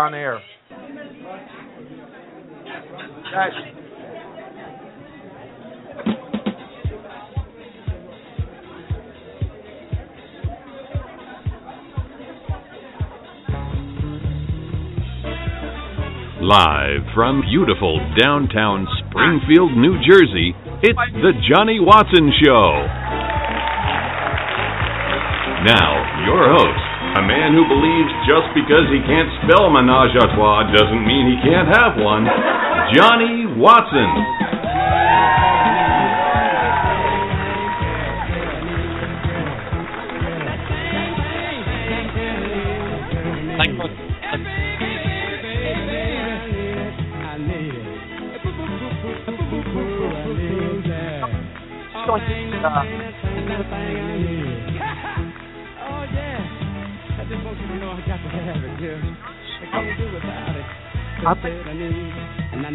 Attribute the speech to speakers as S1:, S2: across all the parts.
S1: on air. That,
S2: Live from beautiful downtown Springfield, New Jersey, it's The Johnny Watson Show. Now, your host, a man who believes just because he can't spell menage a trois doesn't mean he can't have one, Johnny Watson.
S3: Like, look,
S1: just like, uh, I think-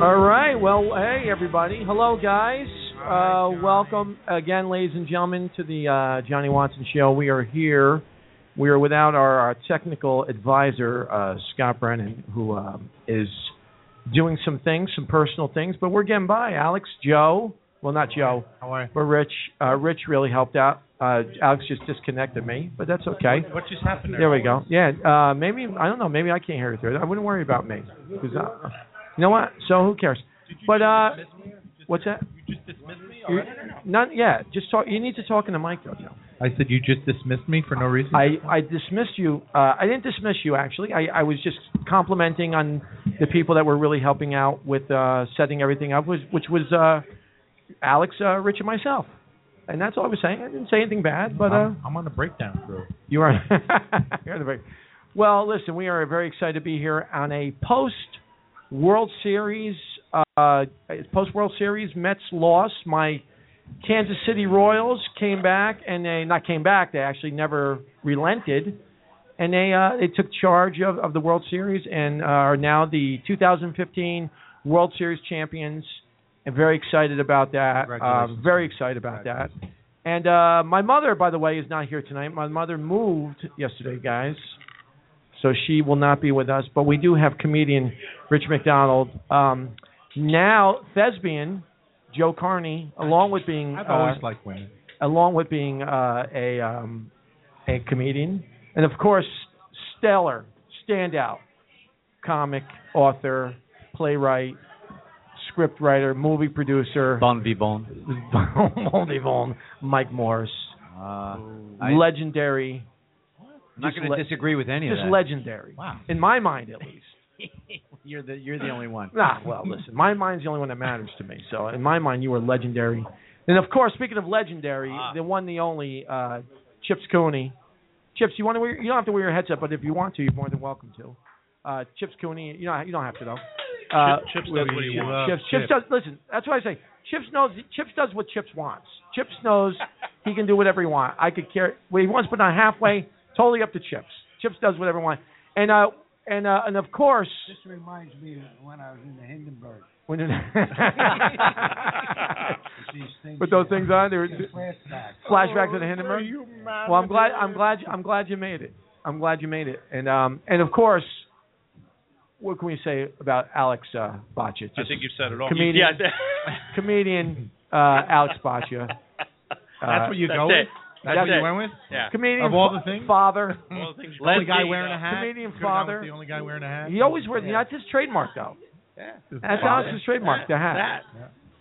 S1: all right. Well, hey everybody. Hello, guys. Uh, welcome again, ladies and gentlemen, to the uh, Johnny Watson Show. We are here. We are without our, our technical advisor, uh, Scott Brennan, who um, is doing some things, some personal things, but we're getting by. Alex, Joe, well, not Joe,
S4: How are you?
S1: but Rich. Uh, Rich really helped out. Uh, Alex just disconnected me, but that's okay.
S4: What just happened there?
S1: There we go. Yeah, uh, maybe I don't know. Maybe I can't hear it through. I wouldn't worry about me 'cause I, you know what? So who cares?
S4: Did you
S1: But,
S4: just
S1: uh,
S4: dismiss me? You just-
S1: What's that?
S4: You just dismissed me
S1: You-
S4: already?
S1: Not yet. Just talk. You need to talk in the mic though. Joe.
S4: I said you just dismissed me for no reason.
S1: I I dismissed you. Uh, I didn't dismiss you actually. I I was just complimenting on the people that were really helping out with uh, setting everything up, which which was uh, Alex, uh, Rich, and myself. And that's all I was saying. I didn't say anything bad, but uh,
S4: I'm, I'm on a breakdown crew.
S1: You are. you're the very- well, listen, we are very excited to be here on a post World Series, uh, post World Series Mets loss. My Kansas City Royals came back, and they not came back. They actually never relented, and they uh, they took charge of, of the World Series and uh, are now the 2015 World Series champions. And very excited about that. Um,
S4: Congratulations.
S1: very excited about that. And uh, my mother, by the way, is not here tonight. My mother moved yesterday, guys, so she will not be with us. But we do have comedian Rich McDonald um, now, thespian Joe Carney, along with being
S4: I've
S1: uh,
S4: always liked women.
S1: along with being uh, a um, a comedian, and of course, stellar standout comic, author, playwright, script writer, movie producer,
S5: Bon Vivon.
S1: Bon Vivon, Mike Morris,
S5: Uh, I'm
S1: legendary,
S5: not
S1: just
S5: going
S1: le-
S5: to disagree with any of
S1: just
S5: that.
S1: legendary,
S4: Wow.
S1: in my mind at least.
S5: you're the you're the only one.
S1: Ah, well, listen, my mind's the only one that matters to me. So in my mind, you are legendary. And of course, speaking of legendary, the one, the only, uh, Chips Cooney. Chips, you want to wear? You don't have to wear your headset, but if you want to, you're more than welcome to. Uh, Chips Cooney, you know, you don't have to though. Uh,
S4: Chips does what he wants.
S1: Chips, Chips does. Listen, that's what I say. Chips knows. Chips does what Chips wants. Chips knows he can do whatever he wants. I could care what he wants, but not halfway. Totally up to Chips. Chips does whatever he wants. And uh, and uh, and of course.
S6: This reminds me of when I was in the Hindenburg.
S1: When
S6: These things.
S1: With those things on, they were
S6: Just flashback.
S1: flashback to the Hindenburg. Well, I'm glad. I'm glad. I'm glad you made it. I'm glad you made it. And um and of course, what can we say about Alex uh, Boccia? Just
S4: you've said it all.
S1: comedian, comedian uh, Alex Uh, Boccia.
S4: That's what you go with? That's, what you went with? Hmm.
S7: Yeah.
S1: Comedian,
S4: Of all the
S1: fa-
S4: things?
S1: father.
S7: Well, things
S4: The only guy wearing a hat?
S1: Comedian
S4: You go down with
S1: father.
S4: The only guy wearing a hat?
S1: He always wears. That's his trademark, though.
S4: His
S1: That's
S4: father.
S1: Alex's trademark. The hat.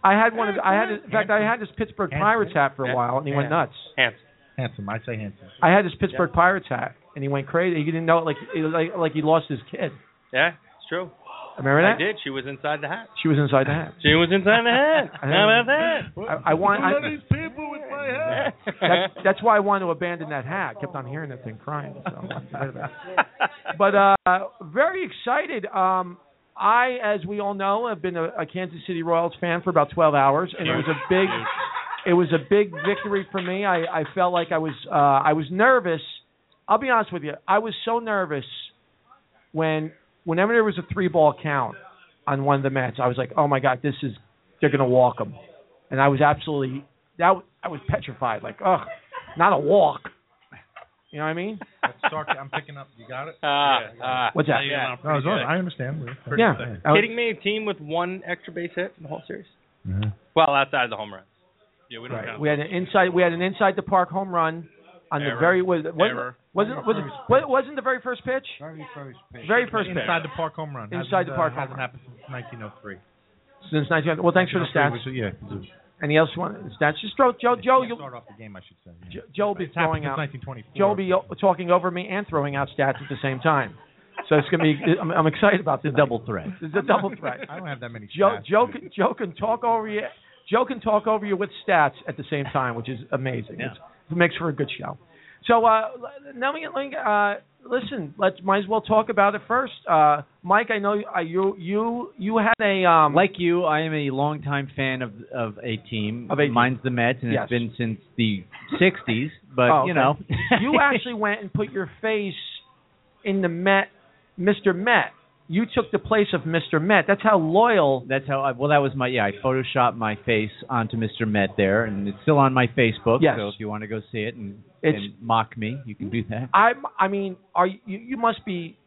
S1: I had one of. I had. In fact, I had his Pittsburgh
S4: Handsome.
S1: Pirates hat for a while, and he went nuts.
S4: Handsome. I say handsome.
S1: I had his Pittsburgh Pirates hat, and he went crazy. He didn't know it, like it was like like he lost his kid.
S7: Yeah, it's true.
S1: Remember that?
S7: I did. She was inside the hat.
S1: She was inside the hat.
S7: She was inside the hat.
S1: I
S7: How about
S1: I, I want.
S4: Look at
S1: I,
S4: these people with my hat.
S1: that's,
S7: that?
S1: that's why I wanted to abandon that hat. Kept on hearing that thing crying. So I forgot about it. but uh, very excited. Um, I, as we all know, have been a, a Kansas City Royals fan for about 12 hours, and it was a big, it was a big victory for me. I, I felt like I was uh, I was nervous. I'll be honest with you. I was so nervous when whenever there was a three ball count on one of the Mets, I was like, oh my god, this is they're gonna walk them, and I was absolutely that I was petrified. Like, ugh, not a walk. You know what I mean?
S4: That's sarc- I'm picking up. You got it?
S7: Ah,
S4: Yeah, I got
S7: ah.
S1: What's that?
S7: Yeah.
S4: it. No, it's
S7: Pretty
S4: on.
S7: good.
S4: I understand. We're-
S1: Yeah. Uh, I was-
S7: Hitting me a team with one extra base hit in the whole series.
S4: Mhm.
S7: Well, outside of the home runs. Yeah, we don't
S1: Right.
S7: count.
S1: We had an inside. We had an inside the park home run on the
S7: Error.
S1: very was was
S7: Error.
S1: wasn't was it- wa- wasn't the very first pitch?
S6: Very first pitch.
S1: Very first pitch
S4: Inside the park home run.
S1: Inside
S4: Hasn't,
S1: the
S4: uh,
S1: park home
S4: hasn't
S1: run.
S4: happened since 1903.
S1: since 19. Well, thanks for the stats.
S4: 1903 was- yeah.
S1: Any else want stats? Just throw Joe. Joe,
S4: Can't
S1: you'll,
S4: start off the game, I should say. yeah.
S1: Jo- Joe will be
S4: It's happened
S1: throwing
S4: since
S1: out.
S4: 1924.
S1: Joe will be o- talking over me and throwing out stats at the same time. So it's gonna be. I'm, I'm excited about the double threat. It's a double threat.
S4: I don't have that many.
S1: Joe,
S4: stats,
S1: Joe,
S4: but-
S1: can, Joe can talk over you. Joe can talk over you with stats at the same time, which is amazing. It's, it makes for a good show. So uh, l- now we get link. Uh, listen, let's might as well talk about it first. Uh, Mike, I know uh, you you you had a um,
S5: Like you, I am a longtime fan of of a team.
S1: Of a team.
S5: Mine's the Mets, and
S1: Yes.
S5: it's been since the '60s. But
S1: Oh, okay.
S5: you know,
S1: you actually went and put your face in the Met, Mr. Met. You took the place of Mr. Met. That's how loyal.
S5: That's how I well that was my yeah, I photoshopped my face onto Mr. Met there and it's still on my Facebook.
S1: Yes.
S5: So if you want to go see it and,
S1: It's-
S5: and mock me, you can do that.
S1: I I mean, are you you must be?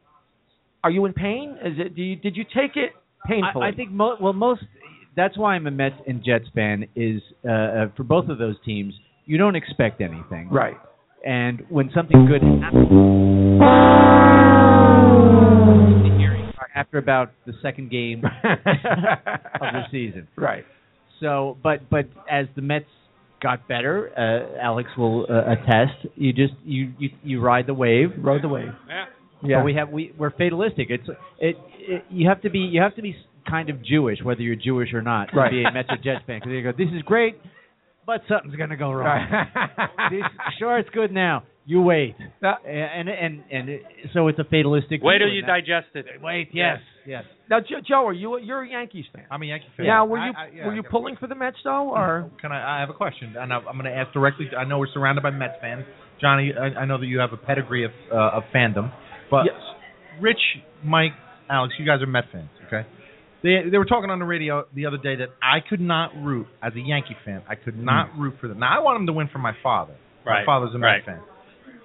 S1: Are you in pain? Is it? Do you, did you take it painfully?
S5: I, I think mo- well most that's why I'm a Mets and Jets fan is uh, uh, for both of those teams, you don't expect anything.
S1: right.
S5: And when something good happens after about the second game of the season.
S1: right.
S5: So, but but as the Mets got better, uh, Alex will uh, attest. You just you, you you ride the wave.
S1: Rode the wave.
S7: Yeah.
S1: Yeah.
S5: But we have we we're fatalistic. It's it, it you have to be you have to be s- kind of Jewish whether you're Jewish or not
S1: Right.
S5: to be a Mets or Jets fan because you go this is great, but something's gonna go wrong. this, sure, it's good now. You wait,
S1: That-
S5: and and and it, so it's a fatalistic.
S7: Wait till
S5: view,
S7: you
S5: and that-
S7: digest it.
S5: Wait, yes, yes.
S1: now, Jo- Joe, are you you're a Yankees fan?
S4: I'm a Yankee fan.
S1: Now, were you
S4: I- I- yeah,
S1: were
S4: I
S1: you
S4: got-
S1: pulling for the Mets though, or
S4: Oh, Can I? I have a question, and I, I'm going to ask directly. I know we're surrounded by Mets fans, Johnny. I, I know that you have a pedigree of uh, of fandom, but
S1: Yes.
S4: Rich, Mike, Alex, you guys are Met fans, okay? They they were talking on the radio the other day that I could not root as a Yankee fan. I could not root for them. Now I want them to win for my father.
S7: Hmm. Right,
S4: My father's a Met
S7: right.
S4: fan.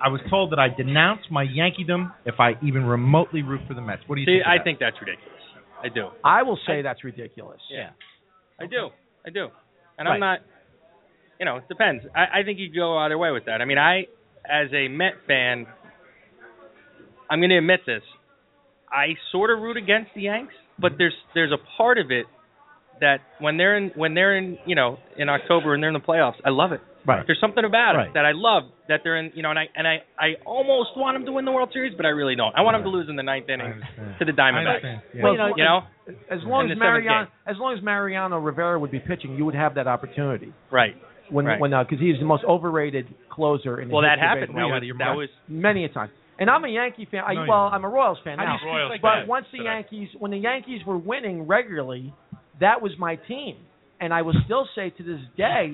S4: I was told that I denounce my Yankeedom if I even remotely root for the Mets. What do you
S7: See,
S4: think? of
S7: I
S4: that?
S7: think that's ridiculous. I do.
S1: I will say that's ridiculous.
S7: I do. I do. And
S5: Right.
S7: I'm not, you know, it depends. I, I think you go either way with that. I mean, I, as a Met fan, I'm going to admit this. I sort of root against the Yanks, but there's there's a part of it that when they're in when they're in you know in October and they're in the playoffs, I love it.
S5: Right.
S7: There's something about
S5: Right.
S7: it that I love that they're in you know and I and I I almost want them to win the World Series, but I really don't. I want them to lose in the ninth inning
S4: understand.
S7: to the
S4: I
S7: Diamondbacks.
S4: understand. Yeah.
S1: Well,
S7: You know, you know,
S1: As long
S7: In
S1: as
S7: the seventh
S1: Mariano,
S7: game.
S1: as long as Mariano Rivera would be pitching, you would have that opportunity
S7: right?
S1: when
S7: Right.
S1: when because he's the most overrated closer in. the
S7: Well, that
S1: history of
S7: happened.
S1: baseball.
S7: That
S4: out of
S7: was
S4: your
S7: that
S4: mind.
S7: was
S1: many a time. And I'm a Yankee fan. I,
S4: No, you're
S1: well,
S4: not.
S1: I'm a Royals fan
S4: How do
S1: now.
S4: you speak Royals like
S1: but
S4: that?
S1: once the
S7: Today.
S1: Yankees, when the Yankees were winning regularly, that was my team, and I will still say to this day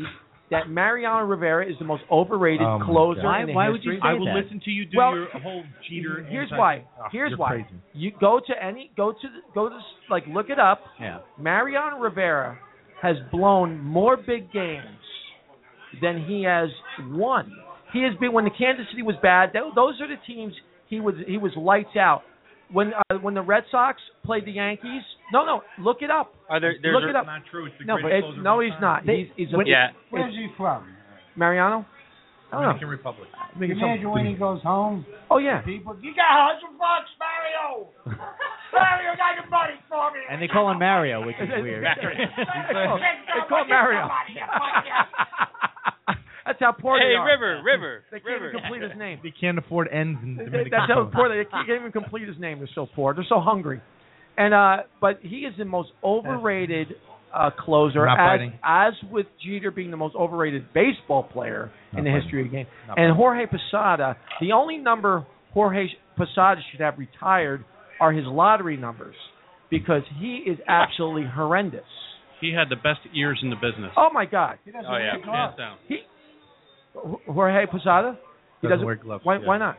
S1: that Mariano Rivera is the most overrated
S4: Oh, my
S1: closer
S4: God.
S5: Why-
S1: in the
S5: why would
S1: history.
S5: you say I will that?
S4: listen to you do
S1: Well,
S4: your whole cheater.
S1: Here's
S4: anti-
S1: why.
S4: Ah,
S1: Here's
S4: you're
S1: why.
S4: crazy.
S1: You go to any go to the, go to s- like look it up.
S5: Yeah.
S1: Mariano Rivera has blown more big games than he has won. He has been when the Kansas City was bad. tho- those are the teams he was he was lights out. When uh, when the Red Sox played the Yankees, no, no, look it up.
S7: Are there- there's
S1: look
S7: a-
S1: it up.
S4: Not true. It's the
S1: No, but
S4: greatest
S1: it's-
S4: closer
S1: no,
S4: of
S1: he's
S4: all time.
S1: not. He's, he's a,
S7: yeah.
S6: Where's he from?
S1: Mariano. I don't know.
S4: Dominican Republic.
S1: I think it's
S6: Imagine when he goes home,
S1: some- Oh yeah.
S6: people, you got a hundred bucks, Mario. Mario, got your money for me.
S5: And they call him Mario, which is
S1: It's-
S5: weird.
S1: They call- they call Mario. That's how poor
S7: Hey,
S1: they are.
S7: River, River,
S1: They can't
S7: River.
S1: even complete his name.
S4: They can't afford ends in
S1: They-
S4: Dominican
S1: That's how
S4: Republic.
S1: poor they, they can't even complete his name. They're so poor. They're so hungry. And uh, but he is the most overrated uh, closer,
S4: Not
S1: as,
S4: biting.
S1: as with Jeter being the most overrated baseball player in
S4: Not
S1: the
S4: biting.
S1: history of the game.
S4: Not
S1: and Jorge Posada, the only number Jorge Posada should have retired are his lottery numbers because he is absolutely horrendous.
S8: He had the best ears in the business.
S1: Oh my God,
S7: Oh yeah, hands down.
S1: Jorge Posada. He
S4: Doesn't wear gloves,
S1: Why,
S4: yeah.
S1: why not?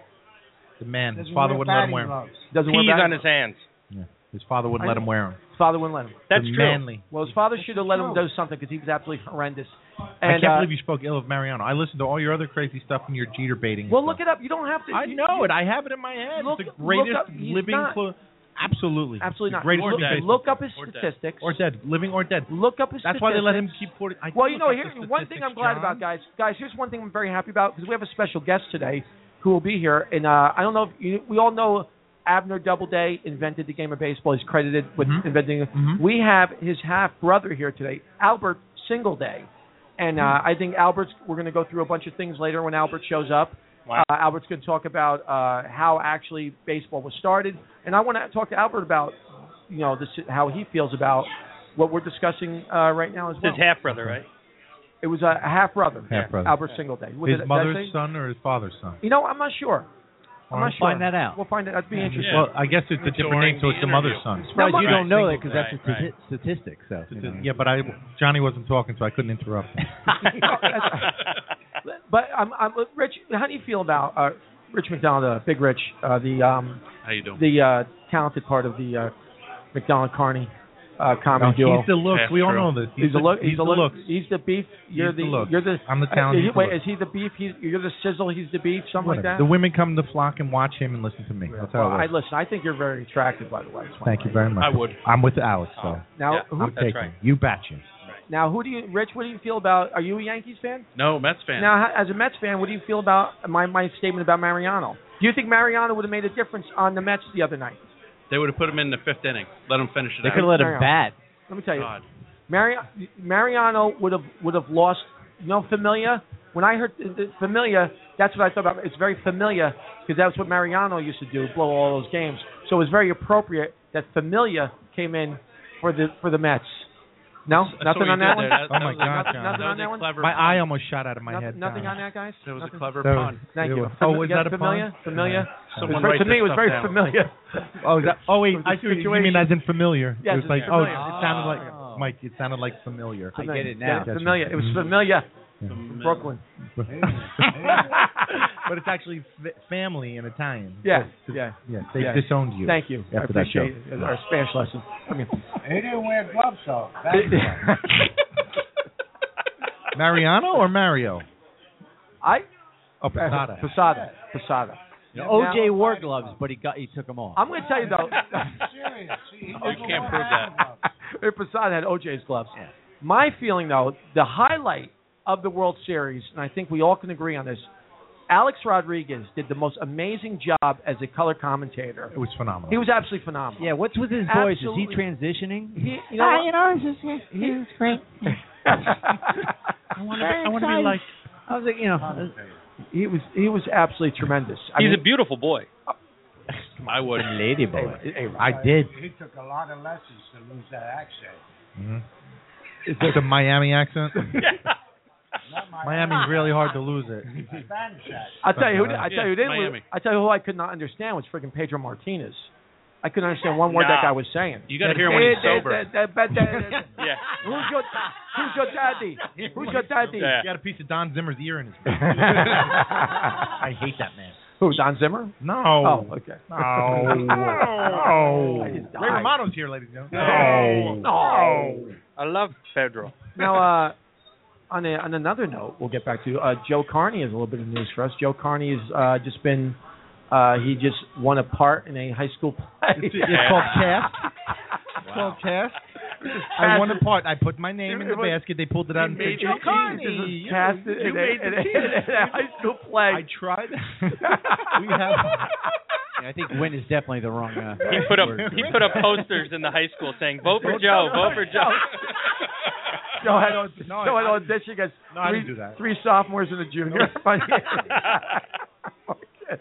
S4: The man, his father wouldn't let him wear them.
S1: Doesn't wear
S7: Peas
S1: bat-
S7: on his hands.
S4: His father wouldn't
S1: I
S4: let
S1: know.
S4: him wear them.
S1: His father wouldn't let him.
S7: That's
S4: the
S7: true.
S4: Manly.
S1: Well, his father should have let him do something because he was absolutely horrendous. And,
S4: I can't
S1: uh,
S4: believe you spoke ill of Mariano. I listened to all your other crazy stuff and your Jeter baiting. and
S1: Well, look it
S4: stuff.
S1: up. You don't have to.
S4: I
S1: you-
S4: know
S1: you-
S4: it. I have it in my head.
S1: Look-
S4: it's
S1: look
S4: the greatest
S1: up- he's
S4: living.
S1: not-
S4: clo- absolutely.
S1: Absolutely not.
S4: The Greatest
S1: Look,
S4: living baseball
S1: look up his
S8: Or dead.
S1: statistics.
S4: or dead, living or dead.
S1: look up his
S4: That's
S1: statistics.
S4: why they let him keep forty. I
S1: Well, you know,
S4: looked up
S1: here
S4: the
S1: one thing I'm
S4: statistics,
S1: glad
S4: John.
S1: about, guys. Guys, here's one thing I'm very happy about because we have a special guest today who will be here, and uh, I don't know if you, we all know Abner Doubleday invented the game of baseball. He's credited with
S4: Mhm.
S1: inventing it.
S4: Mhm.
S1: We have his half brother here today, Albert Singleday, and uh,
S4: Mm-hmm.
S1: I think Albert's. We're going to go through a bunch of things later when Albert shows up.
S7: Wow.
S1: Uh, Albert's going to talk about uh, how actually baseball was started, and I want to talk to Albert about you know this how he feels about what we're discussing uh, right now as
S7: It's
S1: well.
S7: his half brother, right?
S1: It was a half brother,
S4: Half-brother.
S1: Albert Singleday. What
S4: His
S1: did I- did I
S4: mother's
S1: say?
S4: son or his father's son?
S1: You know, I'm not sure. I'm
S4: Well,
S1: not sure.
S5: find that out.
S1: We'll find it. That'd be interesting.
S4: Well, I guess it's a different name,
S8: During
S4: so it's
S8: the
S4: the mother's son.
S8: interview.
S5: Surprised
S1: Now,
S5: you
S1: look-
S5: don't know that because
S8: Right,
S5: that's a
S8: right.
S5: stati- statistic. So you know.
S4: Yeah, but I Johnny wasn't talking, so I couldn't interrupt. Him.
S1: But I'm, I'm, Rich, how do you feel about uh, Rich McDonald, uh, Big Rich, uh, the um,
S8: How you doing?
S1: the uh, talented part of the uh, McDonald Carney uh,
S4: No,
S1: comedy duo?
S4: he's the looks.
S8: Half
S4: we all
S8: true.
S4: know this. He's,
S1: He's the look.
S4: He's, the
S1: look-
S4: looks.
S1: He's the beef. You're
S4: He's the
S1: the,
S4: looks.
S1: you're the.
S4: I'm the
S1: uh,
S4: talent,
S1: is he-
S4: he's the
S1: wait,
S4: looks.
S1: is he the beef? He's, you're the sizzle. He's the beef. Something
S4: Whatever.
S1: like that.
S4: The women come to flock and watch him and listen to me. That's how
S1: Well, I
S4: it works.
S1: listen. I think you're very attractive, by the way. That's why
S4: Thank
S1: I'm
S4: you
S1: like-
S4: very much.
S8: I would. Oh,
S4: I'm with Alex, so
S1: Now,
S8: Yeah.
S1: who,
S4: I'm
S7: That's
S4: taking.
S7: right.
S4: You bet you.
S1: Now, who do you, Rich? What do you feel about? Are you a Yankees fan?
S8: No, Mets fan.
S1: Now, ha- as a Mets fan, what do you feel about my my statement about Mariano? Do you think Mariano would have made a difference on the Mets the other night?
S8: They would have put him in the fifth inning. Let him finish it
S5: They could have let
S8: out.
S5: him bat.
S1: Let me tell you,
S8: God.
S1: Mari- Mariano would have would have lost. You know, Familia. When I heard the, the Familia, that's what I thought about. It's very Familia because that's what Mariano used to do, blow all those games. So it was very appropriate that Familia came in for the for the Mets. No,
S8: That's
S1: nothing
S8: what we
S1: on
S8: did
S1: that
S8: there.
S1: one.
S4: Oh
S8: That- that
S4: my
S8: was a-
S4: God,
S1: nothing-
S4: John.
S1: nothing on
S8: that
S1: that
S8: was
S1: one.
S8: a clever.
S4: My eye almost shot out of my
S1: nothing,
S4: head.
S1: nothing on
S4: John.
S1: that, guys.
S8: That was a
S1: Nothing?
S8: clever
S4: That was-
S8: pun.
S1: Thank
S4: It
S1: you.
S4: was- oh, was
S1: Yes,
S4: that a pun?
S1: familiar? Familiar.
S8: Someone
S1: It was-
S8: write
S1: to me,
S8: this
S1: it was
S8: stuff
S1: very
S8: down.
S1: familiar.
S4: Oh, is that, oh wait,
S1: It was
S4: I
S1: a
S4: see what you
S1: situation.
S4: mean as in familiar.
S1: Yes,
S4: it was
S1: it's
S4: like,
S1: familiar.
S4: oh, it sounded
S5: Oh.
S4: like Mike. It sounded like familiar.
S5: I get it
S1: Yeah,
S5: now.
S4: Gotcha.
S1: familiar. It was
S4: Mhm.
S1: familiar.
S8: Familiar.
S1: Brooklyn.
S4: but it's actually f- family in Italian.
S1: Yeah,
S4: So-
S1: yeah.
S4: yeah. They
S1: Yeah.
S4: disowned you.
S1: Thank you. I
S4: After that show.
S1: appreciate it. our Spanish lesson. I mean,
S6: He didn't wear gloves, though.
S4: Mariano or Mario?
S1: I
S4: Oh, Posada.
S1: Posada. Posada.
S5: You know, OJ wore gloves, but he got he took them off.
S1: I'm going to tell you though.
S6: serious. He he
S8: Oh, you
S6: never
S8: can't
S6: wore
S8: prove that.
S6: gloves.
S1: if Posada had OJ's gloves. My feeling though, the highlight of the World Series, and I think we all can agree on this. Alex Rodriguez did the most amazing job as a color commentator.
S4: It was phenomenal.
S1: He was absolutely phenomenal.
S5: yeah, what's with his voice? Is
S1: Absolutely.
S5: he transitioning?
S1: He, you know, what?
S3: It's great.
S1: I
S3: I want to be like.
S5: I was like, you know,
S1: He was he was absolutely tremendous. I
S7: He's
S1: mean,
S7: a beautiful boy.
S8: I would.
S5: lady boy.
S4: I did.
S6: He took a lot of lessons to lose that accent.
S4: Mhm. It's like a Miami accent.
S6: Not my
S4: Miami's really hard to lose it.
S6: Spanish accent.
S1: I tell you who I tell you who didn't
S8: Miami.
S1: lose- I tell you who I could not understand was freaking Pedro Martinez. I couldn't understand one word
S8: Nah.
S1: that guy was saying.
S8: You got to hear him when he's sober.
S1: Who's
S7: Yeah.
S1: your Who's your daddy? Who's your daddy?
S7: Yeah.
S4: He got a piece of Don Zimmer's ear in his mouth. I hate that man.
S1: Who Don Zimmer?
S4: No.
S1: Oh, okay.
S4: No. no.
S1: I just died.
S4: Ray Romano's here, ladies and
S7: No.
S4: gentlemen.
S1: No.
S7: I love Pedro.
S1: Now, uh, on a, on another note, we'll get back to uh, Joe Carney has a little bit of news for us. Joe Carney has uh, just been uh, he just won a part in a high school play.
S4: It's, it's called cast. It's called cast. I won a part. I put my name in the
S1: It was-
S4: basket. They pulled it out and said,
S1: Joe Carney. This is cast in a- in a- in a high school
S4: I
S1: play.
S4: tried. we have.
S5: I think win is definitely the wrong. Uh,
S7: He put up
S5: word.
S7: he put up posters in the high school saying, "Vote for Joe, vote for Joe."
S1: Joe had, aud-
S4: No,
S1: Joe had
S4: I-
S1: audition against
S4: No, I
S1: three,
S4: didn't do that.
S1: three sophomores and a junior. Poor kid.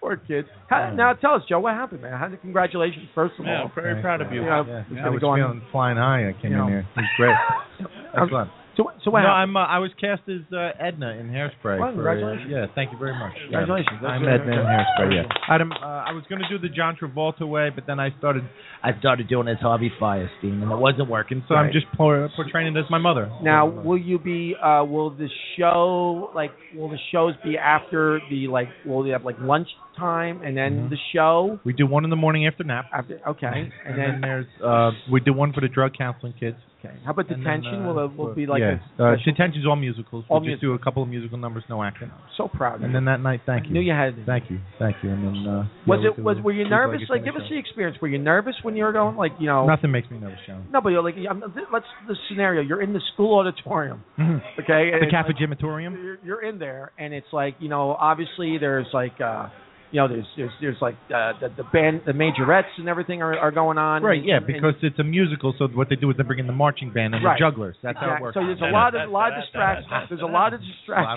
S1: Poor kid. How, now tell us, Joe, what happened, man? How, congratulations, first of all.
S8: very
S4: proud of
S1: you.
S4: Yeah,
S1: Yeah, it's
S4: yeah, I
S1: gonna
S4: was
S1: go on.
S4: feeling flying high. I came
S1: You know.
S4: in here. It was great.
S1: I'm-
S4: That's fun.
S1: So so what
S4: No,
S1: happened?
S4: I'm. Uh, I was cast as uh, Edna in Hairspray.
S1: Well,
S4: for, uh,
S1: congratulations.
S4: yeah, thank you very much.
S1: Congratulations. That's
S4: I'm
S1: very
S4: Edna in
S1: good.
S4: Hairspray. Yeah. Adam, uh, I was going to do the John Travolta way, but then I started. I started doing this Harvey Firestein, and it wasn't working. So
S1: Right.
S4: I'm just por- portraying it as my mother.
S1: Now, will you be? Uh, will the show like? Will the shows be after the like? Will you have like lunch time and then
S4: Mhm.
S1: the show
S4: we do one in the morning after nap.
S1: after? Okay, and
S4: And
S1: then
S4: then there's uh, we do one for the drug counseling kids.
S1: okay. How about
S4: and
S1: detention?
S4: then, uh,
S1: will it will it be like
S4: yeah.
S1: a
S4: uh,
S1: special-
S4: detention's all musicals.
S1: All
S4: we just do a couple of musical numbers, no acting.
S1: I'm so proud. Of
S4: And
S1: you.
S4: then that night, thank
S1: I
S4: you.
S1: knew you had it.
S4: Thank you, thank you. And then uh,
S1: Was
S4: yeah, we
S1: it
S4: do-
S1: was were you
S4: we do
S1: nervous?
S4: Vegas
S1: Like,
S4: on the
S1: give us
S4: show.
S1: the experience. Were you nervous when you were going? Like, you know,
S4: Nothing makes me nervous, John.
S1: no, but you're like, I'm, let's the scenario. You're in the school auditorium, okay? And
S4: Mm-hmm. The
S1: it's
S4: Kappa
S1: like-
S4: Gymatorium.
S1: you're, you're in there, and it's like you know, obviously there's like, uh, you know, there's there's there's like uh, the the band, the majorettes, and everything are are going on.
S4: Right,
S1: and-
S4: yeah,
S1: and-
S4: because it's a musical, so what they do is they bring in the marching band and
S1: Right.
S4: the jugglers. That's how
S1: Exact-
S4: it works.
S1: So there's a lot of lot of distractions. There's a lot of
S4: A lot of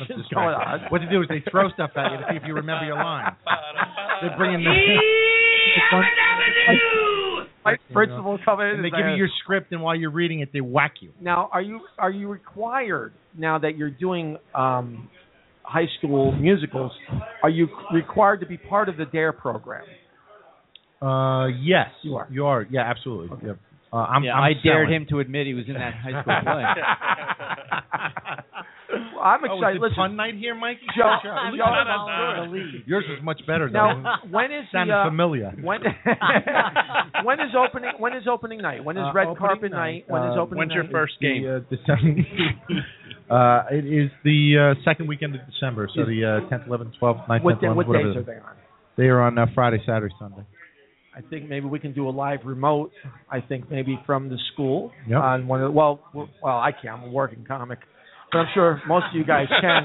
S1: distractions going on.
S4: distractions. What they do is they throw stuff at you to see if you remember your line. They bring in the It's fun.
S1: Like, first of all, come in
S4: and they
S1: and
S4: give you
S1: say,
S4: your script, and while you're reading it, they whack you.
S1: Now, are you are you required now that you're doing um, high school musicals? Are you required to be part of the Dare E program?
S4: Uh, yes,
S1: You are.
S4: You are. Yeah, absolutely. Yep. Uh, I'm,
S5: yeah,
S4: I'm
S5: I dared
S4: selling.
S5: him to admit he was in that high school play.
S1: Well, I'm
S4: Oh,
S1: excited.
S4: is it
S1: Listen,
S4: pun night here, Mikey?
S1: Joe,
S4: Sure, sure.
S1: Joe,
S4: Yours is much better though.
S1: now when is the
S4: Sounded
S1: uh,
S4: familiar.
S1: when when is opening when is opening night? When is
S4: Uh,
S1: red
S4: opening
S1: carpet night?
S4: night,
S1: When is
S4: uh,
S1: opening
S8: When's
S1: night?
S8: your first game?
S4: The, uh, December. uh, it is the uh, second weekend of December, so
S1: Is-
S4: the uh, 10th, 11th, 12th, 9th,
S1: what
S4: 10th,
S1: day,
S4: 11th,
S1: what
S4: whatever.
S1: days are they on?
S4: they are on uh, Friday, Saturday, Sunday.
S1: I think maybe we can do a live remote. I think maybe from the school
S4: Yep.
S1: on one of the, well, well, I can't. I'm a working comic, but I'm sure most of you guys can.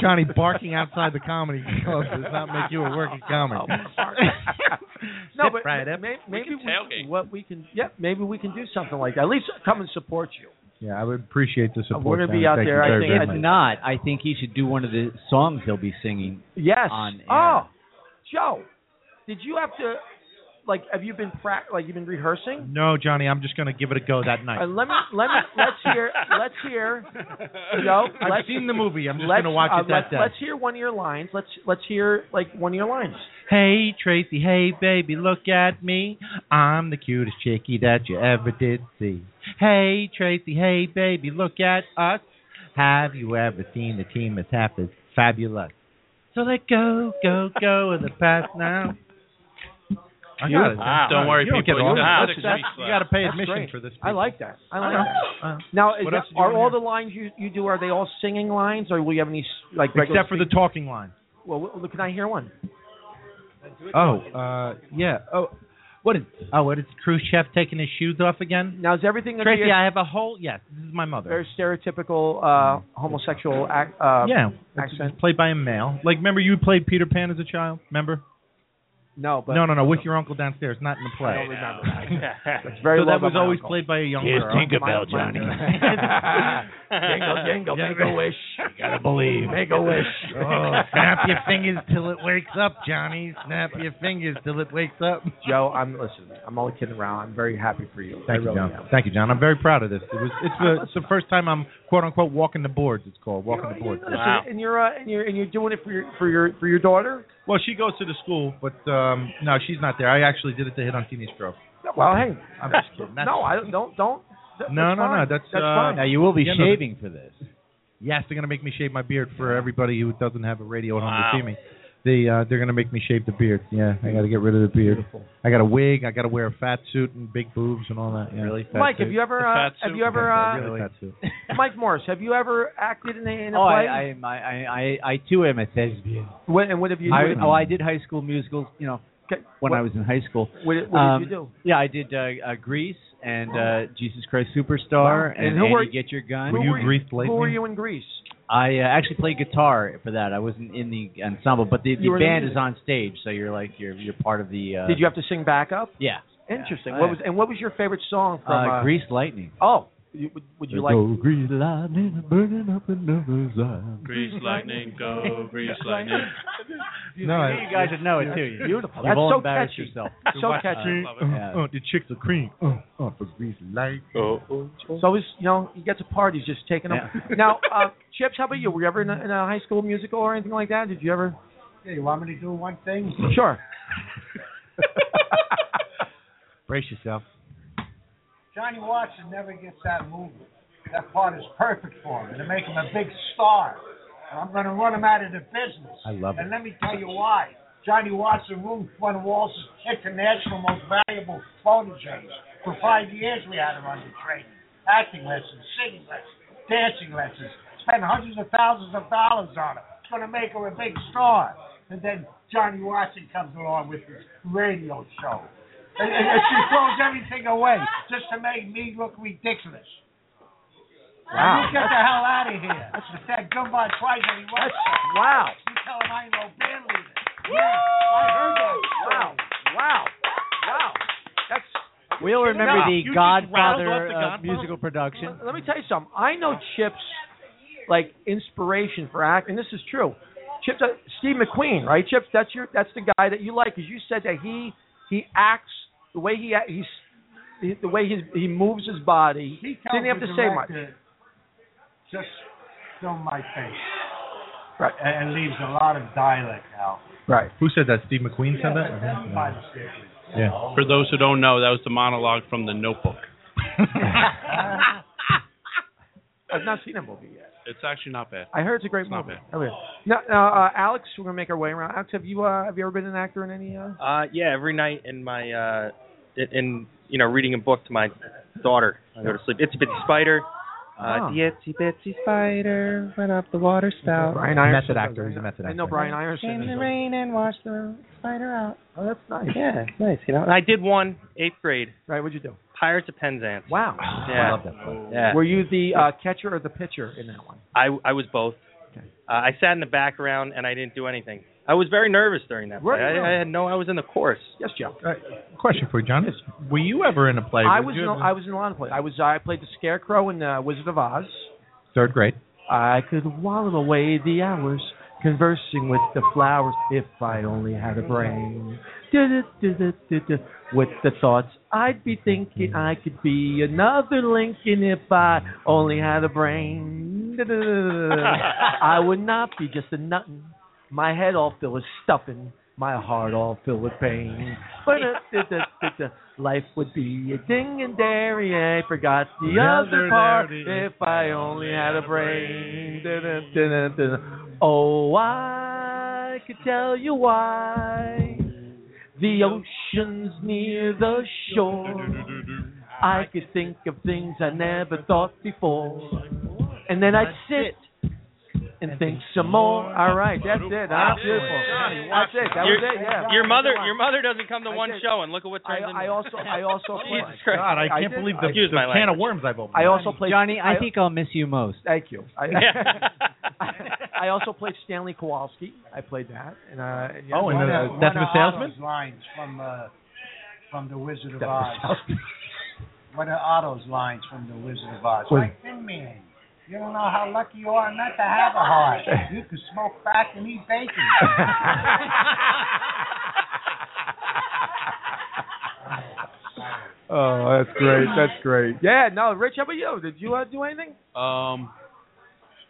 S4: Johnny barking outside the comedy club does not make you a working comic.
S1: Oh, Mark. no, but
S4: right up.
S1: may- maybe
S8: can tailgate.
S1: what we can, yeah, maybe we can do something like that. At least come and support you.
S4: Yeah, I would appreciate the support.
S1: We're gonna be
S4: Johnny.
S1: out
S4: Thank
S1: there,
S4: you
S1: I
S4: very,
S1: think-
S4: very
S1: I
S5: If
S4: much.
S5: not, I think he should do one of the songs he'll be singing.
S1: Yes.
S5: On air.
S1: Oh, Joe, did you have to, like, have you been prac like you've been rehearsing?
S4: No, Johnny, I'm just going to give it a go that night.
S1: Uh, let me let me let's hear let's hear Joe.
S4: I've
S1: let's,
S4: seen the movie. I'm just
S1: let's,
S4: going to watch
S1: uh,
S4: it that
S1: let's,
S4: day.
S1: let's hear one of your lines. Let's let's hear like one of your lines.
S4: Hey Tracy, hey baby, look at me. I'm the cutest chickie that you ever did see. Hey Tracy, hey baby, look at us. Have you ever seen the team as half as fabulous? So let go, go, go in the past now. I got it.
S7: Wow.
S8: Don't worry,
S4: You don't
S8: people.
S4: get all
S8: you
S4: that.
S8: got
S1: That's-
S8: six
S1: that's-
S8: weeks
S4: You got to pay
S1: That's
S4: admission
S1: great.
S4: for this.
S1: I
S4: people.
S1: like that. I
S4: I
S1: like
S4: know.
S1: that.
S4: I know.
S1: Now, is
S4: What
S1: that-
S4: else did you
S1: are
S4: wanna
S1: all
S4: hear?
S1: the lines you you do are they all singing lines or will you have any s- like regular
S4: Except for the
S1: speak-
S4: talking line.
S1: well w- can I hear one?
S4: Oh, uh, yeah. Oh, what is? Oh, what is cruise chef taking his shoes off again?
S1: Now is everything going to
S4: Tracy,
S1: be a
S4: I have a whole. Yes, this is my mother.
S1: very stereotypical uh homosexual ac- uh
S4: yeah,
S1: accent?
S4: It's played by a male. Like, remember you played Peter Pan as a child? Remember?
S1: No, but
S4: no, no, no. With your uncle downstairs, not in the
S1: I
S4: play.
S1: don't remember that.
S7: That's
S1: It's very
S4: so
S1: low
S4: that
S1: by
S4: was
S1: my
S4: always
S1: uncle.
S4: played by a young girl.
S1: Tinkerbell, Johnny.
S7: jingle, jingle,
S4: make a
S1: wish. You gotta believe. Make a wish.
S4: Oh, snap your fingers till it wakes up, Johnny. Snap your fingers till it wakes up.
S1: Joe, I'm listening. I'm only kidding around. I'm very happy for you. I
S4: Thank you,
S1: really
S4: John.
S1: am.
S4: Thank you, John. I'm very proud of this. It was. It's the, it's the first time I'm quote unquote walking the boards. It's called walking the boards.
S1: Listen,
S7: Wow.
S1: And you're uh, and you're and you're doing it for your for your for your daughter.
S4: Well, she goes to the school, but um no, she's not there. I actually did it to hit on Teenage Girl.
S1: Well, hey,
S4: I'm just kidding. That's-
S1: no, I don't don't don't. that-
S4: No,
S1: that's
S4: no, no,
S1: fine.
S4: that's,
S1: that's
S4: uh,
S1: fine.
S5: Now you will be
S4: Yeah, no,
S5: shaving for this.
S4: Yes, they're gonna make me shave my beard for everybody who doesn't have a radio at home
S8: Wow.
S4: to see me. They uh they're gonna make me shave the beard. Yeah, I gotta get rid of the beard. I got a wig. I gotta wear a fat suit and big boobs and all that. Yeah. Really fat
S1: Mike, have you ever uh,
S8: Fat
S1: have
S8: suit.
S1: you ever
S4: Yeah,
S1: uh,
S4: really fat suit.
S1: Mike Morris? Have you ever acted in a, in a
S5: Oh,
S1: play?
S5: I, I, I, I, I too am a thespian.
S1: what, and what have you?
S5: I,
S1: what-
S5: oh, I did high school musicals. You know,
S1: okay,
S5: when
S1: what,
S5: I was in high school.
S1: What, what
S5: Um,
S1: did you do?
S5: Yeah, I did uh, uh, Grease and uh, Jesus Christ Superstar
S1: Wow.
S5: and,
S1: And who
S5: Andy
S1: were-
S5: Get Your Gun.
S1: Who
S4: you
S1: were
S4: Grease
S1: Who were
S4: Lightning?
S1: you in Greece?
S5: I uh, actually played guitar for that. I wasn't in the ensemble, but the,
S1: You
S5: the
S1: were in the
S5: band
S1: music.
S5: is on stage, so you're like you're you're part of the. Uh,
S1: Did you have to sing backup?
S5: Yeah.
S1: Interesting.
S5: Yeah.
S1: What was and what was your favorite song
S5: Uh,
S1: from? uh,
S5: Grease Lightning.
S1: Oh, you, would, would you like?
S4: Go green lightning burning up another eye.
S8: Grease lightning, go, grease lightning.
S4: No, I-
S5: you guys would know it too. You-
S1: Beautiful.
S5: You've
S1: That's
S5: all
S1: so
S5: embarrassed
S1: catchy.
S5: yourself.
S1: so
S8: Watch
S1: catchy.
S8: that. Love it.
S4: the
S5: Yeah.
S4: chicks are cream. Oh, oh, for grease light.
S1: So he's, you know, he gets a part. He's just taking up.
S5: Yeah.
S1: Now, uh, Chips, how about you? Were you ever in a, in a high school musical or anything like that? Did you ever?
S9: you want me to do one thing?
S1: Sure.
S4: Brace yourself.
S9: Johnny Watson never gets that movie. That part is perfect for him. To make him a big star. And I'm going to run him out of the business.
S4: I love
S9: and
S4: it.
S9: let me tell you why. Johnny Watson ruled Fun Walls International Most Valuable Protege. For five years, we had him under training. Acting lessons, singing lessons, dancing lessons. Spent hundreds of thousands of dollars on him. It's going to make him a big star. And then Johnny Watson comes along with his radio show. And, and, and she throws everything away just to make me look ridiculous.
S1: Wow.
S9: You get the hell out of here. That's that gumball twice and he was.
S1: Wow.
S9: You tell him I ain't no band leader. Yeah, I heard that.
S1: Wow. Wow. Wow. That's.
S5: We all
S1: No,
S5: remember the
S1: you just
S5: Godfather,
S1: rattled off the
S5: uh,
S1: Godfather.
S5: musical production.
S1: Let me tell you something. I know Chips, like inspiration for acting. This is true. Chips, uh, Steve McQueen, right? Chips, that's your, that's the guy that you like, because you said that he, he acts the way he, act- he's, he- the way he he moves his body.
S9: He tells
S1: Didn't have
S9: the
S1: to say much.
S9: director, Just film my face.
S1: Right.
S9: And it leaves a lot of dialect out.
S1: Right.
S4: Who said that? Steve McQueen said that?
S9: By mistake.
S4: Yeah.
S8: For those who don't know, that was the monologue from The Notebook.
S1: I've not seen that movie yet.
S8: It's actually not bad.
S1: I heard it's a great
S8: It's not
S1: movie. Okay. Now, now, uh, Alex, we're gonna make our way around. Alex, have you uh, have you ever been an actor in any? Uh...
S7: Uh, yeah, every night in my uh, in- in you know reading a book to my daughter, I go to sleep. Itsy bitsy spider. Uh,
S1: Ah.
S7: The itsy bitsy spider went up the water spout.
S1: Brian Ironson.
S4: Uh, Method actor. He's a method
S1: I know
S4: actor.
S1: Brian Ironson.
S7: Came
S1: is
S7: the
S1: a-
S7: rain and washed the spider out.
S1: Oh, that's nice.
S7: Yeah, it's nice, you know. And I did one eighth grade,
S1: Right. What'd you do?
S7: Pirates of Penzance.
S1: Wow.
S7: Yeah.
S4: I love that. Part.
S7: Yeah.
S1: Were you the uh, catcher or the pitcher in that one?
S7: I I was both.
S1: Okay.
S7: Uh, I sat in the background and I didn't do anything. I was very nervous during that.
S1: Were
S7: play.
S1: you?
S7: I, I had no. I was in the chorus.
S1: Yes, Joe.
S4: Question for you, John. Is, were you ever in a play?
S1: I was
S4: Would you
S1: in, a-
S4: ever-
S1: I was in a lot of plays. I was I played the Scarecrow in uh, Wizard of Oz.
S4: third grade.
S1: I could wallow away the hours conversing with the flowers if I only had a brain. Du-du-du-du-du-du. With the thoughts I'd be thinking I could be another Lincoln if I only had a brain. Du-du-du-du-du. I would not be just a nuttin'. My head all filled with stuffing, my heart all filled with pain. Du-du-du-du-du-du. Life would be a ding and dairy. I forgot the other part if I only had a brain. Du-du-du-du-du. Oh, I could tell you why. The ocean's near the shore. I could think of things I never thought before. And then I'd sit and think some more. All right, that's it. That's beautiful. That's it. That was it. Yeah.
S7: Your mother, your mother doesn't come to
S1: I
S7: one
S1: did.
S7: show, and look at what turns into.
S1: I, I also I also oh played.
S7: Jesus Christ.
S4: God, I
S1: I
S4: can't
S1: did-
S4: believe
S1: I
S4: the,
S7: Excuse
S4: the
S7: my
S4: can
S7: language.
S4: of worms I've opened.
S1: I also played
S5: Johnny, I,
S1: I-
S5: think I'll miss you most.
S1: Thank you. I,
S7: Yeah.
S1: I also played Stanley Kowalski. I played that, and uh, yeah,
S4: Oh, and
S9: One
S4: the
S9: of-
S4: Death
S9: one
S4: of a
S9: of
S4: Salesman?
S9: Otto's lines from uh, from the Wizard of
S1: Death of a
S9: Oz. One of Otto's lines from the Wizard of Oz.
S1: Was-
S9: Like Thin Man, you don't know how lucky you are not to have a heart. You can smoke crack and eat bacon.
S1: oh, that's great. That's great. Yeah. No, Rich, how about you? Did you uh, do anything?
S8: Um,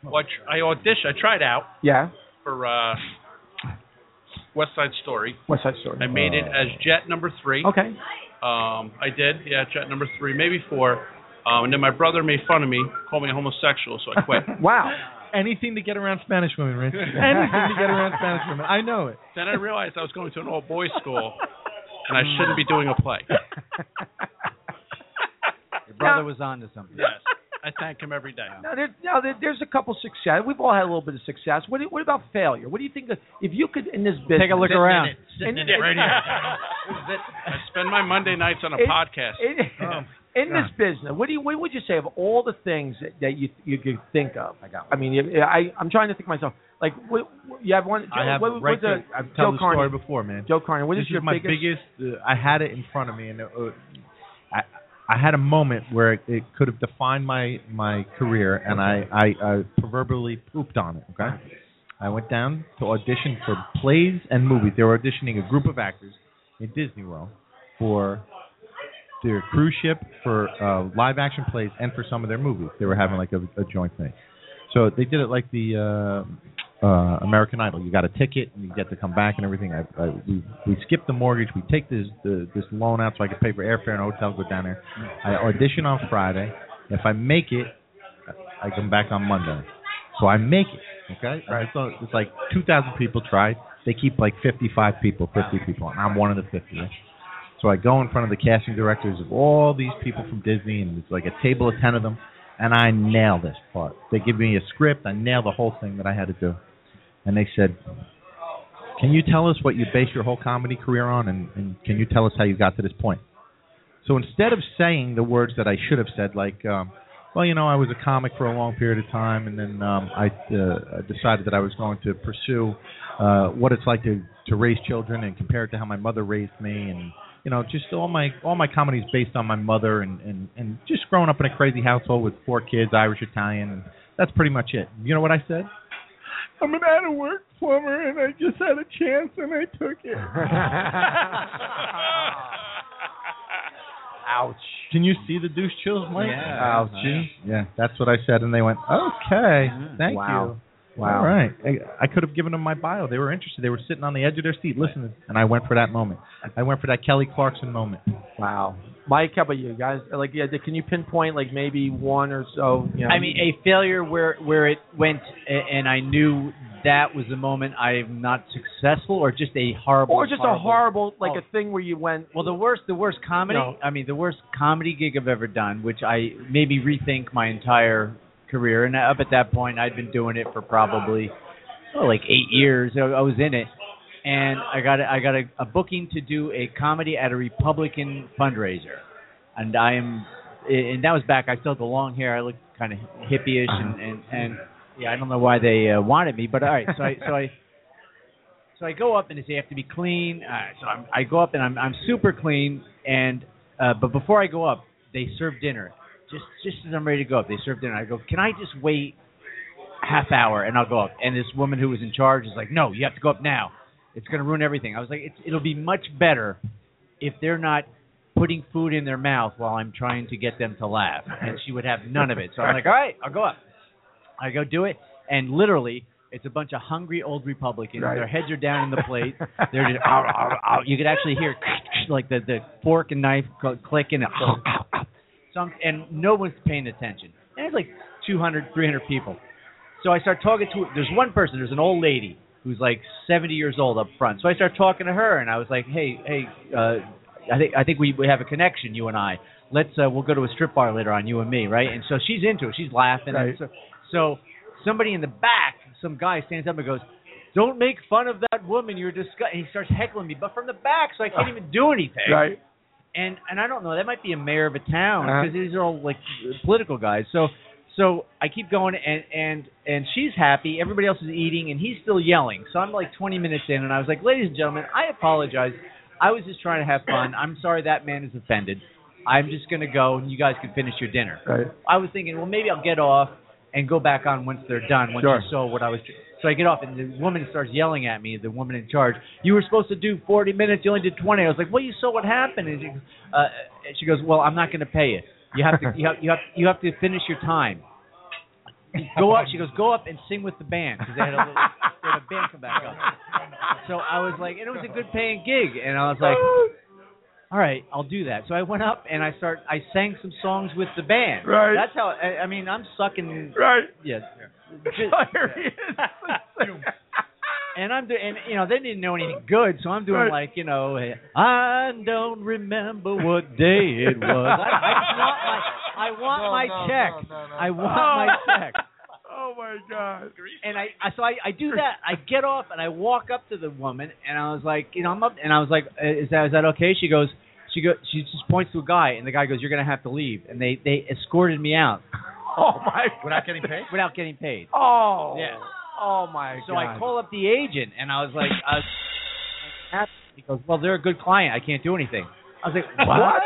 S8: what I auditioned, I tried out
S1: Yeah.
S8: for uh, West Side Story.
S1: What's that story?
S8: I made it as Jet number three.
S1: Okay.
S8: Um, I did, yeah, Jet number three, maybe four. Um, and then my brother made fun of me, called me a homosexual, so I quit.
S1: Wow.
S4: anything to get around Spanish women, Rich. anything to get around Spanish women. I know it.
S8: then I realized I was going to an all boys school, and I shouldn't be doing a play.
S5: Your brother was onto something.
S8: Yes, I thank him every day.
S1: Now, there, now there, there's a couple success. We've all had a little bit of success. What, do- what about failure? What do you think of, if you could in this business?
S5: Take a look around.
S1: in, in,
S8: I spend my Monday nights on a
S1: It-
S8: podcast.
S1: in- in this business, what do you, what would you say of all the things that, that you you could think of? I got. I mean, you- I I'm trying to think myself. Like, what, what- you have one.
S4: I have
S1: what,
S4: right
S1: what's a-
S4: there. I've told
S1: Joe
S4: the
S1: Carney.
S4: story before, man.
S1: Joe Carney. What
S4: this
S1: is your
S4: my
S1: biggest?
S4: biggest. uh, I had it in front of me, and it, uh, I I had a moment where it, it could have defined my my career, and I I, I proverbially pooped on it. Okay, I went down to audition for plays and movies. They were auditioning a group of actors in Disney World for their cruise ship, for uh, live action plays, and for some of their movies. They were having like a, a joint thing. So they did it like the uh, uh, American Idol. You got a ticket and you get to come back and everything. I, I we we skipped the mortgage. We take this the, this loan out so I could pay for airfare and hotel. Go down there. I audition on Friday. If I make it, I come back on Monday. So I make it. Okay. Right. So it's like 2,000 people tried. They keep like 55 people, 50 people, and I'm one of the 50. right? So I go in front of the casting directors of all these people from Disney, and it's like a table of 10 of them, and I nail this part. They give me a script, I nail the whole thing that I had to do. And they said, Can you tell us what you base your whole comedy career on, and, and can you tell us how you got to this point? So instead of saying the words that I should have said, like, um, well, you know, I was a comic for a long period of time, and then um, I uh, decided that I was going to pursue uh, what it's like to, to raise children and compare it to how my mother raised me, and you know, just all my all my comedy is based on my mother and and and just growing up in a crazy household with four kids, Irish, Italian, and that's pretty much it. You know what I said? I'm an out of work plumber, and I just had a chance, and I took it.
S1: Ouch.
S4: Can you see the douche chills, Mike?
S1: Ouch.
S4: Yeah, that's what I said, and they went, "Okay, thank
S1: Mm-hmm. Wow.
S4: you."
S1: Wow.
S4: All right. I, I could have given them my bio. They were interested. They were sitting on the edge of their seat listening, and I went for that moment. I went for that Kelly Clarkson moment.
S1: Wow. Mike, how about you guys? Like, yeah, can you pinpoint like maybe one or so? You know,
S5: I mean, a failure where where it went, a- and I knew that was the moment I'm not successful, or just a horrible,
S1: or just a horrible like a thing where you went.
S5: Well, the worst, the worst comedy.
S1: No.
S5: I mean, the worst comedy gig I've ever done, which I made me rethink my entire career. And up at that point, I'd been doing it for probably oh, like eight years. I, I was in it, and I got a, I got a, a booking to do a comedy at a Republican fundraiser, and I am, and that was back. I still had the long hair. I looked kind of hippie-ish, and and, and yeah, I don't know why they uh, wanted me, but all right. So I so I. So I go up and they say you have to be clean. Uh, so I'm, I go up and I'm, I'm super clean. And uh, but before I go up, they serve dinner. Just just as I'm ready to go up, they serve dinner. I go, can I just wait a half hour and I'll go up? And this woman who was in charge is like, no, you have to go up now. It's gonna ruin everything. I was like, it's, it'll be much better if they're not putting food in their mouth while I'm trying to get them to laugh. And she would have none of it. So I'm like, all right, I'll go up. I go do it, and literally, it's a bunch of hungry old Republicans. Their heads are down in the plate. They're just, ow, ow, ow. you could actually hear like the the fork and knife cl- clicking. And,
S1: Oh,
S5: ow, ow, ow. Some, and no one's paying attention. And it's like 200, 300 people. So I start talking to there's one person, there's an old lady who's like 70 years old up front. So I start talking to her and I was like, "Hey, hey, uh I think I think we we have a connection you and I. Let's uh we'll go to a strip bar later on you and me, right?" And so she's into it. She's laughing.
S1: Right.
S5: And so, so somebody in the back, some guy stands up and goes, "Don't make fun of that woman. You're disgusting." And he starts heckling me, but from the back, so I can't even do anything
S1: right.
S5: and and I don't know, that might be a mayor of a town
S1: Uh-huh.
S5: because these are all like political guys. So so I keep going and and and she's happy, everybody else is eating and he's still yelling. So I'm like 20 minutes in and I was like, "Ladies and gentlemen, I apologize. I was just trying to have fun. I'm sorry that man is offended. I'm just going to go and you guys can finish your dinner."
S1: Right.
S5: I was thinking, well, maybe I'll get off and go back on once they're done. Once
S1: Sure.
S5: you saw what I was. So I get off, and the woman starts yelling at me. The woman in charge. You were supposed to do 40 minutes. You only did 20. I was like, well, you saw what happened. And she, uh, and she goes, well, I'm not going to pay you. You have to. You have. You have. You have to finish your time. Go up. She goes, go up and sing with the band because they had a little. They had a band come back up. So I was like, and it was a good paying gig, and I was like, all right, I'll do that. So I went up and I start I sang some songs with the band.
S1: Right.
S5: That's how I, I mean I'm sucking.
S1: Right.
S5: Yeah. Just-
S1: Hilarious.
S5: and I'm doing, and you know, they didn't know anything good, so I'm doing
S1: Right.
S5: like, you know, I don't remember what day it was. I, I want my, I want my check. I want
S1: Oh.
S5: my check.
S1: oh my God.
S5: And I, I so I, I do that. I get off and I walk up to the woman and I was like, you know, I'm up and I was like, "Uh, is that is that okay? She goes, she go, she just points to a guy and the guy goes, you're gonna have to leave. And they they escorted me out
S1: Oh my.
S4: Without getting paid?
S5: without getting paid.
S1: Oh.
S5: Yeah.
S1: Oh my
S5: So
S1: God.
S5: I call up the agent and I was like, I was happy. He goes, well, they're a good client. I can't do anything. I was like, what?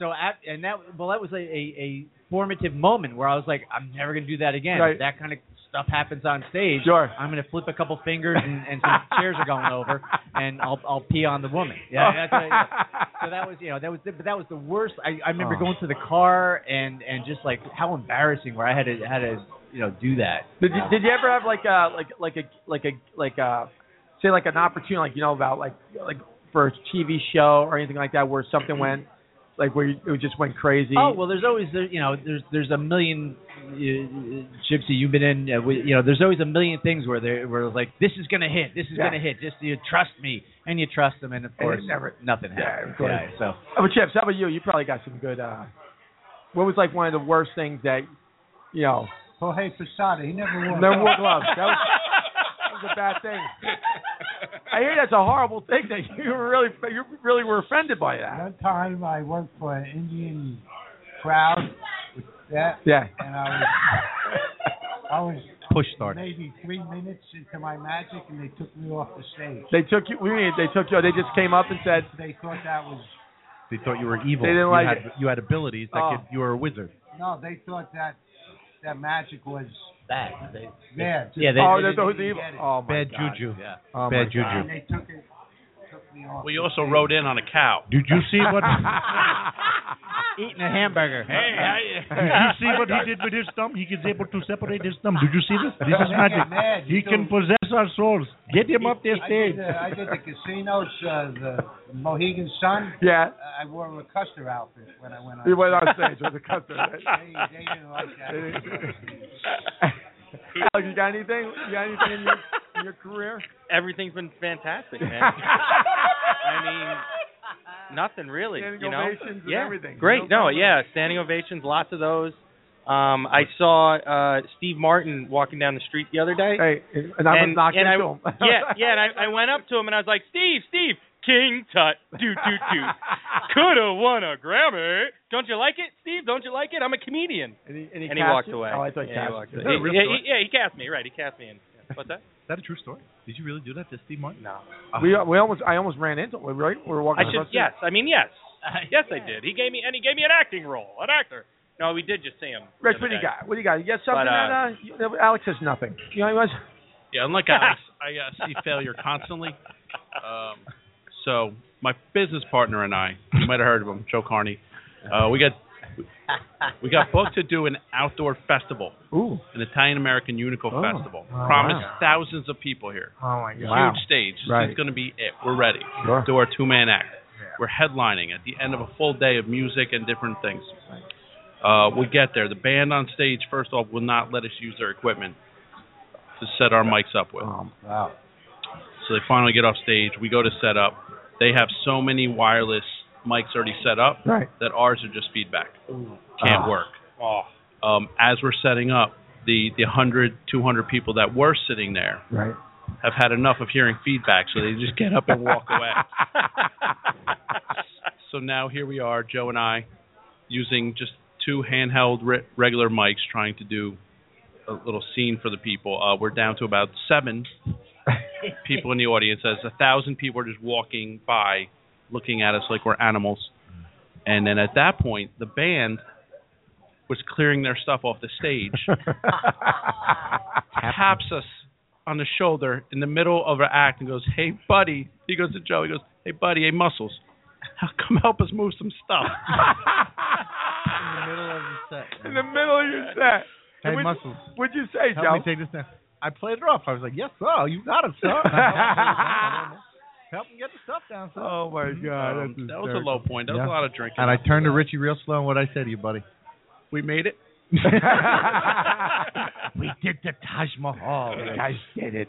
S5: So at, and that well, that was a, a a formative moment where I was like, I'm never gonna do that again.
S1: Right.
S5: That kind of stuff happens on stage,
S1: Sure.
S5: I'm gonna flip a couple fingers and, and some chairs are going over, and I'll I'll pee on the woman.
S1: Oh.
S5: Yeah, that's what I, so that was you know that was the, but that was the worst. I I remember
S1: Oh.
S5: going to the car and and just like how embarrassing where I had to had to you know do that.
S1: Did you, did you ever have like a like like a like a like a say like an opportunity like you know about like like for a TV show or anything like that where something went like where you, it just went crazy?
S5: Mm-hmm. Oh well, there's always there- you know there's there's a million uh, gypsy you've been in uh, with, you know there's always a million things where they where like this is gonna hit this is
S1: Yeah.
S5: gonna hit just you trust me and you trust them and of
S1: And it
S5: course
S1: never-
S5: nothing
S1: Yeah,
S5: happens
S1: of course.
S5: so
S1: Oh, but Chips, how about you? You probably got some good. uh What was like one of the worst things that you know?
S9: Jorge Posada, Oh, he never wore
S1: No wore gloves. That was, that was a bad thing. I hear that's a horrible thing that you were really you really were offended by that.
S9: One time I worked for an Indian crowd with that,
S1: Yeah.
S9: and I was I was
S5: push started.
S9: maybe three minutes into my magic, and they took me off the stage.
S1: They took you. We mean they took you. They just came up and said,
S9: They thought that was
S4: They thought you were evil.
S1: They didn't
S4: you
S1: like
S4: had,
S1: it.
S4: You had abilities that
S1: Oh.
S4: could. You were a wizard.
S9: no, they thought that that magic was
S5: Bad. They,
S9: bad.
S5: yeah, they,
S1: "Oh,
S5: they,
S1: that's
S9: didn't
S1: who's
S9: even
S1: evil."
S9: get it.
S1: Oh my
S4: bad
S1: God.
S4: juju.
S5: yeah.
S1: Oh, my
S4: bad juju.
S9: And they took it, took me off.
S8: Well, you
S9: the
S8: also
S9: stage.
S8: rode in on a cow.
S4: Did you see what?
S5: eating a hamburger.
S8: Hey,
S4: did you see what he did with his thumb? He is able to separate his thumb. Did you see this? This is
S9: They get
S4: magic.
S9: mad.
S4: He
S9: So-
S4: can possess our souls. Get him up there
S9: I
S4: stage.
S9: did, uh, I did the casinos, uh, the Mohegan Sun.
S1: Yeah.
S9: I wore a Custer outfit when I went on.
S1: He went on stage with a custard.
S9: They, they didn't like that.
S1: Alex, you got anything? You got anything in your, in your career?
S7: Everything's been fantastic, man. I mean, nothing really.
S1: Standing
S7: you know?
S1: ovations and
S7: yeah.
S1: everything.
S7: Great.
S1: No
S7: No,
S1: problem.
S7: yeah, standing ovations, lots of those. Um, I saw uh, Steve Martin walking down the street the other day.
S1: Hey, and I was
S7: and,
S1: knocking
S7: and I,
S1: into him.
S7: yeah, yeah, and I, I went up to him and I was like, Steve, Steve, King Tut, do do do, coulda won a Grammy. Don't you like it, Steve? Don't you like it? I'm a comedian.
S1: And he, and he,
S7: And he
S1: cast
S7: walked
S1: you?
S7: away.
S1: Oh, I thought he cast
S7: yeah, he walked
S1: you.
S7: away. He- yeah, he- yeah, he cast me. Right, he cast me in. What's that?
S4: Is that a true story? Did you really do that to Steve Martin? No.
S1: We we almost I almost ran into him. Right, we were
S7: I
S1: walking.
S7: should.
S1: across the-
S7: Yes, I mean yes, yes, I did. He gave me and he gave me an acting role, an actor. No, we did just see him. the
S1: Rich, what
S7: other
S1: do you
S7: day.
S1: got? What do you got? You got something
S7: But, uh,
S1: that uh, you- Alex has nothing. You know he was.
S8: Yeah, unlike Alex, I uh, see failure constantly. Um, so my business partner and I, you might have heard of him, Joe Carney. Uh, we got we got booked to do an outdoor festival,
S1: Ooh.
S8: an Italian American Unico
S1: Oh.
S8: Festival.
S1: Oh,
S8: Promised
S1: wow.
S8: thousands of people here.
S1: Oh my God.
S8: Huge stage.
S1: Right.
S8: This is going to be it. We're ready.
S1: Sure.
S8: Do our two man act. We're headlining at the end of a full day of music and different things. Uh, we get there. The band on stage, first off, will not let us use their equipment to set our mics up with.
S1: Um,
S8: So they finally get off stage. We go to set up. They have so many wireless mics already set up
S1: right.
S8: that ours are just feedback. Can't
S1: Ah.
S8: work.
S7: Oh,
S8: Um, as we're setting up, the, the 100, 200 people that were sitting there
S1: Right.
S8: have had enough of hearing feedback, so they just get up and walk away. so now here we are, Joe and I, using just two handheld re- regular mics, trying to do a little scene for the people. Uh, we're down to about seven people in the audience, as a thousand people are just walking by, looking at us like we're animals. And then at that point, the band was clearing their stuff off the stage taps us on the shoulder in the middle of our act and goes, "Hey, buddy." He goes to Joe. He goes, "Hey, buddy. Hey, muscles. Come help us move some stuff."
S1: In the middle of your set.
S4: Hey,
S1: Would-
S4: muscles.
S1: What'd you say,
S4: Help
S1: Joe?
S4: me take this down. I played it off. I was like, yes, sir. You got it, sir. Help him get the stuff down, sir.
S1: oh my God.
S8: Um,
S1: that's
S8: that was a low point. That was
S4: Yeah.
S8: a lot of drinking.
S4: And I turned to Richie real slow, and what I said to you, buddy.
S8: we made it.
S4: we did the Taj Mahal.
S1: I did it.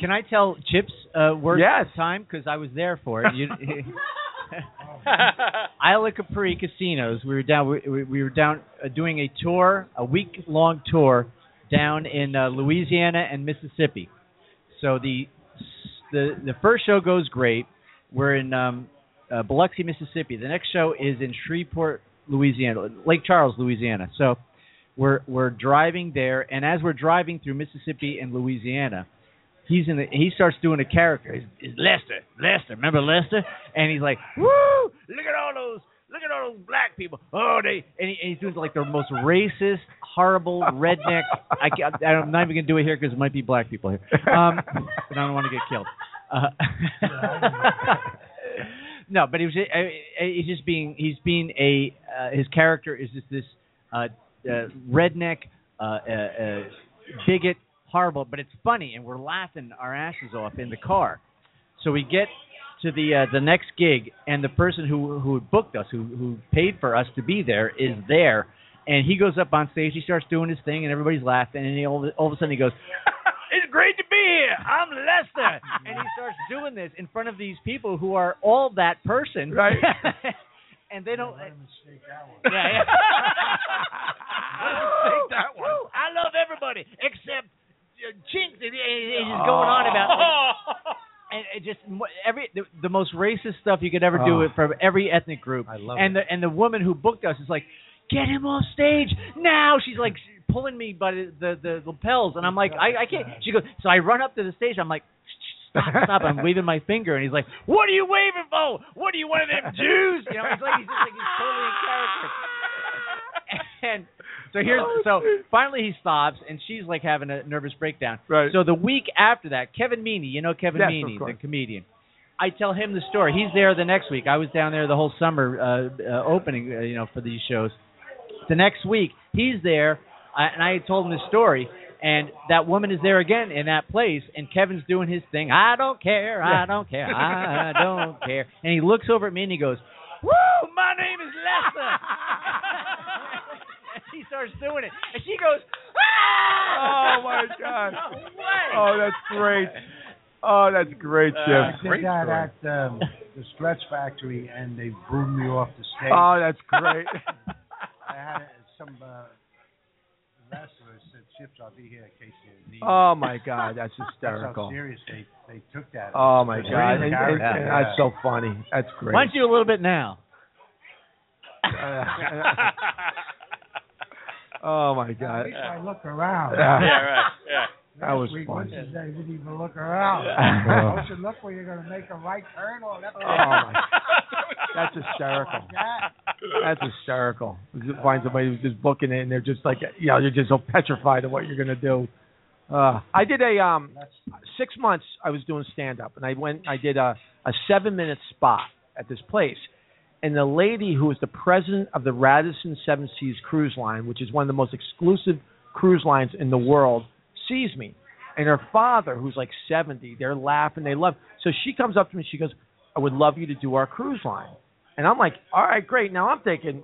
S5: Can I tell Chips uh, worst
S1: Yes.
S5: time because I was there for it? You, Isla Capri Casinos. We were down. We, we- we were down uh, doing a tour, a week long tour down in uh, Louisiana and Mississippi. So the the the first show goes great. We're in um, uh, Biloxi, Mississippi. The next show is in Shreveport, Louisiana, Lake Charles, Louisiana. So we're we're driving there, and as we're driving through Mississippi and Louisiana, he's in the, he starts doing a character. He's, he's Lester, Lester, remember Lester? And he's like, "Woo! Look at all those Look at all those black people. Oh, they and, he, and he's doing like the most racist, horrible redneck. I can't, I don't- I'm not even gonna do it here because it might be black people here. Um, but I don't want to get killed. Uh, no, but he was. I- I- He's just being. He's being a. Uh, his character is just this uh, uh, redneck uh, uh, uh, bigot, horrible. But it's funny, and we're laughing our asses off in the car. So we get to the uh, the next gig, and the person who who had booked us, who who paid for us to be there, is there. And he goes up on stage, he starts doing his thing, and everybody's laughing. And he all, of- all of a sudden he goes, "It's great to be here. I'm Lester." and he starts doing this in front of these people who are all that person,
S1: Right.
S5: and they don't.
S9: Mistake that one.
S5: Yeah, yeah. Take that one. I love everybody except uh, Chink. And he- He's just going on about like, and it just mo- every the, the most racist stuff you could ever
S1: Oh.
S5: do it from every ethnic group.
S1: I love
S5: and the and the woman who booked us is like, get him off stage now. She's like pulling me by the the, the lapels, and I'm like, I, I can't. She goes, so I run up to the stage. I'm like. Stop, stop. I'm waving my finger, and he's like, "What are you waving for? What are you one of them Jews?" You know, he's like, he's just like he's totally in character. And so here's, so finally he stops, and she's like having a nervous breakdown.
S1: Right.
S5: So the week after that, Kevin Meaney, you know Kevin
S1: Yes, of
S5: Meaney, the
S1: course.
S5: comedian. I tell him the story. He's there the next week. I was down there the whole summer uh, uh, opening, uh, you know, for these shows. The next week, he's there, I, and I had told him the story. And that woman is there again in that place, and Kevin's doing his thing. I don't care. I don't care. I don't care. And he looks over at me and he goes, "Woo, Oh, my name is Lester." and he starts doing it, and she goes, "Ah!"
S1: Oh, my God.
S5: No way. Uh,
S1: Oh, that's great. Oh, that's great,
S4: Uh,
S9: I
S1: Jim.
S9: did that at um, the Stretch Factory, and they booed me off the stage.
S1: Oh, that's great.
S9: I had some uh, wrestler said, "Chips, I'll be here in case you need." me."
S1: Oh my God, that's
S9: That's how
S1: hysterical.
S9: serious they they took that.
S1: Oh my
S9: It's
S1: God,
S9: really
S1: and- and-
S9: character.
S1: and that's so funny. That's great.
S5: Why don't you do a little bit now?
S1: oh my
S9: At
S1: God,
S9: least I look around.
S1: Yeah.
S7: yeah, right. Yeah.
S1: that was
S9: Week
S1: fun.
S9: Wednesdays, they wouldn't even look around.
S1: Yeah.
S9: I should look where you're going to make a right turn or left.
S1: Oh my, that's hysterical.
S9: God.
S1: That's hysterical. You Find somebody who's just booking it, and they're just like, you know, you're just so petrified of what you're gonna do. Uh, I did a um six months. I was doing stand up, and I went. I did a a seven minute spot at this place, and the lady who was the president of the Radisson Seven Seas Cruise Line, which is one of the most exclusive cruise lines in the world, sees me, and her father, who's like seventy, they're laughing, they love. So she comes up to me, she goes, "I would love you to do our cruise line." And I'm like, all right, great. Now I'm thinking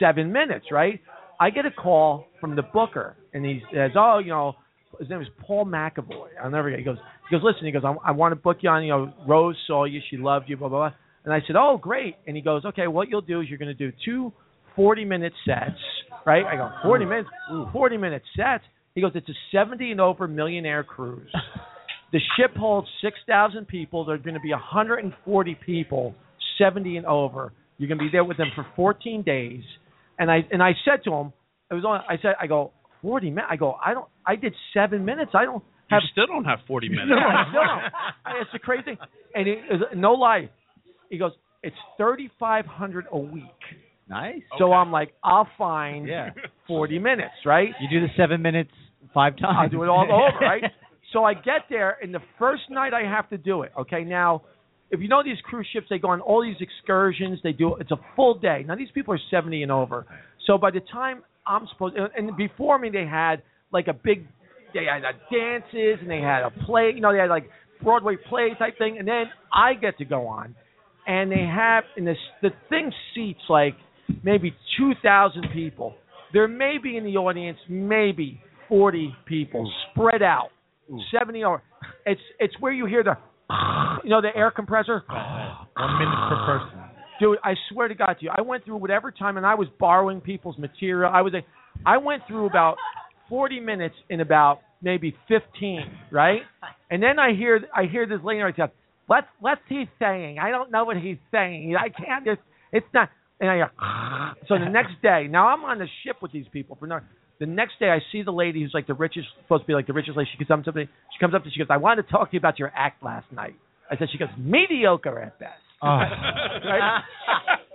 S1: seven minutes, right? I get a call from the booker, and he says, oh, you know, his name is Paul McAvoy. I'll never get. He goes, he goes, listen. He goes, I, I want to book you on. You know, Rose saw you, she loved you, blah blah blah. And I said, oh, great. And he goes, okay, what you'll do is you're going to do two 40 minute sets, right? I go, 40 minutes, 40 minute sets. He goes, it's a 70 and over millionaire cruise. The ship holds 6,000 people. There are going to be 140 people, 70 and over. You're going to be there with them for 14 days. And I and I said to him, it was on. I said, I go 40 minutes. I go, I don't. I did seven minutes. I don't
S8: You
S1: have
S8: still don't have 40 minutes.
S1: no, no, no. It's a crazy thing. And it is no lie. He goes, it's 3,500 a week.
S5: Nice.
S1: So
S8: Okay.
S1: I'm like, I'll find
S5: Yeah.
S1: 40 minutes, right?
S5: You do the seven minutes five times.
S1: I'll do it all over, right? So I get there, and the first night I have to do it. Okay, now, if you know these cruise ships, they go on all these excursions. They do it's a full day. Now these people are seventy and over, so by the time I'm supposed, and- and before me they had like a big, they had uh, dances and they had a play. You know, they had like Broadway play type thing, and then I get to go on, and they have, and this the thing seats like maybe two thousand people. There may be in the audience maybe forty people spread out, seventy or it's it's where you hear the you know the air compressor.
S4: One minute per person.
S1: Dude, I swear to God to you, I went through whatever time, and I was borrowing people's material. I was a, I went through about forty minutes in about maybe fifteen, right? And then I hear I hear this lady right there. What what's he saying? I don't know what he's saying. I can't. It's, it's not. And I hear. So the next day, now I'm on the ship with these people for no. The next day, I see the lady who's like the richest, supposed to be like the richest lady. She comes up to me. She comes up to. me, She goes, "I wanted to talk to you about your act last night." I said, "She goes mediocre at best." Ah, Right?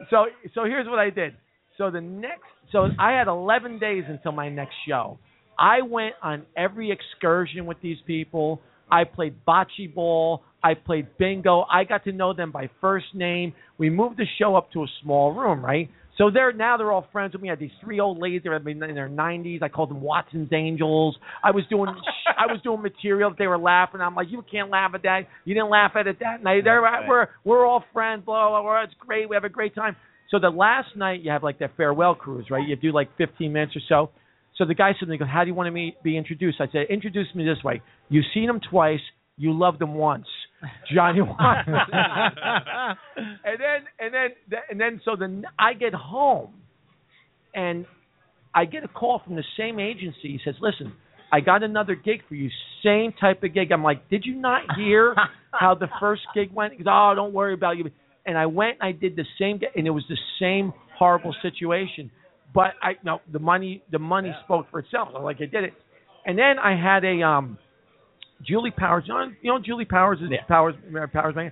S1: so so here's what I did. So the next so I had 11 days until my next show. I went on every excursion with these people. I played bocce ball. I played bingo. I got to know them by first name. We moved the show up to a small room, right? So they're now they're all friends with me. I had these three old ladies. They were in their 90s. I called them Watson's Angels. I was doing I was doing material. They were laughing. I'm like, you can't laugh at that. You didn't laugh at it that night. They're, We're we're all friends. Blah blah blah. It's great. We have a great time. So the last night you have like that farewell cruise, right? You do like 15 minutes or so. So the guy said to me, he goes, "How do you want to meet, be introduced?" I said, "Introduce me this way. You've seen him twice. You loved him once, Johnny Watts." and then and then th- and then so then I get home, and I get a call from the same agency. He says, "Listen, I got another gig for you, same type of gig." I'm like, "Did you not hear how the first gig went?" He goes, "Oh, don't worry about you." And I went and I did the same, gig, and it was the same horrible situation. But I no, the money the money spoke for itself. I'm like, I did it. And then I had a um. Julie Powers. You know, you know Julie Powers is Powers Mary Powers man.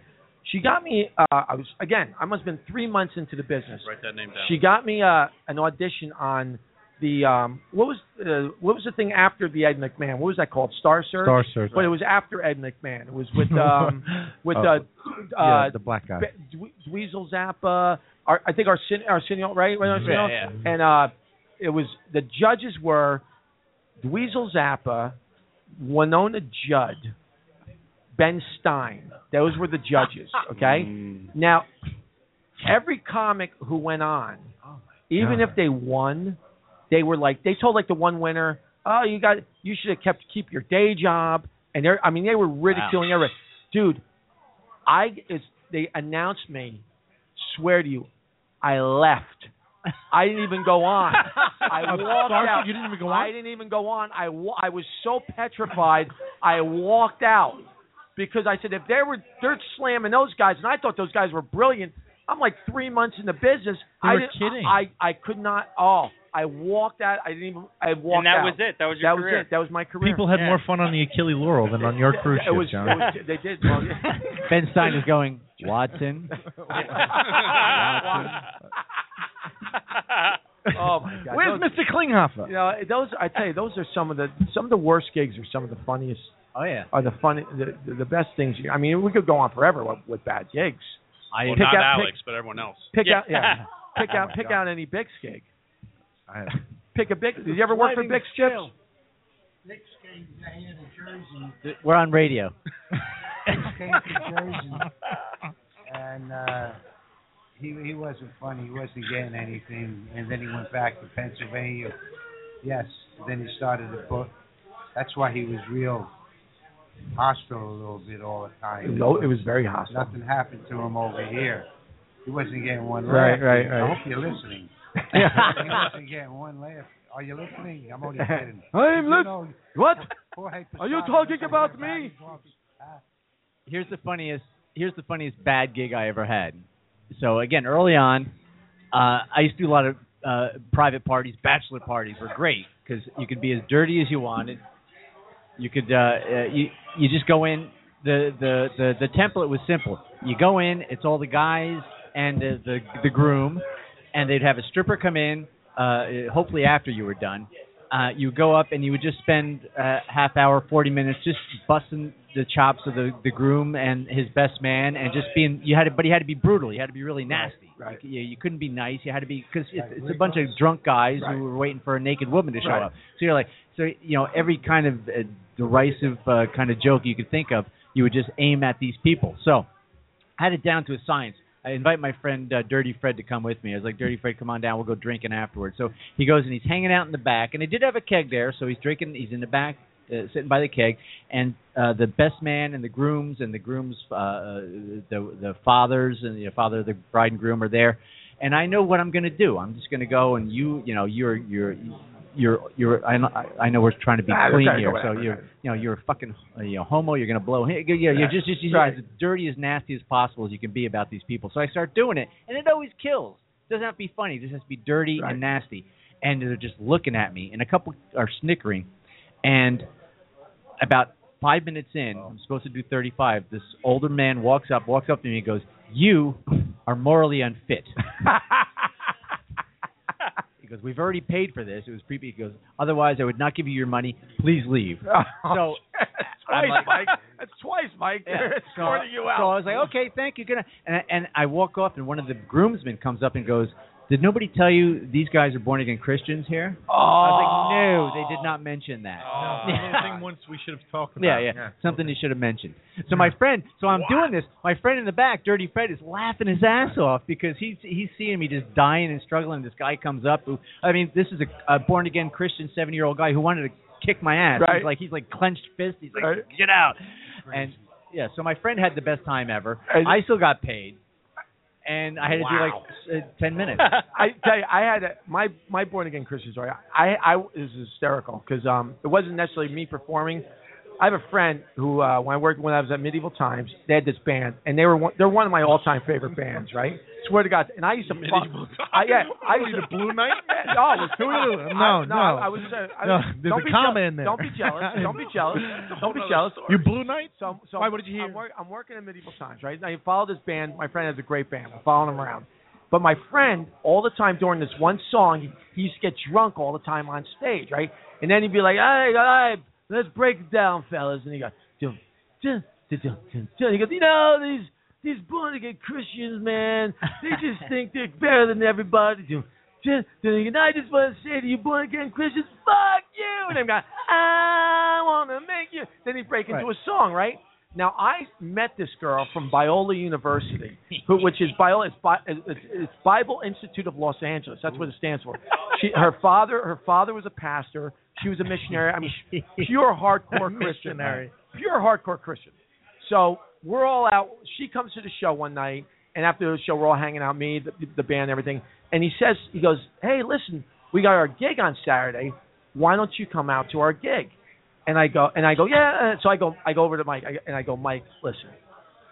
S1: She got me. Uh, I was again. I must have been three months into the business.
S8: Write that name down.
S1: She got me uh, an audition on the um, what was uh, what was the thing after the Ed McMahon? What was that called? Star Search.
S4: Star Search.
S1: But it was after Ed McMahon. It was with um, with uh, uh,
S4: yeah, the black guy.
S1: Be- Dwe- Dweezil Zappa. Our, I think Arsen- Arsenio, right? right Arsenio?
S5: Yeah,
S1: And uh, it was the judges were Dweezil Zappa, Winona Judd, Ben Stein. Those were the judges. Okay.
S10: Mm.
S1: Now, every comic who went on,
S10: Oh
S1: even if they won, they were like they told like the one winner, "Oh, you got you should have kept keep your day job." And they're I mean they were ridiculing everybody. Dude, I it's, they announced me. Swear to you, I left. I didn't even go on. I
S10: Of
S1: walked
S10: Starfleet,
S1: out.
S10: you didn't even go
S1: I
S10: on?
S1: didn't even go on. I, wa- I was so petrified. I walked out because I said if they were they're slamming those guys, and I thought those guys were brilliant. I'm like three months in the business.
S10: You
S1: I
S10: were
S1: didn't-
S10: kidding.
S1: I I could not. Oh, I walked out. I didn't even. I walked
S7: and that
S1: out.
S7: was it. That was your
S1: That was
S7: career.
S1: it. That was my career.
S4: People had
S7: Yeah.
S4: more fun on the Achille Laurel than on your cruise
S1: it
S4: ship,
S1: was, it
S4: John.
S1: was. They did. Well, yeah.
S5: Ben Stein is going, Watson.
S1: oh my God.
S4: Where's
S1: those,
S4: Mr. Klinghoffer?
S1: you know, those I tell you, those are some of the some of the worst gigs are some of the funniest
S5: Oh, yeah.
S1: are the funny the, the best things. You, I mean, we could go on forever with, with bad gigs.
S5: I,
S8: well,
S1: pick
S8: not
S1: out- pick-
S8: Alex, but everyone else.
S1: Pick
S7: Yeah.
S1: out yeah. Pick
S5: Oh
S1: out pick out any Bix gig.
S4: I-
S1: Pick a Bix. Did you ever work for Bix Chips?
S9: Knicks came here to Jersey.
S5: we're on radio.
S9: Knicks came to Jersey. And uh, he he wasn't funny. He wasn't getting anything. And then he went back to Pennsylvania. Yes. Then he started a book. That's why he was real hostile a little bit all the time.
S1: No, it was very hostile.
S9: Nothing happened to him over here. He wasn't getting one laugh.
S1: Right, right,
S9: I
S1: right.
S9: hope you're listening. he wasn't getting one laugh. Are you listening? I'm only kidding.
S1: I'm
S9: You
S1: lis-
S9: know,
S1: What?
S9: Jorge
S1: Are you
S9: Posada
S1: talking
S9: looks
S1: about
S9: like a
S1: me?
S9: guy who's-
S5: here's the funniest here's the funniest bad gig I ever had. So again, early on, uh, I used to do a lot of uh, private parties. Bachelor parties were great because you could be as dirty as you wanted. You could uh, uh, you you just go in. The, the the the template was simple. You go in. It's all the guys and the the, the groom, and they'd have a stripper come in. Uh, hopefully after you were done, uh, you would go up and you would just spend uh, half hour, 40 minutes just busting the chops of the, the groom and his best man and just being, you had to, but you had to be brutal. You had to be really nasty.
S1: right.
S5: You, you couldn't be nice. You had to be, because it's, it's a bunch of drunk guys who were waiting for a naked woman to show
S1: Right.
S5: up. So you're like, so, you know, every kind of uh, derisive uh, kind of joke you could think of, you would just aim at these people. So, I had it down to a science. I invite my friend uh, Dirty Fred to come with me. I was like, Dirty Fred, come on down. We'll go drinking afterwards. So he goes and he's hanging out in the back, and they did have a keg there, so he's drinking. He's in the back, uh, sitting by the keg, and uh, the best man and the grooms and the grooms, uh, uh, the the fathers and the father of the bride and groom are there, and I know what I'm going to do. I'm just going to go and you, you know, you're you're. You're, you're. I know, I know we're trying to be
S1: Ah, we're
S5: clean
S1: trying to
S5: here,
S1: go
S5: so
S1: after
S5: you're,
S1: that.
S5: you know, you're a fucking, uh, you know, homo. You're gonna blow. him. Yeah, you're just, just, just
S1: Right.
S5: as dirty as nasty as possible as you can be about these people. So I start doing it, and it always kills. It doesn't have to be funny. It just has to be dirty
S1: Right.
S5: and nasty. And they're just looking at me, and a couple are snickering. And about five minutes in, I'm supposed to do 35. This older man walks up, walks up to me, and goes, You are morally unfit. He goes, We've already paid for this. It was prepaid. He goes, Otherwise, I would not give you your money. Please leave. So
S1: that's
S5: I'm
S1: Oh, twice,
S5: like-
S1: Mike. That's twice, Mike.
S5: Yeah.
S1: It's
S5: so,
S1: sorting you out.
S5: so I was like, okay, thank you. Good. night." And I, and I walk off, and one of the groomsmen comes up and goes, "Did nobody tell you these guys are born again Christians here?"
S1: oh.
S5: I was like, "No, they did not mention that."
S10: Something once we should have talked about.
S5: Yeah, yeah, Something you should have mentioned. So my friend, so I'm doing this. My friend in the back, Dirty Fred, is laughing his ass off because he's he's seeing me just dying and struggling. This guy comes up. Who, I mean, this is a, a born again Christian seven year old guy who wanted to kick my ass.
S1: Right.
S5: He's like he's like clenched fist. He's like,
S1: Right.
S5: get out. And yeah, so my friend had the best time ever.
S1: And-
S5: I still got paid, and I had to do like s- uh, ten minutes.
S1: I tell you, I had a, my my born again Christian story. I I this is hysterical because um it wasn't necessarily me performing. I have a friend who uh, when I worked when I was at Medieval Times, they had this band and they were one, they're one of my all time favorite bands, right? Swear to God, and I used to
S8: Medieval
S1: fuck. I, yeah, I used to
S10: Blue Knight?
S1: No, it was Hulu.
S10: No,
S1: I,
S10: no.
S1: I, I was. Uh, I,
S10: No, there's
S1: don't
S10: a
S1: be
S10: comma
S1: jealous.
S10: in there.
S1: Don't be jealous. Don't be jealous. Don't be
S8: Whole
S1: jealous.
S8: nother
S10: You Blue Knight?
S1: So, I'm- so
S10: Why,
S1: I'm-
S10: what did you hear?
S1: I'm, work, I'm working in medieval times, right? And I follow this band. My friend has a great band. I'm following him around. But my friend, all the time during this one song, he used to get drunk all the time on stage, right? And then he'd be like, "All right, all right, let's break it down, fellas." And he goes, dun, dun, dun, dun, dun, dun. he goes, "You know these these born again Christians, man, they just think they're better than everybody." Dun, dun, dun. And I just want to say to you, born again Christians, fuck you! And I'm going, "I want to make you." Then he'd break into
S5: Right.
S1: a song, right? Now I met this girl from Biola University, who, which is Biola, it's, Bi- it's, it's Bible Institute of Los Angeles. That's what it stands for. She, her father, her father was a pastor. She was a missionary. I mean, pure hardcore Christian,
S10: Missionary.
S1: pure hardcore Christian. So we're all out. She comes to the show one night, and after the show, we're all hanging out, me, the, the band, everything. And he says, he goes, "Hey, listen, we got our gig on Saturday. Why don't you come out to our gig?" And I go, and I go, yeah. And So I go, I go over to Mike, I- and I go, Mike, listen,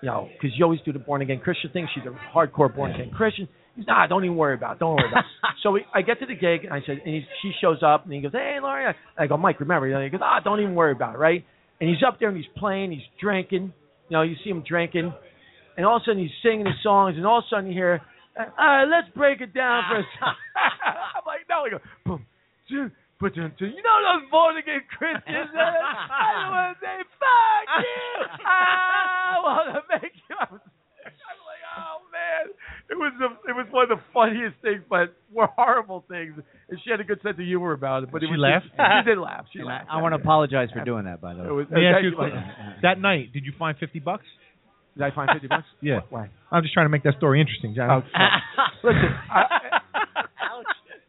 S1: you know, because you always do the born again Christian thing. She's a hardcore born again Christian. He's nah, don't even worry about, it. don't worry about. it. so we, I get to the gig, and I said, and he, she shows up, and he goes, hey, Laurie. And I go, Mike, remember? And he goes, ah, don't even worry about it, right? And he's up there and he's playing, he's drinking. You know, you see him drinking, and all of a sudden he's singing his songs, and all of a sudden you hear, all right, let's break it down for a second. I'm like, no, I go, boom, dun, but dun, dun. you know those born again Christians. eh? I don't want to say fuck you. I want to make you. I was, I'm like, oh man, it was the, it was one of the funniest things, but were horrible things. And she had a good sense of humor about it. But it
S10: She
S1: was
S10: laughed?
S1: just- She did laugh. She laughed.
S5: I want to apologize for doing that, by the way.
S1: It was,
S10: Let me ask
S1: thank
S10: you a
S1: you,
S10: question.
S1: Mike.
S10: That night, did you find 50 bucks?
S1: Did I find fifty bucks?
S10: Yeah.
S1: Why?
S10: I'm just trying to make that story interesting, John.
S1: Oh, Listen, I,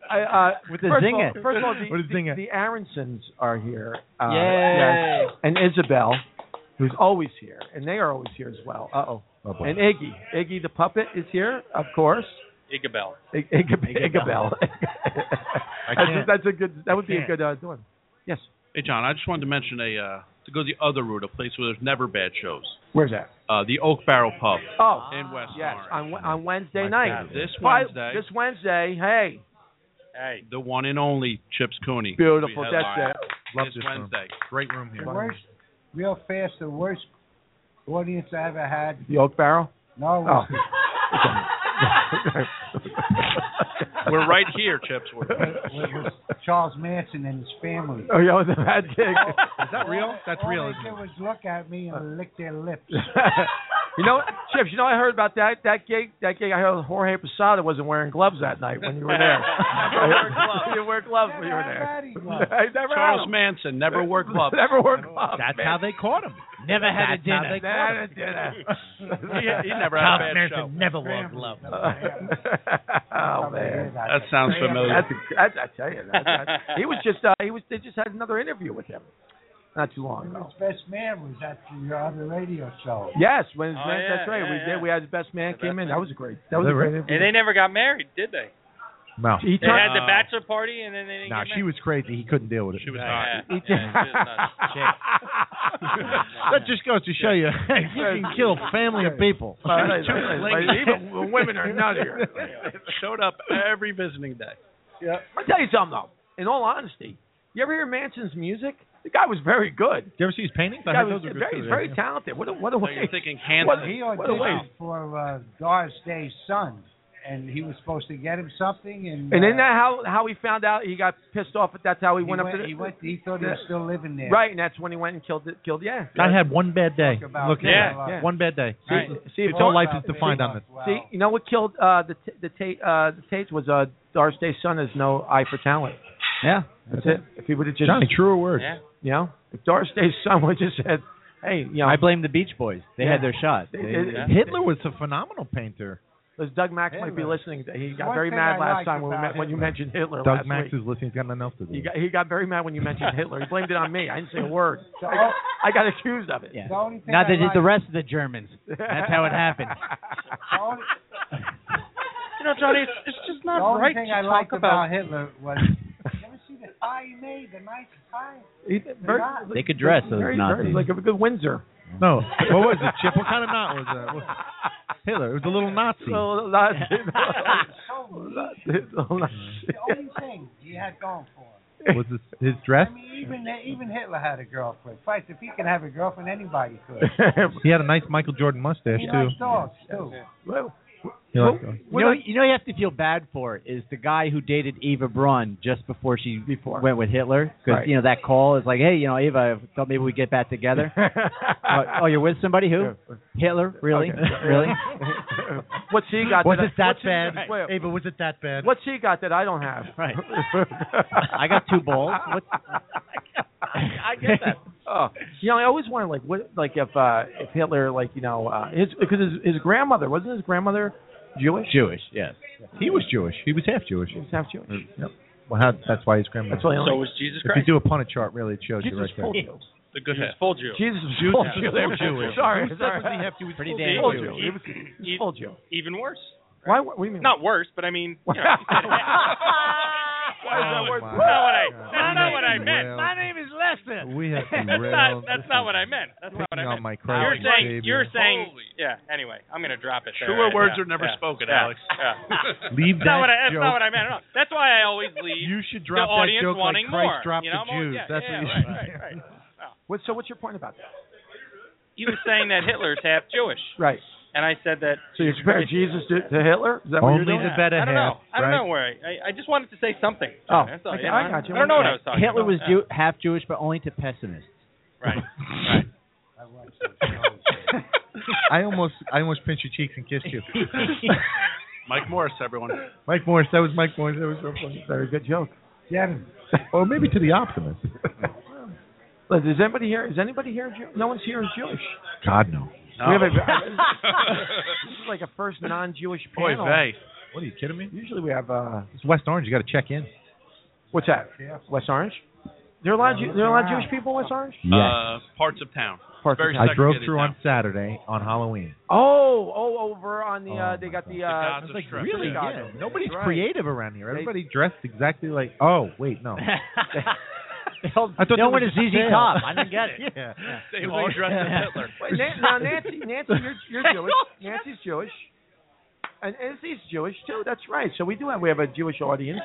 S1: I, uh,
S5: With the
S1: first
S5: zinger.
S1: Of all, first of all, the,
S10: With the zinger.
S1: the, the Aronsons are here. Uh,
S5: Yay.
S1: yes, And Isabel, who's always here, and they are always here as well. Uh oh.
S10: Oh, boy.
S1: And Iggy, Iggy the puppet is here, of course.
S7: Igabel.
S1: Ig- Igab- Igabel. that's, a,
S10: can't-
S1: that's a good. That would be a
S10: can't.
S1: good uh, doing. Yes.
S8: Hey, John, I just wanted to mention a uh, to go the other route, a place where there's never bad shows.
S1: Where's that?
S8: Uh, the Oak Barrel Pub
S1: Oh,
S8: in West
S1: yes.
S8: Orange.
S1: On Wed- on Wednesday
S10: My
S1: night.
S10: favorite.
S8: This
S1: Why-
S8: Wednesday,
S1: This Wednesday. Hey,
S7: Hey,
S8: the one and only Chips Cooney.
S1: beautiful.
S8: We
S1: That's
S8: headline.
S1: it.
S10: Love
S8: This
S10: this room.
S8: Wednesday.
S10: Great room
S9: The
S10: here.
S9: worst, real fast, the worst audience I ever had.
S1: The Oak Barrel.
S9: No, it
S1: Oh.
S9: was
S8: We're right here, Chips. We're
S9: was Charles Manson and his family.
S1: Oh, yeah, it was a bad gig.
S10: Is that real? That's
S9: All
S10: real,
S9: they
S10: isn't
S9: did
S10: it?
S9: was look at me and lick their lips.
S1: you know, Chips. You know, I heard about that that gig. That gig. I heard Jorge Posada wasn't wearing gloves that night when you were there.
S7: Never wore gloves.
S1: you wear gloves when you were
S9: Never
S1: there.
S9: had any gloves.
S1: I never
S8: Charles
S1: had
S8: Manson never wore
S1: them.
S8: gloves.
S1: Never wore gloves.
S10: That's how they caught him.
S5: Never had a
S10: That's how
S5: dinner.
S10: they caught
S1: Never
S10: him.
S1: did it.
S8: he, he never had a bad show.
S10: never wore gloves.
S1: oh man,
S8: That sounds familiar.
S1: that's, a, that's I tell you, that's, that's, he was just uh, he was they just had another interview with him not too long ago.
S9: His best man was at the other radio show.
S1: Yes, when his
S7: Oh,
S1: man, that's
S7: yeah,
S1: right. we
S7: yeah,
S1: did.
S7: yeah.
S1: We had his best man
S7: The
S1: came in.
S7: best man.
S1: That was a great. That was
S10: Is that
S1: a great
S10: right?
S1: interview.
S7: and they never got married, did they?
S10: No.
S1: He
S7: They had the
S8: No.
S7: bachelor party, and then they didn't
S10: Nah,
S7: get
S10: she
S7: married.
S10: was crazy. He couldn't deal with it.
S8: She was
S7: Yeah,
S8: hot.
S7: yeah,
S1: He-
S7: yeah, she was nuts.
S10: that just goes to show you you can kill a family of people.
S1: But- but even women are nuttier.
S8: Showed up every visiting day.
S1: I'll tell you something though. In all honesty, you ever hear Manson's music? The guy was very good.
S4: You ever see his paintings?
S1: The guy was very, he's very talented. What a what a
S7: Oh,
S8: So
S1: way.
S8: you're thinking hand
S1: What,
S9: He
S1: what a way.
S9: auditioned for uh, Doris Day's son, and he was supposed to get him something, and
S1: And
S9: uh,
S1: isn't that how how he found out? He got pissed off. That that's how he,
S9: he
S1: went, up
S9: went,
S1: to. The,
S9: he went. He thought he was still living there.
S1: Right, and that's when he went and killed it. Killed yeah.
S4: I had one bad day.
S9: Talk about uh,
S4: Look,
S7: Yeah,
S9: Bella.
S4: one bad day.
S1: See, see,
S9: Oh,
S4: It's
S1: Paul-
S4: all life is defined on this.
S9: Wow.
S1: See, you know what killed uh, the t- the Tate uh, the Tates was uh, Doris Day's son has no eye for talent.
S4: Yeah,
S1: That's it. If he would have just,
S4: Johnny, truer words.
S7: Yeah.
S1: you know, if Doris Day's son would have just said, "Hey, you know,
S5: I blame the Beach Boys. They
S1: Yeah.
S5: had their shot.
S1: They-
S5: They-
S1: they-
S7: yeah.
S4: Hitler was a phenomenal painter.
S1: Because Doug Max might be
S9: Hitler.
S1: listening. to- He got
S9: One
S1: very
S9: thing
S1: mad
S9: I
S1: last
S9: liked
S1: time when, we
S9: about
S1: met, when you
S9: Hitler.
S1: mentioned Hitler
S4: Doug
S1: last
S4: Max
S1: week.
S4: is listening. He's got nothing else to do.
S1: He got, he got very mad when you mentioned Hitler. He blamed it on me. I didn't say a word.
S9: So-
S1: I, got- I got accused of it.
S5: yeah.
S9: The only thing
S5: Not
S9: I
S5: that
S9: liked-
S5: the rest of the Germans. That's how it happened.
S9: The only,
S7: You know, Johnny, it's, it's just
S9: the
S7: not
S9: only
S7: right
S9: thing
S7: to
S9: I
S7: talk
S9: liked about
S7: about.
S9: Hitler was. you ever see the pie "Ah, he made? The nice pie.
S1: He- very-
S5: They could dress those
S1: very, very,
S5: Nazis.
S1: like a good Windsor.
S4: No. What was it, Chip? What kind of knot was that? What- Hitler. It was a little Nazi.
S1: Little Nazi-
S9: So mean.
S1: little Nazi.
S9: The only thing he had going for him.
S4: Was his, his dress?
S9: I mean, even even Hitler had a girlfriend. Christ, if he can have a girlfriend, anybody could.
S4: He had a nice Michael Jordan mustache
S9: He
S4: too.
S9: likes dogs too.
S1: well,
S4: He
S1: well,
S4: liked-
S5: You know, you know, you have to feel bad for is the guy who dated Eva Braun just before she
S1: Before.
S5: went with Hitler. Because
S1: Right.
S5: you know that call is like, hey, you know, Eva, I thought maybe we get back together. Uh, oh, you're with somebody who? Hitler? Really?
S1: Okay.
S5: really?
S1: What's he got?
S4: Was
S1: that
S4: it that
S1: what's he-
S4: bad?
S1: wait,
S4: Ava, was it that bad?
S1: What's he got that I don't have?
S5: Right. I got two balls. What's-
S1: I get that. Oh, you know, I always wonder, like, what, like if uh, if Hitler, like, you know, uh, his because his his grandmother wasn't his grandmother Jewish.
S5: Jewish, yes.
S4: He was Jewish. He was half Jewish.
S1: She was half Jewish.
S4: Yep. Well, how, that's why his grandma.
S1: That's why he
S7: So
S1: only
S7: was Jesus
S4: if you
S7: Christ.
S4: do a Punnett chart, really, it shows
S1: Jesus
S4: you right there.
S1: full Jew.
S8: The good
S7: He was
S8: half.
S7: full Jew.
S1: Jesus
S4: Jews-
S1: full
S4: Jews
S1: Jew.
S4: were Jewish.
S1: Sorry,
S4: Who says
S1: sorry.
S4: he have- he was
S5: Pretty
S4: full
S5: damn
S1: full
S5: Jew.
S1: Jew. He was he was
S7: He-
S1: full Jew.
S7: Even worse.
S1: Why? What do you mean?
S7: Not worse, but I mean, you know.
S1: Why is that
S4: Oh,
S1: word?
S4: my
S7: That's not what I.
S4: God.
S7: That's not what I meant.
S4: My
S5: name is Lester.
S4: We have some
S7: That's
S4: real-
S7: not. That's not what I
S4: this
S7: meant. That's
S4: is
S7: not what I
S4: picking on
S7: meant.
S4: my
S7: You're
S4: crazy
S7: saying.
S4: savior.
S7: You're saying.
S8: Holy.
S7: Yeah. Anyway, I'm gonna drop it. there.
S8: Truer
S7: Yeah,
S8: words are never
S7: yeah,
S8: spoken,
S7: yeah,
S8: Alex.
S7: yeah.
S4: Leave
S7: That's not what I.
S4: that
S7: That's not
S4: joke.
S7: what I meant. at all. That's why I always leave.
S4: You should
S7: the
S4: drop that
S7: audience
S4: joke like
S7: wanting
S4: Christ
S7: more.
S4: dropped
S7: you know,
S4: the Jews.
S7: Yeah,
S4: That's
S7: yeah,
S4: what you should
S7: right, right,
S4: do.
S7: right. Wow.
S1: What? So what's your point about that?
S7: He was saying that Hitler's half Jewish,
S1: Right.
S7: and I said that.
S1: So you compare Jesus to, to Hitler? Is that what you're
S4: Only
S1: doing?
S4: the better
S7: I don't
S4: half.
S7: know. I don't
S4: right?
S7: know where I. I, I just wanted to say something.
S1: Oh,
S7: That's all,
S1: okay,
S7: yeah.
S1: I got you.
S7: I don't know what I was talking
S5: Hitler
S7: about.
S5: was
S7: Yeah.
S5: Jew- half Jewish, but only to pessimists.
S7: Right. Right.
S9: I watched those shows.
S4: I almost, I almost pinched your cheeks and kissed you.
S8: Mike Morris, everyone.
S4: Mike Morris. That was Mike Morris. That was so funny.
S1: Very good joke.
S9: Get him.
S4: Or maybe to the optimist.
S1: But is anybody here? Is anybody here? Jew? No one's here is Jewish.
S4: God no.
S1: We have a, this is like a first non-Jewish
S8: Boy,
S1: panel.
S8: vey.
S4: What are you kidding me?
S1: Usually we have uh,
S4: It's West Orange. You got to check in.
S1: what's that? West Orange. There are a lot. Of, Jew- there are a lot of Jewish people in West Orange.
S8: Uh, parts of town.
S1: Parts of
S8: Very
S1: town.
S4: I drove
S8: segregated
S4: through
S8: town.
S4: on Saturday on Halloween.
S1: Oh, oh, over on the.
S4: Oh,
S1: Uh, they
S4: my
S1: got the.
S8: The
S1: Uh,
S8: Gaza
S4: It's like
S8: Strip.
S4: really,
S1: Yeah.
S4: yeah. Nobody's
S1: That's right.
S4: creative around here. Everybody dressed exactly like. Oh wait, no. I thought
S5: no
S4: that
S5: one
S4: was
S5: is easy
S4: jail.
S5: top. I didn't get it.
S4: yeah.
S8: They all dressed as Hitler.
S1: wait, Nan- now Nancy, Nancy, you're you're Jewish. Nancy's Jewish. And Nancy's Jewish too. That's right. So we do have we have a Jewish audience,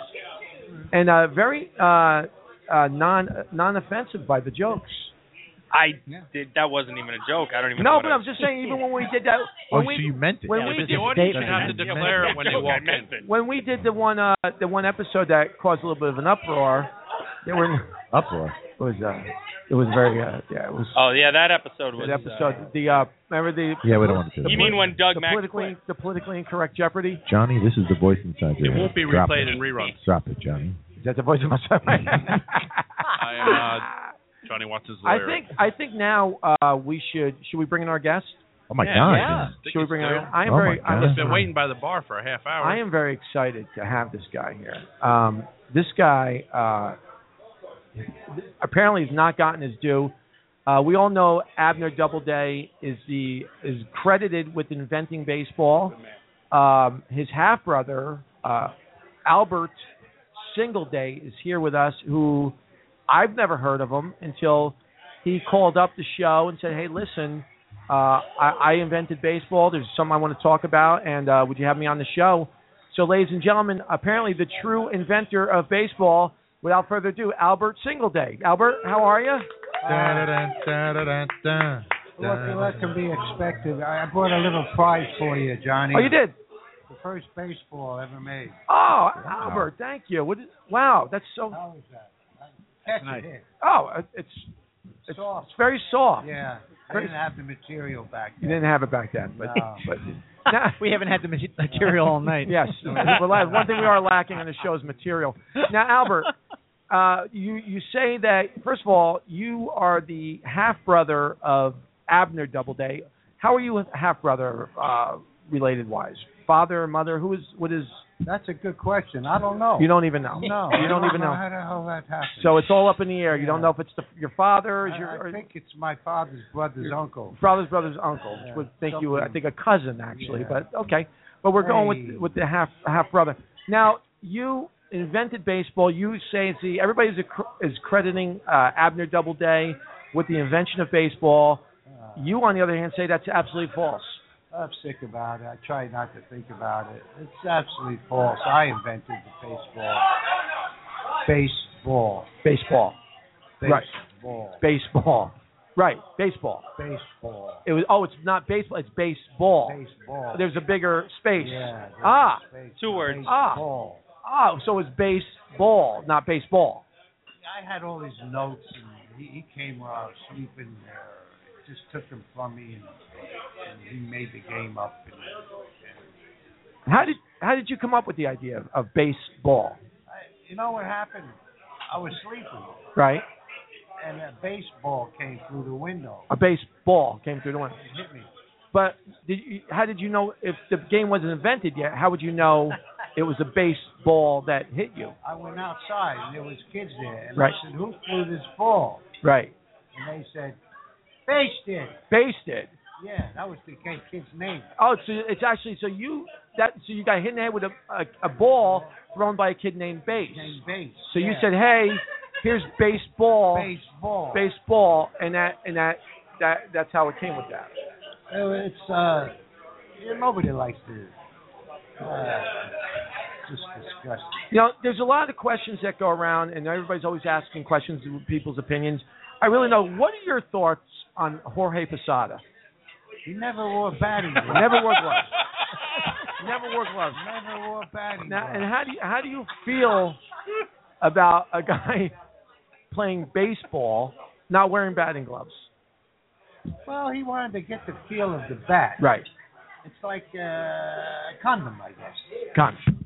S1: and uh, very uh, uh, non non offensive by the jokes.
S7: I did. That wasn't even a joke. I don't even.
S1: No,
S7: know
S1: but
S7: what
S1: I'm just saying. Even when we did that,
S4: Oh,
S1: when
S4: so
S1: we
S4: you meant it.
S1: when
S4: Yeah,
S1: we
S4: but
S8: The
S1: did
S8: audience
S5: Statement.
S8: should have to
S5: Yeah,
S8: declare it when they
S7: joke,
S8: walk
S7: I meant
S8: in.
S7: it.
S1: when we did the one uh the one episode that caused a little bit of an uproar, there were it
S4: uproar.
S1: was uh it was very uh, yeah it was
S7: Oh yeah, that episode was.
S1: that
S7: uh,
S1: episode the uh remember the
S4: Yeah, we don't want to do that.
S7: you mean when
S1: the
S7: Doug Mack
S1: politically
S7: quit?
S1: the politically incorrect Jeopardy
S4: Johnny, this is the voice inside your
S8: It
S4: head.
S8: won't be
S4: Drop
S8: replayed
S4: it.
S8: in reruns.
S4: Drop it, Johnny.
S1: is that the voice of my son?
S8: I am uh, Johnny Watson's
S1: I
S8: lawyer.
S1: think I think now uh we should should we bring in our guest?
S4: Oh my
S8: Yeah,
S4: God.
S5: yeah.
S8: Think
S1: Should we
S8: it's
S1: bring in
S8: there.
S1: our I am
S4: Oh my
S1: very I'm
S4: God.
S8: He's been waiting by the bar for a half hour.
S1: I am very excited to have this guy here. Um, this guy uh, apparently has not gotten his due. Uh, we all know Abner Doubleday is the is credited with inventing baseball. Um, his half brother uh, Albert Singleday is here with us, who I've never heard of him until he called up the show and said, "Hey, listen." Uh, I, I invented baseball. There's something I want to talk about, and uh, would you have me on the show? So, ladies and gentlemen, apparently the true inventor of baseball, without further ado, Albert Singleday. Albert, how are you?
S10: Da-da-da-da-da-da.
S1: Welcome,
S10: Da-da-da.
S1: welcome.
S9: can be expected. I I brought a little prize for you, Johnny.
S1: Oh, you did?
S9: The first baseball ever made.
S1: Oh, Albert, thank you. What is, wow, that's so.
S9: How was that? That's nice.
S1: Oh, it- it's it's,
S9: Soft.
S1: it's very soft.
S9: Yeah, I
S1: Very-
S9: didn't have the material back
S1: You
S9: then.
S1: didn't have it back then, but,
S9: No.
S1: but
S5: we haven't had the mate- material all night.
S1: yes, Well, that- one thing we are lacking on the show is material. Now, Albert, uh, you you say that first of all, you are the half brother of Abner Doubleday. How are you half brother uh, related wise? Father, mother, who is what is?
S9: That's a good question. I don't know.
S1: You don't even know.
S9: No,
S1: you don't
S9: I
S1: even know.
S9: How the hell that happened?
S1: So it's all up in the air. You don't
S9: Yeah.
S1: know if it's the, your father, is
S9: I,
S1: your
S9: I
S1: or
S9: think it's my father's brother's
S1: Your-
S9: uncle.
S1: brother's brother's uncle, which
S9: Yeah,
S1: would think you, were, I
S9: something.
S1: think, a cousin actually.
S9: Yeah.
S1: But okay, but we're going
S9: Hey.
S1: with with the half half brother. Now you invented baseball. You say see everybody is acc- is crediting uh, Abner Doubleday with the invention of baseball. You, on the other hand, say that's absolutely false.
S9: Uh, I'm sick about it. I try not to think about it. It's absolutely false. I invented the baseball. Baseball.
S1: Baseball, Right.
S9: Baseball.
S1: baseball, right? Baseball.
S9: Baseball.
S1: It was oh, it's not baseball. It's baseball.
S9: Baseball.
S1: There's a bigger space.
S9: Yeah,
S1: Ah.
S9: there's space.
S7: Two words.
S1: Ah.
S9: Baseball.
S1: Oh, so it's baseball, not baseball.
S9: I had all these notes, and he, he came while I was sleeping. Uh, just took them from me, and, and he made the game up. And,
S1: How did how did you come up with the idea of, of baseball?
S9: I, you know what happened? I was sleeping,
S1: Right,
S9: and a baseball came through the window.
S1: a baseball came through the window.
S9: It hit me.
S1: But did you, how did you know if the game wasn't invented yet? How would you know it was a baseball that hit you?
S9: I went outside, and there was kids there, and
S1: Right.
S9: I said, "Who threw this ball?"
S1: Right,
S9: And they said, "Base did."
S1: based it.
S9: Yeah, that was the kid- kid's name.
S1: Oh, so it's actually so you that so you got hit in the head with a a, a ball thrown by a kid named Base.
S9: Named Base.
S1: So you
S9: yeah.
S1: said, hey, here's baseball,
S9: baseball.
S1: baseball, and that and that that that's how it came with that.
S9: Uh, It's uh, yeah, nobody likes to. Uh, just disgusting.
S1: You know, there's a lot of questions that go around, and everybody's always asking questions of people's opinions. I really know. What are your thoughts on Jorge Posada?
S9: He never wore batting gloves.
S1: Never wore gloves. Never wore gloves.
S9: Never wore batting
S1: Now, and
S9: gloves.
S1: how do you, how do you feel about a guy playing baseball not wearing batting gloves?
S9: well, he wanted to get the feel of the bat.
S1: Right,
S9: It's like uh, a condom, I guess.
S1: Con.
S9: Something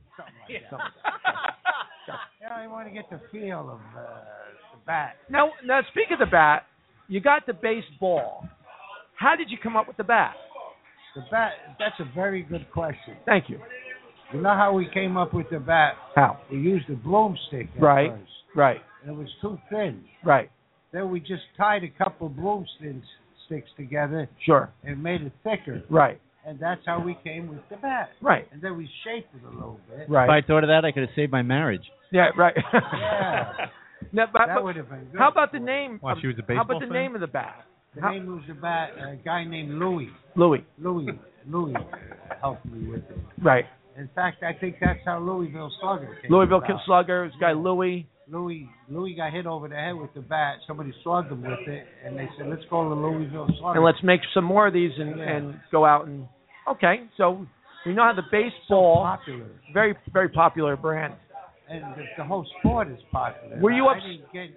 S9: like that. Yeah, he wanted to get the feel of uh, the bat.
S1: Now, now speak of the bat. You got the baseball. How did you come up with the bat?
S9: The bat. That's a very good question.
S1: Thank you.
S9: You know how we came up with the bat?
S1: How?
S9: We used a broomstick at
S1: Right.
S9: first,
S1: Right,
S9: and it was too thin.
S1: right,
S9: Then we just tied a couple broomsticks sticks together
S1: sure,
S9: and made it thicker,
S1: right,
S9: and that's how we came with the bat.
S1: right,
S9: And then we shaped it a little bit.
S1: right.
S5: If I thought of that, I could have saved my marriage.
S1: Yeah, right.
S9: Yeah.
S1: No, but,
S9: That
S1: but
S9: would have been good.
S1: how about the
S9: for
S1: name?
S10: Why,
S1: of-
S10: she was a
S1: how
S10: baseball
S1: about the
S10: fan?
S1: name of the bat?
S9: it. The
S1: how-
S9: name was about a guy named Louis.
S1: Louis.
S9: Louis. Louis uh, helped me with it.
S1: Right.
S9: In fact, I think that's how Louisville Slugger came
S1: Louisville
S9: about.
S1: Slugger. This guy Louis.
S9: Louis Louis got hit over the head with the bat. Somebody slugged him with it, and they said, "Let's call the Louisville Slugger."
S1: And let's make some more of these and
S9: Yeah.
S1: and go out and okay. So we know how the
S9: so
S1: baseball
S9: popular,
S1: very very popular brand.
S9: and the, the whole sport is popular.
S1: Were you
S9: I,
S1: ups-
S9: I didn't get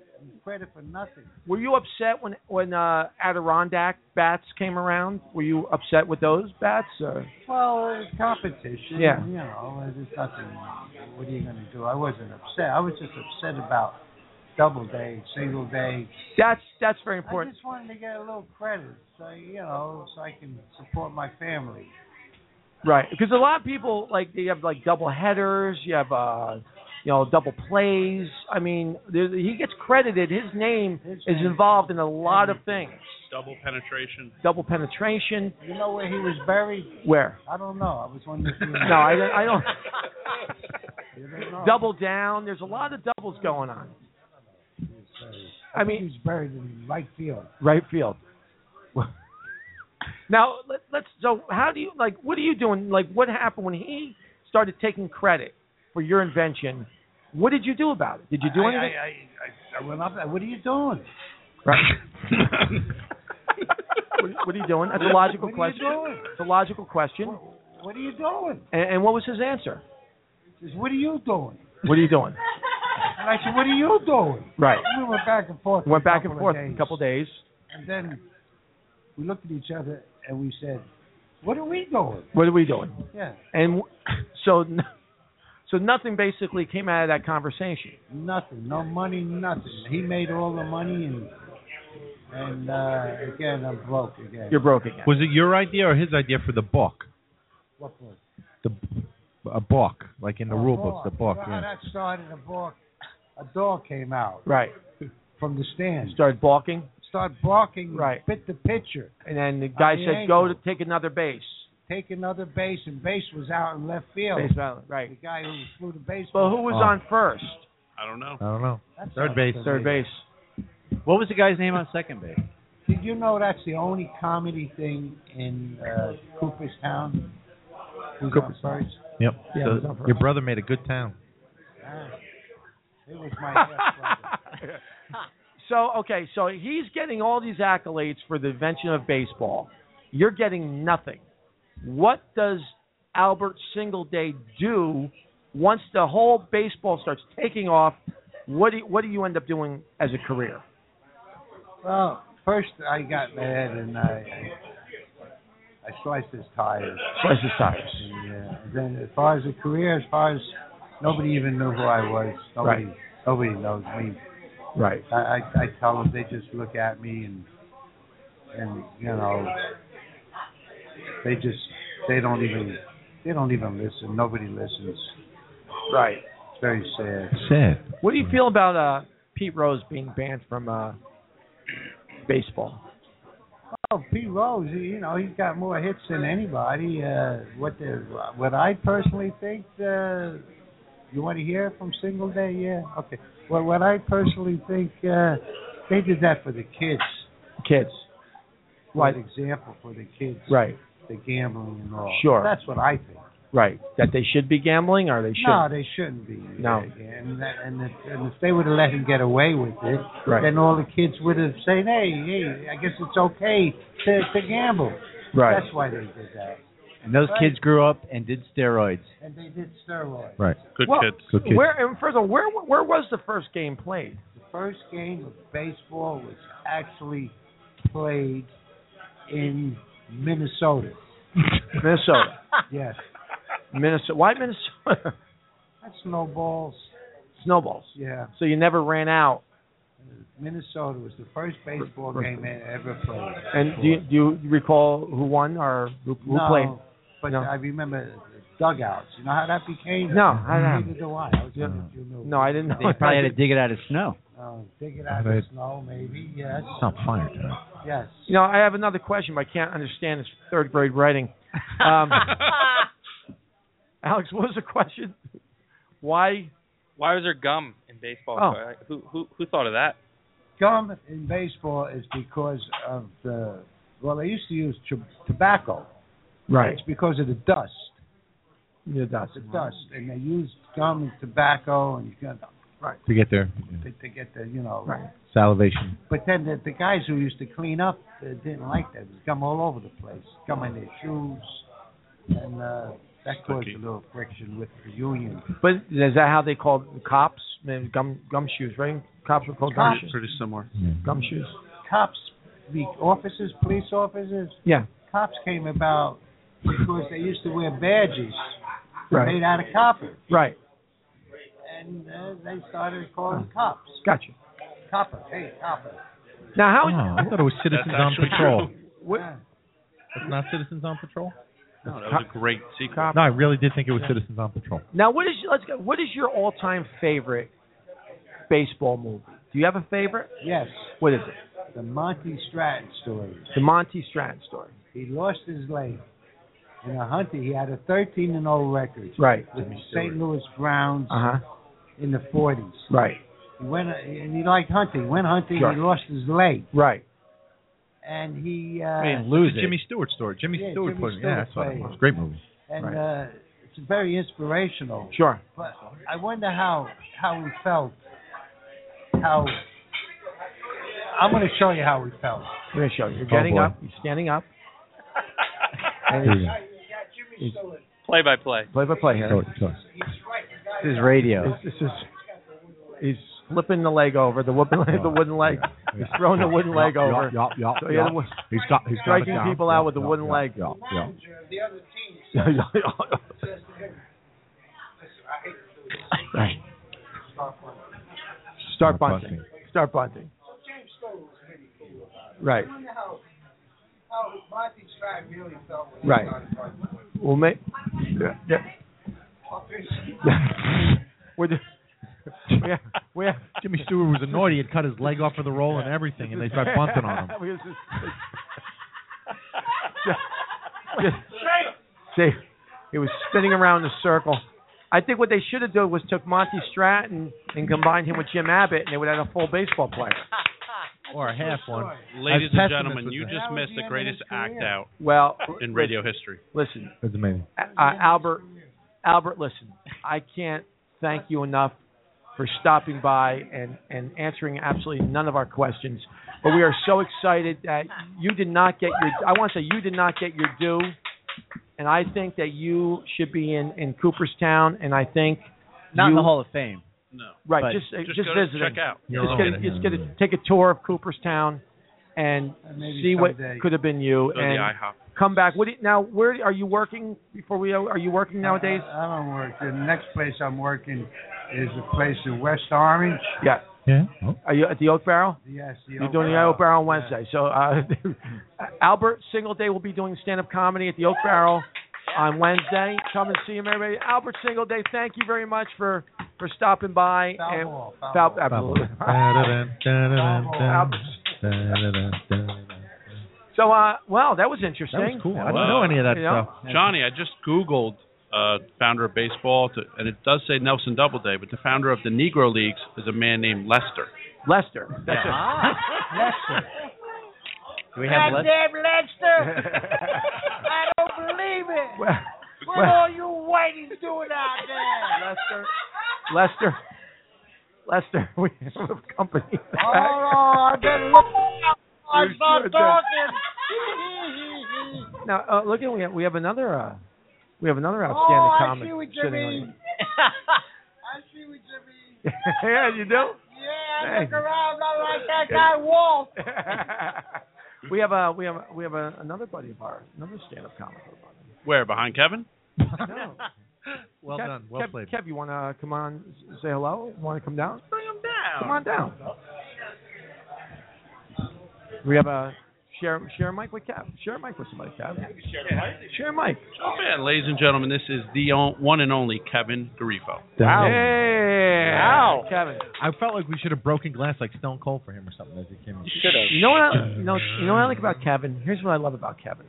S9: credit for nothing.
S1: Were you upset when when uh, Adirondack bats came around? Were you upset with those bats? Or?
S9: Well, it's competition.
S1: Yeah.
S9: You know, there's nothing. What are you going to do? I wasn't upset. I was just upset about double day, single day.
S1: That's that's very
S9: I
S1: important.
S9: just wanted to get a little credit, so you know, so I can support my family.
S1: Right, because a lot of people like you have like double headers, you have uh, you know double plays. I mean, there, he gets credited. His name
S9: His
S1: is
S9: name.
S1: involved in a lot of things.
S8: Double penetration.
S1: Double penetration.
S9: You know where he was buried?
S1: Where?
S9: I don't know. I was wondering. If he
S1: No, I don't. I don't
S9: You don't know.
S1: double down. There's a lot of doubles going on. I
S9: think
S1: mean-
S9: he was buried in right field.
S1: Right field. now let, let's. So how do you like? What are you doing? Like what happened when he started taking credit for your invention? What did you do about it? Did you do
S11: I-
S1: anything?
S11: I, I, I, I went up. What are you doing?
S1: what, what are you doing? That's a logical
S11: What are you
S1: question.
S11: doing?
S1: It's a logical question.
S11: What are you doing?
S1: And, and what was his answer?
S11: He says, what are you doing?
S1: What are you doing?
S11: And I said, what are you doing?
S1: Right.
S11: We went back and forth.
S1: Went
S11: for a
S1: back and
S11: couple
S1: forth
S11: of
S1: a
S11: days.
S1: couple days.
S11: And then we looked at each other and we said, what are we doing?
S1: What are we doing?
S11: Yeah.
S1: And w- so, n- so nothing basically came out of that conversation.
S11: Nothing. No money, nothing. He made all the money and and uh again I'm broke again.
S1: You're broke again.
S4: Was it your idea or his idea for the book?
S11: What was-
S4: The a book, like in the rule books, the book.
S11: Well,
S4: yeah.
S11: that started a book. A dog came out
S1: Right.
S11: from the stand.
S1: Started balking.
S11: Started barking.
S1: Right.
S11: Bit the pitcher.
S1: And then the guy
S11: On the
S1: said, "Go to
S11: ankle.
S1: take another base."
S11: Take another base, and base was out in left field.
S1: Base out, right.
S11: The guy who flew the
S1: Well,
S11: baseball.
S1: who was
S4: Oh.
S1: on first?
S8: I don't know.
S4: I don't know.
S11: That's
S4: Third
S11: not
S4: base.
S11: so
S1: Third
S11: big.
S1: base.
S5: What was the guy's name on second base?
S11: Did you know that's the only comedy thing in uh, Cooperstown? Who's on first?
S4: Yep.
S1: Yeah,
S4: So
S1: it was on first.
S4: your brother made a good town.
S11: Ah, it was my best brother.
S1: so okay, so he's getting all these accolades for the invention of baseball. You're getting nothing. What does Albert Singleday do once the whole baseball starts taking off? What do you, what do you end up doing as a career?
S11: Well, first I got mad and I I sliced his tires.
S1: Slice his tires.
S11: And, uh, then as far as the career, as far as nobody even knew who I was. Nobody nobody knows me.
S1: Right.
S11: I, I I tell them they just look at me and and you know they just they don't even they don't even listen. Nobody listens.
S1: Right.
S11: It's very sad.
S4: Sad.
S1: What do you feel about uh, Pete Rose being banned from uh, baseball?
S11: Oh, Pete Rose, he- you know, he's got more hits than anybody. Uh, what the, what I personally think, uh, you want to hear from Single Day? Yeah, okay. Well, what I personally think, uh, they did that for the kids.
S1: Kids.
S11: For
S1: Right.
S11: an example for the kids.
S1: Right.
S11: The gambling and all.
S1: Sure.
S11: That's what I think.
S1: Right. That they should be gambling or they
S11: No,
S1: shouldn't.
S11: they shouldn't be.
S1: No.
S11: And, that, and, if, and if they would have let him get away with it,
S1: Right.
S11: then all the kids would have said, hey, hey, I guess it's okay to, to gamble.
S1: Right.
S11: That's why they did that.
S5: And those
S11: Right.
S5: kids grew up and did steroids.
S11: And they did steroids.
S4: Right.
S8: Good
S1: well,
S8: kids.
S4: Good kid.
S1: Where and further, where where was the first game played?
S11: The first game of baseball was actually played in Minnesota.
S1: Minnesota.
S11: Yes.
S1: Minnesota. Why Minnesota?
S11: That's snowballs.
S1: Snowballs.
S11: Yeah.
S1: So you never ran out.
S11: Minnesota was the first baseball game I ever played.
S1: And do you, do you recall who won or who, who
S11: no,
S1: played?
S11: But
S1: No.
S11: I remember dugouts. You know how that became?
S1: No, how did that
S11: Neither do I. I was
S1: Yeah.
S11: wondering if you knew.
S1: No, I didn't know.
S5: They probably had to dig it out of snow.
S11: Uh, dig it out of the
S4: Right.
S11: snow, maybe. Yes.
S4: It's not fire time.
S11: Yes.
S1: You know, I have another question, but I can't understand it's third grade writing. Um, Alex, what was the question? Why?
S7: Why was there gum in baseball?
S1: Oh.
S7: Who who who thought of that?
S11: Gum in baseball is because of the. Well, they used to use t- tobacco. It's because of the dust.
S1: Yeah, that's
S11: The dust, and they used gum and tobacco, and you got
S4: To get there.
S11: to, to get the you know.
S1: Right.
S4: Salivation.
S11: But then the, the guys who used to clean up uh, didn't like that. There's gum all over the place, gum in their shoes, and uh, that caused
S8: Sticky.
S11: a little friction with the union.
S1: But is that how they called the cops? Maybe gum gumshoes, right? Cops were called
S11: Cops.
S1: gumshoes.
S8: Pretty, pretty similar.
S1: Gumshoes.
S11: Cops, the officers, police officers,
S1: Yeah.
S11: cops came about because they used to wear badges
S1: Right.
S11: made out of copper,
S1: Right.
S11: and uh, they started calling cops
S1: Gotcha.
S11: copper. Hey, copper.
S1: Now,
S4: Oh,
S1: how?
S4: I thought it was Citizens
S8: That's
S4: on
S8: actually
S4: Patrol.
S8: true.
S1: What,
S11: Yeah.
S4: It's not Citizens on Patrol?
S8: No, that was a great sequel.
S1: Cop-
S4: No, I really did think it was Citizens on Patrol.
S1: Now, what is let's go, what is your all time favorite baseball movie? Do you have a favorite?
S11: Yes,
S1: What is it?
S11: the Monty Stratton story.
S1: The Monty Stratton story.
S11: He lost his leg in a hunter. He had a 13 and 0 record
S1: Right.
S11: with the St. Louis Browns
S1: Uh
S4: Uh-huh.
S1: huh.
S11: in the 40s.
S1: Right.
S11: He went and he liked hunting. He went hunting.
S1: Sure.
S11: He lost his leg,
S1: Right.
S11: and he uh,
S4: I mean, lose Jimmy Stewart story. Jimmy
S11: Yeah,
S4: Stewart
S11: Jimmy
S4: played.
S11: Stewart
S4: Yeah, that's what it
S11: played.
S4: was. Great movie.
S11: and
S1: right.
S11: uh, it's very inspirational.
S1: Sure.
S11: But I wonder how how we felt. How I'm going to show you how we felt.
S1: I'm going to show you. You're
S11: Oh,
S1: getting
S11: boy.
S1: up. You're standing up. And it's- it's-
S7: Play by play.
S1: Play by play here.
S11: This is radio.
S1: This, this is. He's flipping the leg over, the wooden leg, the wooden leg. He's throwing the wooden leg
S10: Yup,
S1: over.
S10: yup, yup,
S1: So, yeah, the
S10: yup.
S1: wo-
S10: He's got- he's got it
S1: striking
S10: down.
S1: people out
S10: Yup,
S1: with the
S10: yup,
S1: wooden
S10: yup,
S1: leg.
S10: yup, yup.
S9: The other team
S1: Yeah, yeah, yeah.
S9: says to him, listen, I hate to do this.
S1: Right.
S9: Stop playing.
S1: Start bunting. Start bunting.
S9: So James Stoller was really cool about it.
S1: Right.
S9: I wonder how, how Monty Stride really felt when he
S1: Right.
S9: started talking.
S1: Well, may, yeah, yeah,
S9: I'll finish.
S1: yeah. We're the- we have- we have-
S10: Jimmy Stewart was annoyed. He had cut his leg off for the roll and everything, and they start bunting on him.
S1: Because it's- just, see, he was spinning around in a circle. I think what they should have done was took Monty Stratton and combined him with Jim Abbott, and they would have had a full baseball player.
S10: or a half one.
S8: Ladies
S10: As
S8: and
S10: pessimist
S8: gentlemen,
S10: would
S8: you
S10: say.
S8: just missed the greatest act out
S1: Well,
S8: in radio history.
S1: listen,
S10: That's amazing.
S1: uh, Albert, Albert, listen, I can't thank you enough for stopping by and, and answering absolutely none of our questions. But we are so excited that you did not get your, I want to say you did not get your due. And I think that you should be in, in Cooperstown. And I think
S5: Not in
S1: you-
S5: the Hall of Fame.
S8: No.
S1: Right,
S5: But
S1: just uh,
S8: just
S1: just,
S8: go to
S1: visit.
S8: check out. You're
S1: Just
S8: on
S1: get,
S8: it.
S1: a, just get a, take a tour of Cooperstown, and,
S11: maybe
S1: see what
S11: someday.
S1: could have been you,
S8: Go to the
S1: and
S8: IHOP.
S1: come back. What do you, now? Where are you working? Before we are you working nowadays?
S11: I, I don't work. Uh, The next place I'm working is a place in West Orange.
S1: yeah.
S10: Yeah.
S4: Oh,
S1: Are you at the Oak Barrel?
S11: Yes, the E
S1: You're
S11: Oak
S1: doing the
S11: Barrel.
S1: Oak Barrel on Wednesday. So uh, Albert Singleday will be doing stand-up comedy at the Oak Barrel on Wednesday. Come and see him, everybody. Albert Singleday, thank you very much for for stopping by.
S11: Foul
S1: and-
S11: ball,
S1: foul-
S11: foul ball.
S1: absolutely.
S10: That
S1: So, uh, wow, that was interesting.
S10: was cool. I
S8: Wow.
S10: didn't know any of that
S1: You know?
S10: stuff.
S11: uh,
S8: Johnny, I just Googled uh, founder of baseball, to, and it does say Nelson Doubleday, but the founder of the Negro Leagues is a man named Lester.
S1: Lester. That's it.
S11: Lester.
S5: Do we have less?
S6: Goddamn Lester! I don't believe it!
S1: Well,
S6: What
S1: well,
S6: are you whiteys doing out there?
S1: Lester, Lester, Lester, we have company. in the
S6: Oh,
S1: back.
S6: I better look out.
S1: You
S6: I'm not
S1: should, uh,
S6: talking.
S1: Now, uh, look at we have, we have another uh, we have another outstanding
S6: oh, I
S1: comic
S6: see what you
S1: sitting on
S6: mean.
S1: here.
S6: I see what you mean.
S1: yeah, you do.
S6: Yeah, I look
S1: Hey.
S6: around. I like that guy Walt.
S1: we have a we have a, we have a, another buddy of ours, another stand-up comic.
S8: Where? Behind Kevin?
S1: No.
S10: Well
S1: Kev,
S10: done. Well
S1: Kev,
S10: played.
S1: Kev, you want to come on, s- say hello? Want to come down?
S7: Bring him down.
S1: Come on down. We have a share share a mic with Kev. Share a mic with somebody, Kev. Share a mic.
S8: Jump in, ladies and gentlemen. This is the on- one and only Kevin Garifo.
S1: Hey,
S7: Wow.
S1: Kevin.
S10: I felt like we should have broken glass like Stone Cold for him or something as he came in.
S7: Should have.
S1: You know what? I, you know you know what I like about Kevin. Here's what I love about Kevin.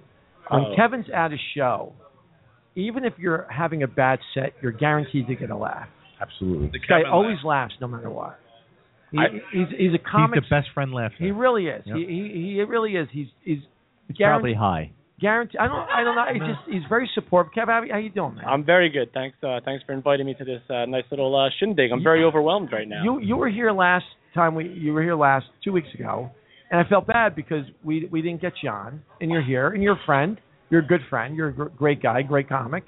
S1: When Kevin's at a show, even if you're having a bad set, you're guaranteed to get a laugh.
S10: Absolutely.
S8: The
S1: This guy
S8: Kevin
S1: always laughs no matter what. He,
S8: I-
S1: he's he's a
S10: He's
S1: comic.
S10: the best friend left.
S1: He really is.
S10: Yeah.
S1: He, he he really is. He's he's
S5: It's
S1: guaranteed.
S5: probably high.
S1: Guarantee. I don't. I don't know. He's just. He's very supportive. Kev, how, how you doing, man?
S12: I'm very good. Thanks. Uh, thanks for inviting me to this uh, nice little uh, shindig. I'm very overwhelmed right now.
S1: You you were here last time. We you were here last two weeks ago, and I felt bad because we we didn't get you on, and you're here, and you're a friend. You're a good friend. You're a gr- great guy, great comic,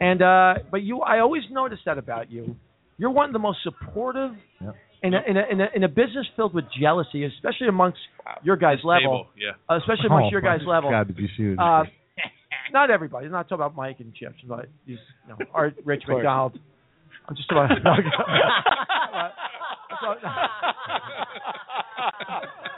S1: and uh, but you. I always noticed that about you. You're one of the most supportive.
S10: Yeah.
S1: In a, in, a, in, a, in a business filled with jealousy, especially amongst your guys'
S8: His
S1: level,
S8: table, Yeah.
S1: uh, especially amongst
S10: Oh,
S1: your guys'
S10: my
S1: level,
S10: God, did you see it?
S1: Uh, not everybody. I'm not talking about Mike and Chips, but these, you know, Art, Rich
S12: course.
S1: McDonald. I'm just about.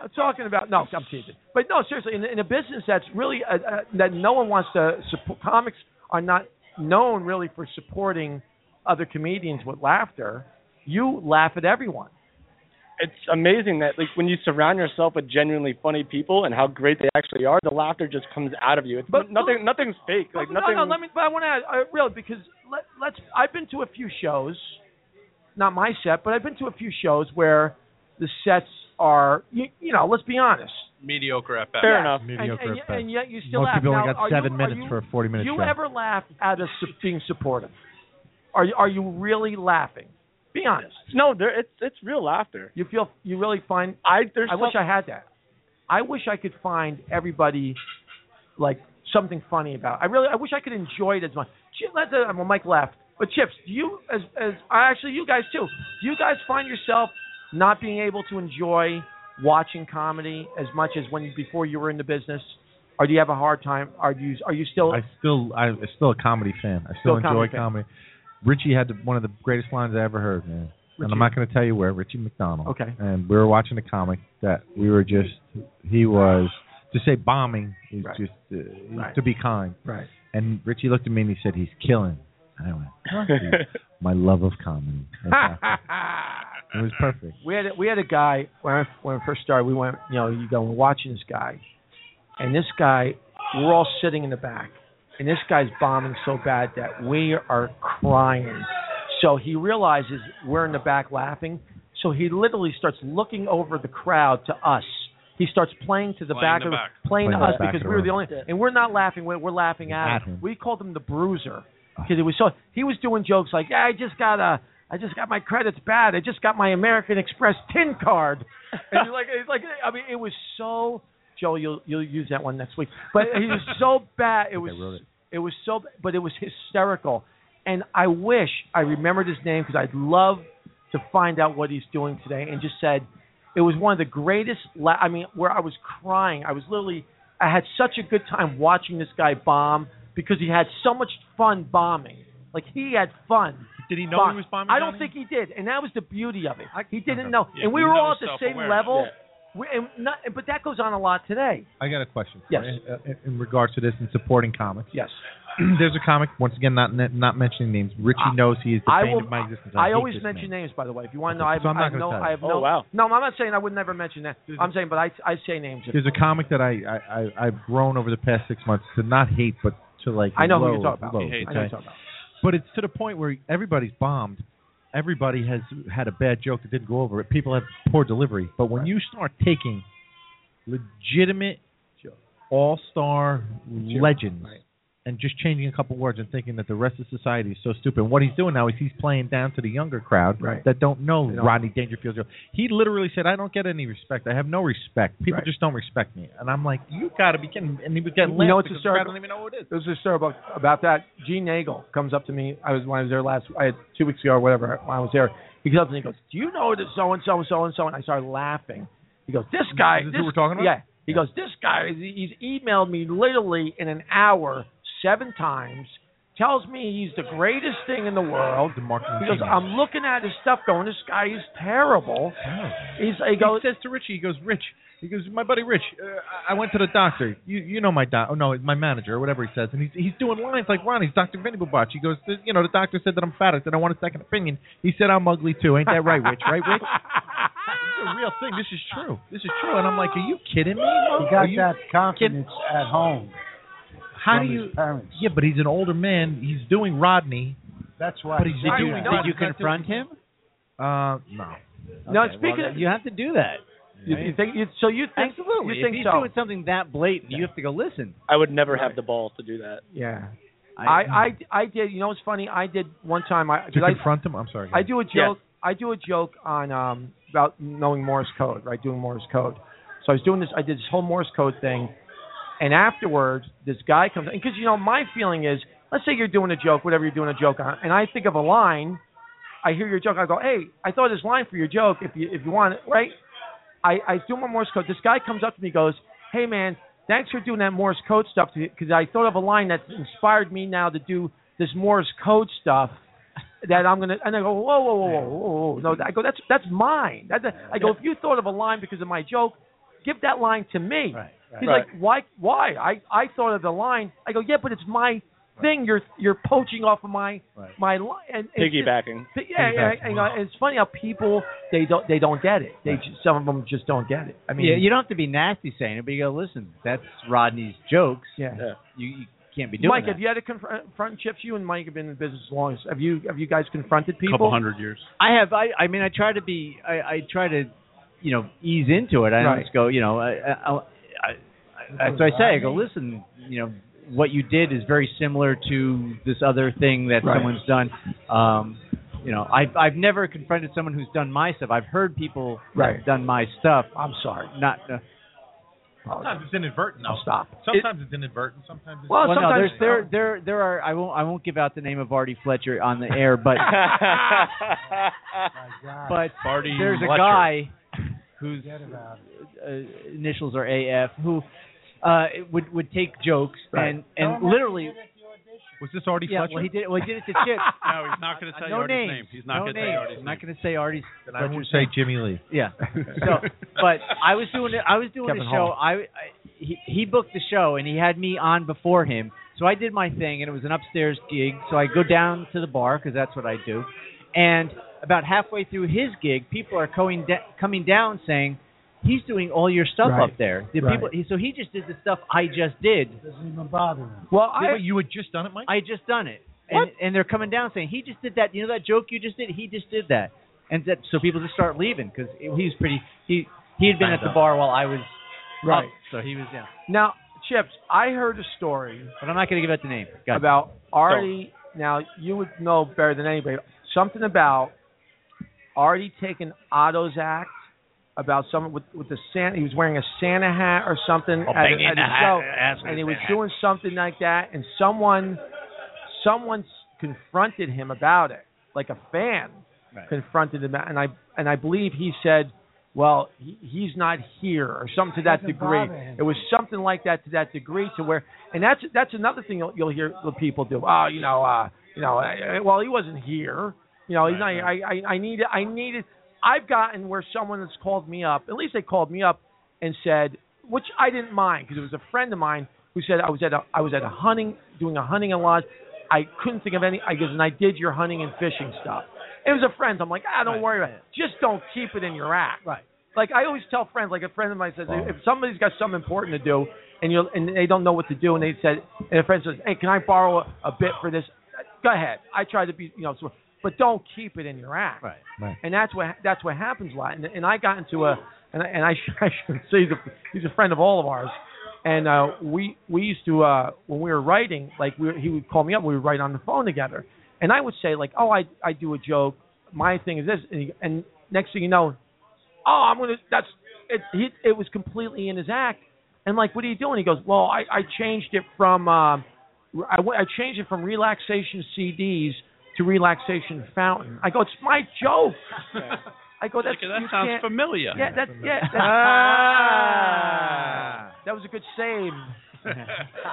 S1: I'm talking about no, I'm teasing. But no, seriously, in, in a business that's really uh, uh, that no one wants to support. Comics are not known really for supporting other comedians with laughter. You laugh at everyone.
S12: It's amazing that like when you surround yourself with genuinely funny people and how great they actually are, the laughter just comes out of you. It's
S1: But-
S12: nothing. Nothing's fake. Like
S1: But
S12: nothing.
S1: No, no, let me. But I want to add, uh, really, because let, let's. I've been to a few shows, not my set, but I've been to a few shows where the sets are, you, you know, let's be honest,
S13: mediocre at best.
S1: Yeah. and, and, and yet you still
S4: Most
S1: laugh.
S4: people only
S1: Now,
S4: got
S1: are
S4: seven
S1: you,
S4: minutes
S1: are you,
S4: for a 40 minute
S1: You
S4: show.
S1: ever laugh at us su- being supportive? Are you are you really laughing? Be honest.
S7: No, there it's it's real laughter.
S1: You feel you really find
S7: I there's
S1: I wish
S7: some-
S1: I had that. I wish I could find everybody like something funny about. I really I wish I could enjoy it as much. Chi- Let the well, Mike left, but Chips, do you as as actually you guys too? Do you guys find yourself not being able to enjoy watching comedy as much as when before you were in the business, or do you have a hard time? Are you are you still
S4: I still I'm still a comedy fan. I
S1: Still
S4: still,
S1: a
S4: enjoy
S1: comedy
S4: comedy.
S1: fan.
S4: Richie had the, one of the greatest lines I ever heard, man. And
S1: Richie-
S4: I'm not going to tell you where. Richie McDonald.
S1: Okay.
S4: And we were watching a comic that we were just he was to say bombing is
S1: Right.
S4: just uh,
S1: Right.
S4: to be kind.
S1: Right.
S4: And Richie looked at me and he said he's killing. And I went, my love of comedy. it was perfect.
S1: we had a, we had a guy when I, when I first started. We went, you know, you go we're watching this guy, and this guy, we're all sitting in the back, and this guy's bombing so bad that we are crying. So he realizes we're in the back laughing. So he literally starts looking over the crowd to us. He starts playing to the
S14: Playing
S1: back
S14: the
S1: of
S14: back.
S1: playing to
S14: Playing
S1: us
S14: the back
S1: because
S14: of
S1: we were
S14: the
S1: the only, and we're not laughing. We're we're laughing Oh. at,
S14: At
S1: him.
S14: him.
S1: We called him the Bruiser because it was so. He was doing jokes like, "Yeah, I just got a, I just got my credits bad. I just got my American Express tin card." And you're like, it's like, I mean, it was so. Joe, you'll you'll use that one next week. But he was so bad. It was it was so, but it was hysterical. And I wish I remembered his name because I'd love to find out what he's doing today. And just said, it was one of the greatest. La- I mean, where I was crying, I was literally, I had such a good time watching this guy bomb because he had so much fun bombing. Like he had fun.
S4: Did he
S14: know he was bombing,
S1: I don't
S14: Johnny?
S1: think he did, and that was the beauty of it. he didn't
S4: Okay.
S1: know,
S4: Yeah,
S1: and we
S4: he
S1: were all at
S4: knows
S1: the same
S4: self-awareness.
S1: level.
S4: Yeah.
S1: We, and not, but that goes on a lot today.
S4: I got a question.
S1: Yes.
S4: you, uh, in- in regards to this and supporting comics.
S1: Yes.
S4: There's a comic once again not not mentioning names. Richie knows he is the
S1: I
S4: bane
S1: will-
S4: of my existence. I,
S1: I,
S4: hate
S1: always
S4: this
S1: mention
S4: man.
S1: names, by the way. If you want to know,
S4: Okay,
S1: I have,
S4: so I'm not
S1: I have
S4: gonna
S1: no.
S4: tell
S1: I
S4: you.
S1: have
S4: Oh,
S1: no.
S4: wow.
S1: No, I'm not saying I would never mention that. I'm saying, but I I say names.
S4: There's a comic that I, I I I've grown over the past six months to not hate, but to like.
S1: I know who
S4: loathe,
S1: you're talking about. I know
S4: loathe,
S1: who
S4: okay?
S1: you're talking about.
S4: But it's to the point where everybody's bombed. Everybody has had a bad joke that didn't go over. It. People have poor delivery. But when you start taking legitimate all-star legends and just changing a couple words and thinking that the rest of society is so stupid. And what he's doing now is he's playing down to the younger crowd
S1: Right.
S4: that don't know
S1: They don't.
S4: Rodney Dangerfield's joke. He literally said, "I don't get any respect. I have no respect. People
S1: Right.
S4: just don't respect me." And I'm like, "You got to be kidding!" me." And he was getting
S1: you know
S4: laughs
S1: what's a
S4: because the crowd
S1: story?
S4: don't even know who it is.
S1: There's a story about about that. Gene Nagel comes up to me. I was when I was there last. I had two weeks ago or whatever. When I was there, he comes up to me and goes, "Do you know that so and so and so and so?" And I started laughing. He goes, "This guy."
S4: Is this
S1: this,
S4: who we're talking about?
S1: Yeah. He goes, "This guy. He's emailed me literally in an hour seven times. Tells me he's the greatest thing in the world." Because
S4: genius.
S1: I'm looking at his stuff, going, "This guy is terrible." He's, he goes,
S4: says to Richie, he goes, "Rich." He goes, "My buddy Rich, uh, I- I went to the doctor. You you know my doc? Oh no, my manager or whatever he says." And he's he's doing lines like Ronnie's Doctor Vinny Bobach. He goes, "The- "You know, the doctor said that I'm fat. I said I want a second opinion. He said I'm ugly too. Ain't that right, Rich? Right, Rich?" This is a real thing. This is true. This is true. And I'm like, "Are you kidding me?
S11: He
S4: Are
S11: got
S4: you
S11: that confidence at home.
S4: How
S11: from
S4: do
S11: his
S4: you-
S11: Parents.
S4: Yeah, but he's an older man. He's doing Rodney.
S11: That's why.
S4: But he's
S11: Right,
S4: doing
S11: we know
S4: Rodney.
S11: it's
S4: He's not
S11: not doing-
S4: doing- Uh, no.
S1: "No,
S5: Okay,
S1: speaking
S5: well,
S1: of
S5: you have to do that.
S1: You, you think you, so? You think
S5: Absolutely.
S1: You think
S5: if he's
S1: so?
S5: doing something that blatant, you have to go listen.
S7: I would never have the balls to do that.
S1: Yeah. I, I I did. You know what's funny? I did one time. I
S4: To
S1: did I,
S4: confront him. I'm sorry.
S1: I do a joke. I do a joke on um about knowing Morse code, right? Doing Morse code. So I was doing this. I did this whole Morse code thing, and afterwards, this guy comes because you know my feeling is, let's say you're doing a joke, whatever you're doing a joke on, and I think of a line. I hear your joke. I go, hey, I thought of this line for your joke. If you if you want it, right? I I do my Morse code. This guy comes up to me, goes, hey man, thanks for doing that Morse code stuff because I thought of a line that inspired me now to do this Morse code stuff that I'm gonna and I go whoa whoa whoa whoa whoa, whoa. no I go that's that's mine that's a, I go if you thought of a line because of my joke give that line to me he's
S14: right.
S1: like why why I I thought of the line I go yeah but it's my thing you're you're poaching off of my my line and it's just-
S7: Piggybacking.
S1: but yeah, yeah,
S7: Piggybacking.
S1: and, you know, it's funny how people they don't they don't get it they just, some of them just don't get it I mean
S5: yeah, you don't have to be nasty saying it, but you go listen. That's Rodney's jokes.
S1: Yeah.
S5: You, you can't be doing
S1: Mike,
S5: that.
S1: have you had to confront confront Chips? You and Mike have been in the business as long as have you have you guys confronted people?
S13: couple hundred years.
S5: I have. I. I mean, I try to be. I, I try to. you know ease into it. I don't
S12: Right.
S5: just go, you know, I, I, I, I, I, so I say, I go, listen, you know, what you did is very similar to this other thing that
S12: Right.
S5: someone's done. Um, you know, I've I've never confronted someone who's done my stuff. I've heard people
S1: Right.
S5: have done my stuff.
S1: I'm sorry,
S5: not. Uh,
S15: Sometimes it's inadvertent. Though.
S1: stop.
S15: Sometimes it's inadvertent. Sometimes it's
S1: Oh,
S5: well, no, there's there there there are I won't I won't give out the name of Artie Fletcher on the air, but but
S15: Barty
S5: there's a
S15: Fletcher.
S5: guy whose uh, initials are AF who uh, would would take jokes
S15: Right.
S5: and
S15: Tell
S5: and
S15: him what
S5: literally
S15: was this Artie
S5: yeah,
S15: Fletcher?
S5: Well, he did it. Well, he did it to Chip.
S15: no, he's not going to tell
S5: no
S15: you Artie's
S5: names.
S15: name. He's not
S5: no
S15: going to tell
S5: names.
S15: you Artie's
S5: I'm
S15: name.
S5: not going to say Artie's.
S10: Then I won't
S5: Fletcher's
S10: say
S5: name.
S10: Jimmy Lee.
S5: Yeah. So, but I was doing it. I was doing
S10: Kevin
S5: a show.
S10: Hall.
S5: I, I he, he booked the show and he had me on before him. So I did my thing and it was an upstairs gig. So I go down to the bar because that's what I do. And about halfway through his gig, people are coming da- coming down saying, "He's doing all your stuff
S10: Right.
S5: up there." The
S10: Right.
S5: people. He, so he just did the stuff I just did.
S11: Doesn't even bother him.
S1: Well,
S5: I-
S10: you had just done it, Mike.
S5: I had just done it. And, and they're coming down saying, "He just did that. You know that joke you just did. He just did that." And that, so people just start leaving because he was pretty. He he had been at
S1: Banged
S5: the
S1: up.
S5: bar while I was
S1: Right.
S5: up, so he was down.
S1: Now, Chips, I heard a story.
S5: But I'm not going to give out the name. Got it.
S1: about Artie. Now you would know better than anybody. Something about Artie taking Otto's act about something with with the Santa. He was wearing a Santa hat or something
S15: Oh,
S1: at, a,
S15: bang in
S1: at a
S15: the hat,
S1: show,
S15: ass with
S1: and he
S15: a
S1: was
S15: Santa hat.
S1: doing something like that. And someone, someone s- confronted him about it, like a fan confronted him, and I and I believe he said. Well, he, he's not here, or something to that
S15: Doesn't
S1: degree.
S15: bother him.
S1: It was something like that to that degree, to where, and that's that's another thing you'll, you'll hear the people do. Oh, you know, uh, you know, uh, well, he wasn't here. You know, he's
S15: Right,
S1: not. I, I I needed I needed. I've gotten where someone has called me up. At least they called me up and said, which I didn't mind because it was a friend of mine who said I was at a I was at a hunting doing a hunting and lodge. I couldn't think of any. I guess and I did your hunting and fishing stuff. It was a friend. I'm like, ah, don't worry about it. Just don't keep it in your act. Right. Like I always tell friends, like a friend of mine says, if somebody's got something important to do and you and they don't know what to do, and they said, and a friend says, hey, can I borrow a, a bit for this? Go ahead. I try to be, you know, so, but don't keep it in your act. Right.
S10: Right.
S1: And that's what that's what happens a lot. And, and I got into a and I, and I, sh- I should say he's a, he's a friend of all of ours. And uh, we we used to uh, when we were writing, like we, he would call me up, we would write on the phone together. And I would say like, oh, I I do a joke. My thing is this, and, he, and next thing you know, oh, I'm gonna. That's it. He, it was completely in his act. And like, what are you doing? He goes, well, I, I changed it from um, I, went- I changed it from relaxation CDs to relaxation fountain. I go, it's my joke. I go, that's
S8: Look, that
S1: you
S8: sounds
S1: can't-
S8: familiar.
S1: Yeah, that's yeah. That's,
S8: Ah.
S1: that was a good save. Get it?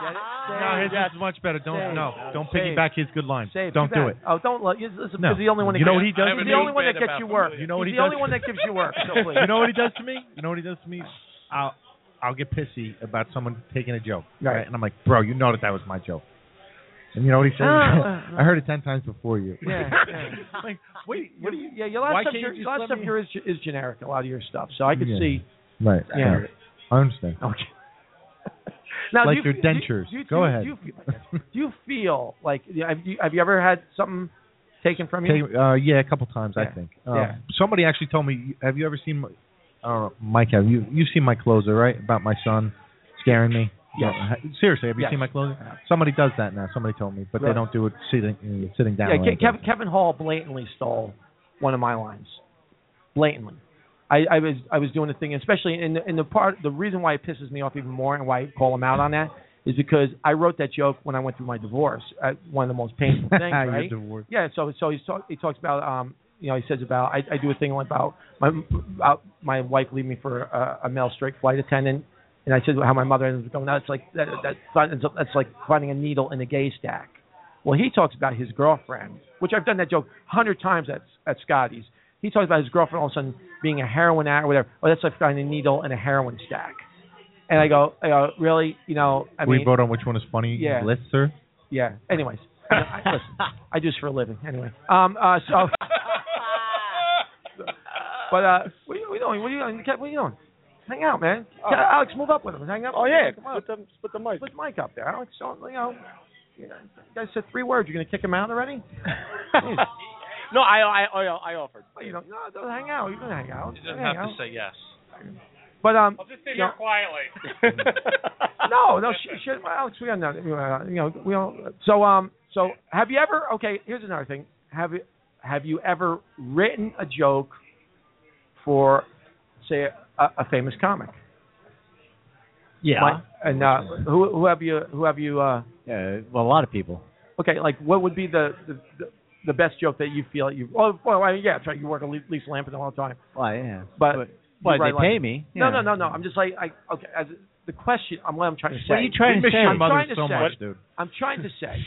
S10: No, his
S1: Save.
S10: is much better. Don't
S1: Save.
S10: no, don't
S1: Save.
S10: piggyback his good line.
S1: Save.
S10: Don't
S1: Too
S10: do
S1: bad.
S10: it.
S1: Oh, don't look. Listen, listen,
S10: No.
S1: he's the only one. That
S10: You know what he
S1: gets,
S10: does?
S1: He's
S10: to
S1: the
S10: me?
S1: only one that gets you work.
S10: You know what he
S1: he's the
S10: does?
S1: only one that gives you work. So please.
S10: You know what he does to me? You know what he does to me? I'll I'll get pissy about someone taking a joke,
S1: Right.
S10: And I'm like, bro, you know that that was my joke. And you know what he says?
S1: Ah,
S10: I heard it ten times before you.
S1: Yeah. yeah.
S10: like, wait,
S1: what do you? Yeah, your last
S10: why
S1: stuff,
S10: can't you
S1: your,
S10: just
S1: lot of
S10: let
S1: stuff
S10: me-
S1: here is is generic. A lot of your stuff, so I could
S10: Yeah.
S1: see.
S10: Right.
S1: Yeah.
S10: right. I understand.
S1: Okay. Now,
S10: like
S1: do
S10: your
S1: you, do you-
S10: dentures.
S1: do you-
S10: Go
S1: do you-
S10: ahead.
S1: Do you, feel, do you feel like have you have you ever had something taken from you?
S10: Take- uh, yeah, a couple times I think. Um,
S1: Yeah.
S10: Somebody actually told me, "Have you ever seen?" My, I don't know, Mike. Have you you've seen my closer right about my son scaring me?
S1: Yes.
S10: Uh, seriously, have you
S1: Yes.
S10: seen my closer? Somebody does that now. Somebody told me, but
S1: Right.
S10: they don't do it sitting sitting down.
S1: yeah,
S10: like
S1: Ke- Kevin, Kevin Hall blatantly stole one of my lines. Blatantly. I, I was I was doing a thing, especially in the, in the part. The reason why it pisses me off even more, and why I call him out on that, is because I wrote that joke when I went through my divorce. Uh, one of the most painful things,
S10: Your
S1: right?
S10: divorce.
S1: Yeah. So so he talk, he talks about um you know he says about I, I do a thing about my about my wife leaving me for a, a male straight flight attendant, and I said how my mother ended up going. That's like that, that that's like finding a needle in a gay stack. Well, he talks about his girlfriend, which I've done that joke a hundred times at at Scotty's. He talks about his girlfriend all of a sudden being a heroin addict or whatever. Oh, that's like finding a needle in a heroin stack. And I go, I go, really? You know, I
S10: we
S1: mean,
S10: vote on which one is funny.
S1: Yeah.
S10: List, sir.
S1: yeah. Anyways, you know, I, listen, I do this for a living. Anyway, um, uh, so. But uh, what are you, what are you doing? What are you doing? Kev, What are you doing? Hang out, man.
S12: Oh.
S1: Ke- Alex, move up with him. Hang out.
S12: Oh yeah,
S1: Come on.
S12: put the put the mic.
S1: Put the mic up there, Alex. Don't you know? You know, you guys said three words. You're gonna kick him out already? Jeez.
S7: No, I I I, I offered.
S1: you don't, no, don't hang out. You can hang out.
S8: You don't
S1: Hang
S8: have to
S1: out.
S8: say yes.
S1: But um,
S16: I'll just sit
S1: you know-
S16: here quietly.
S1: no, no, she, she, well, Alex, we don't know. uh, You know, we don't. So, um, so have you ever? Okay, here's another thing. Have you have you ever written a joke for, say, a, a famous comic?
S5: Yeah.
S1: Like, and uh, who who have you who have you? Uh,
S5: yeah. Well, a lot of people.
S1: okay, like what would be the the, the, the best joke that you feel you? Well, well, I mean, yeah, that's right. You work with Le- Lisa Lampin all the time.
S5: Well, yeah.
S1: But,
S5: Well,
S1: you
S5: they
S1: write
S5: pay
S1: like-
S5: me.
S1: No, no,
S5: yeah.
S1: no, no. I'm just like I okay. As the question, I'm what I'm trying to say.
S5: What are you trying to say?
S1: I'm
S5: Mother
S1: trying to
S5: so
S1: say.
S5: much, dude.
S1: I'm trying to say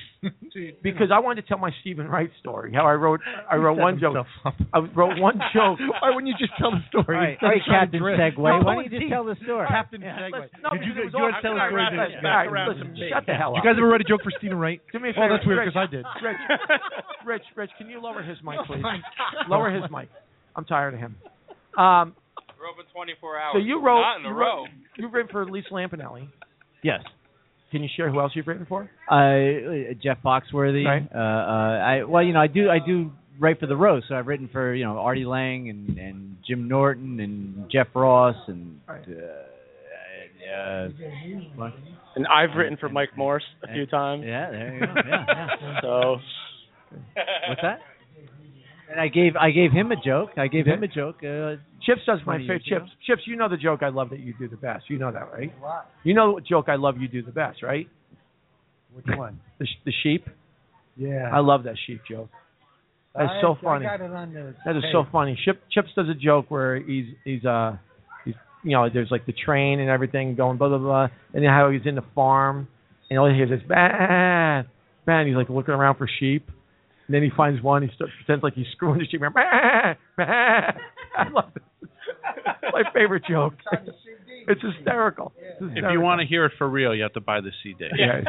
S1: because I wanted to tell my Stephen Wright story. How I wrote I wrote
S5: set
S1: one joke. I wrote one joke. Why wouldn't you just tell the
S5: All right, all right Captain Segway. Why don't you just tell the story?
S1: Captain
S5: Segway.
S1: No,
S4: Did you
S1: because it was
S4: guys- you
S1: all-
S4: guys tell
S1: I'm
S4: the
S1: not
S4: story,
S1: wrapping
S4: did you?
S1: it back
S4: All right,
S1: around
S4: listen,
S1: to me. shut the hell
S4: You
S1: up.
S4: guys ever read a joke for Stephen Wright?
S1: Do me a
S4: Oh,
S1: favor,
S4: that's weird
S1: Rich.
S4: because I did.
S1: Rich, Rich, Rich, can you lower his mic,
S16: Oh,
S1: please?
S16: my God.
S1: Lower his mic. I'm tired of him. Um,
S16: We're open 24 hours.
S1: so you wrote,
S16: Not in a
S1: you
S16: row.
S1: wrote, you've written for Lisa Lampanelli.
S5: Yes.
S1: Can you share who else you've written for?
S5: Uh, Jeff Foxworthy.
S1: Right.
S5: Uh, uh, I well, you know, I do I do write for the roast, so I've written for you know Artie Lang and and Jim Norton and Jeff Ross and. Uh, uh,
S7: And I've written for Mike Morse a few times.
S5: Yeah, there you go. Yeah, yeah.
S7: So
S5: what's that? And I gave I gave him a joke. I gave him a joke. Uh,
S1: Chips does my
S5: 20 years
S1: favorite. Chips,
S5: ago.
S1: Chips, you know the joke I love that you do the best. You know that, right? You know what joke I love you do the best, right?
S11: Which one?
S1: The, sh- the sheep.
S11: Yeah.
S1: I love that sheep joke. That's
S11: I-
S1: so funny.
S11: I got it on the
S1: That is
S11: tape.
S1: so funny. Chip, Chips does a joke where he's he's uh he's you know there's like the train and everything going blah blah blah and then how he's in the farm and all he hears is bah bah and he's like looking around for sheep and then he finds one he starts, pretends like he's screwing the sheep bah, bah. I love it. It's My favorite joke. It's hysterical. It's
S8: If you
S1: hysterical.
S8: want to hear it for real, you have to buy the CD.
S1: Yeah.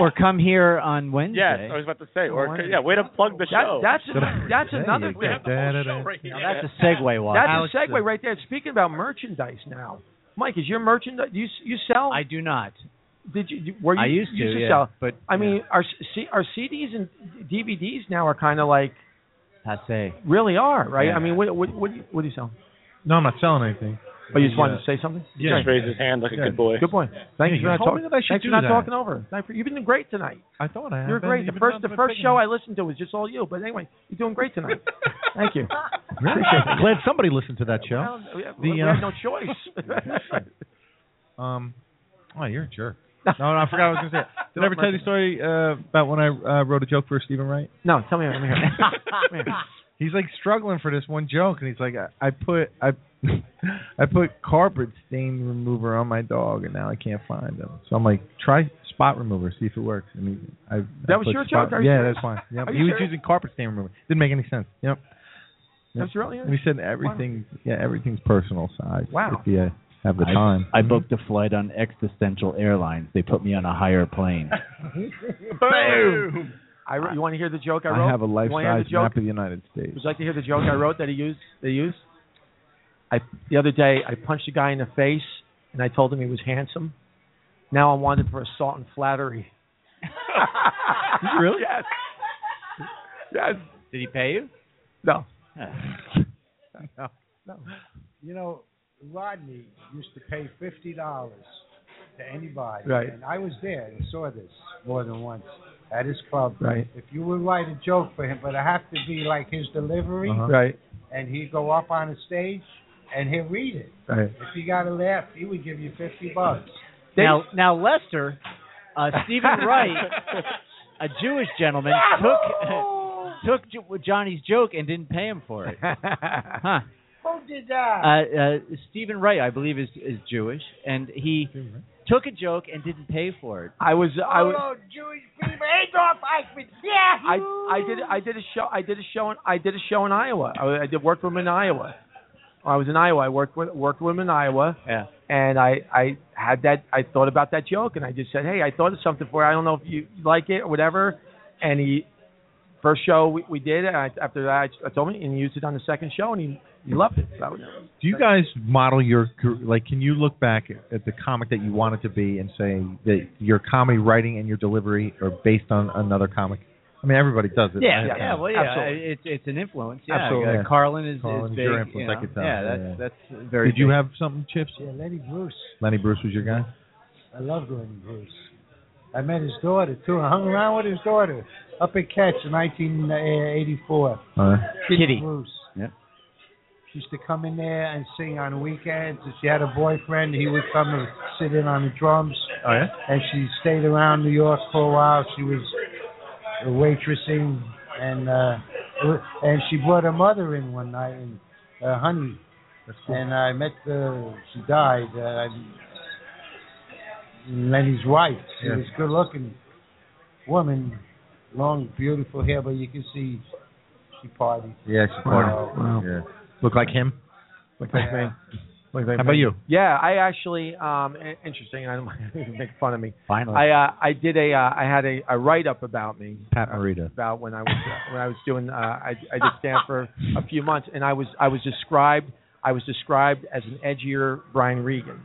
S5: or come here on Wednesday.
S7: yes, I was about to say, or yeah, way to plug the
S1: That-
S7: show.
S1: that's that's
S5: There
S1: another
S5: you
S1: thing.
S5: go. Now that's a
S1: Yeah.
S5: segue, Walt.
S1: That's
S5: Alex, uh,
S1: a segue right there. Speaking about merchandise now, Mike, is your merchandise you you sell?
S5: I do not.
S1: Did you were you
S5: I used to, yeah,
S1: sell?
S5: but
S1: I mean, our C, our CDs and DVDs now are kind of like
S5: passe.
S1: really are right.
S4: Yeah.
S1: I mean, what what what do you, what do you sell?
S4: No, I'm not selling anything.
S1: Oh, you just wanted to
S4: Yeah.
S1: say something?
S4: Yeah.
S7: Just raised his hand like a
S4: Yeah.
S7: good boy.
S1: Good boy. Thanks
S4: Yeah,
S1: for not
S4: you told
S1: talking.
S4: me that I should
S1: Thanks
S4: do
S1: for not
S4: that.
S1: talking over. Thank you. You've been great tonight.
S4: I thought I.
S1: You're
S4: have been-
S1: great.
S4: you've
S1: The
S4: been
S1: first
S4: on
S1: the first
S4: picking
S1: show I
S4: up.
S1: listened to was just all you. But anyway, you're doing great tonight. Thank you.
S4: Really? Glad somebody listened to that show.
S1: Well, we have,
S4: The,
S1: we
S4: uh,
S1: have no choice.
S4: Um, oh, you're a jerk. No, no, I forgot what I was gonna say. Did I ever tell you the story uh, about when I uh, wrote a joke for Stephen Wright?
S1: No, tell me. Let me hear. it. Come here.
S4: He's like struggling for this one joke, and he's like, I, I put I, I put carpet stain remover on my dog, and now I can't find him. So I'm like, try spot remover, see if it works. And he, I I
S1: That was
S4: put
S1: your
S4: spot-
S1: joke? Are you
S4: Yeah,
S1: serious?
S4: that's fine. Yeah,
S1: Are you
S4: he was
S1: serious?
S4: using carpet stain remover. Didn't make any sense. Yep.
S1: That was really-
S4: And he said everything. Yeah, everything's personal size.
S1: Wow.
S4: If you have the
S5: I-
S4: time.
S5: I booked a flight on Existential Airlines. They put me on a higher plane.
S1: Boom. I, wrote- you want to hear the joke I wrote?
S4: I have a
S1: You wanna
S4: life
S1: hear
S4: size
S1: the joke?
S4: map of the United States.
S1: Would you like to hear the joke I wrote that he used? They used. I the other day I punched a guy in the face and I told him he was handsome. Now I'm wanted for assault and flattery.
S5: really?
S1: Yes. Yes.
S5: Did he pay you?
S1: No.
S4: No.
S11: No. You know, Rodney used to pay fifty dollars to anybody.
S1: Right.
S11: And I was there and saw this more than once at his club.
S1: Right.
S11: If you would write a joke for him, but it have to be like his delivery.
S4: Uh-huh.
S1: Right.
S11: And he'd go up on the stage and he'd read it.
S4: Right.
S11: If you got a laugh, he would give you fifty bucks.
S5: Now, now Lester, uh, Stephen Wright, a Jewish gentleman, took took Jo- Johnny's joke and didn't pay him for it. Huh.
S11: Who did that?
S5: Uh, uh, Stephen Wright, I believe, is is Jewish, and he took a joke and didn't pay for it.
S1: I was I was
S16: Hello, Oh, Jewish people. Adolf Eichmann. Yeah.
S1: I I did I did a show I did a show in I did a show in Iowa. I, I did work with him in Iowa. I was in Iowa. I worked with worked with him in Iowa.
S5: Yeah.
S1: And I I had that I thought about that joke and I just said, hey, I thought of something for you. I don't know if you like it or whatever. And he first show we, we did. And I, after that, I, I told him and he used it on the second show and he he loved it. That was,
S4: Do you guys model your car- like? Can you look back at, at the comic that you wanted to be and say that your comedy writing and your delivery are based on another comic? I mean, everybody does it.
S5: Yeah,
S4: I-
S5: Uh, yeah,
S4: I-
S5: well, yeah,
S4: Absolutely.
S5: it's it's an influence. Yeah,
S4: Absolutely.
S5: Uh, Carlin is,
S4: Carlin
S5: is
S4: is
S5: big.
S4: your influence,
S5: you
S4: I
S5: know.
S4: could tell.
S5: Yeah,
S4: Yeah,
S5: that's
S4: yeah.
S5: that's very.
S4: Did you
S5: big.
S4: have something, Chips?
S11: Yeah, Lenny Bruce.
S4: Lenny Bruce was your guy.
S11: I love Lenny Bruce. I met his daughter too. I hung around with his daughter up at Catch in 1984.
S4: All right.
S11: Kitty Bruce.
S4: Yeah.
S11: She used to come in there and sing on weekends. If she had a boyfriend, he would come and sit in on the drums.
S4: Oh yeah.
S11: And she stayed around New York for a while. She was waitressing, and uh, and she brought her mother in one night, and uh, honey. And I met the. She died. Uh, I- Lenny's wife. She
S4: Yeah.
S11: was good looking woman, long, beautiful hair, but you can see she partied.
S4: Yeah, she's
S11: Wow.
S4: funny. Yeah. Look like him. Look like me. Look like
S1: How
S4: me.
S1: about you? Yeah, I actually um i- interesting. I don't make fun of me.
S4: Finally.
S1: I uh, I did a uh, I had a, a write up about me
S4: Pat Morita.
S1: about when I was uh, when I was doing uh, I I did stand for a few months and I was I was described I was described as an edgier Brian Regan.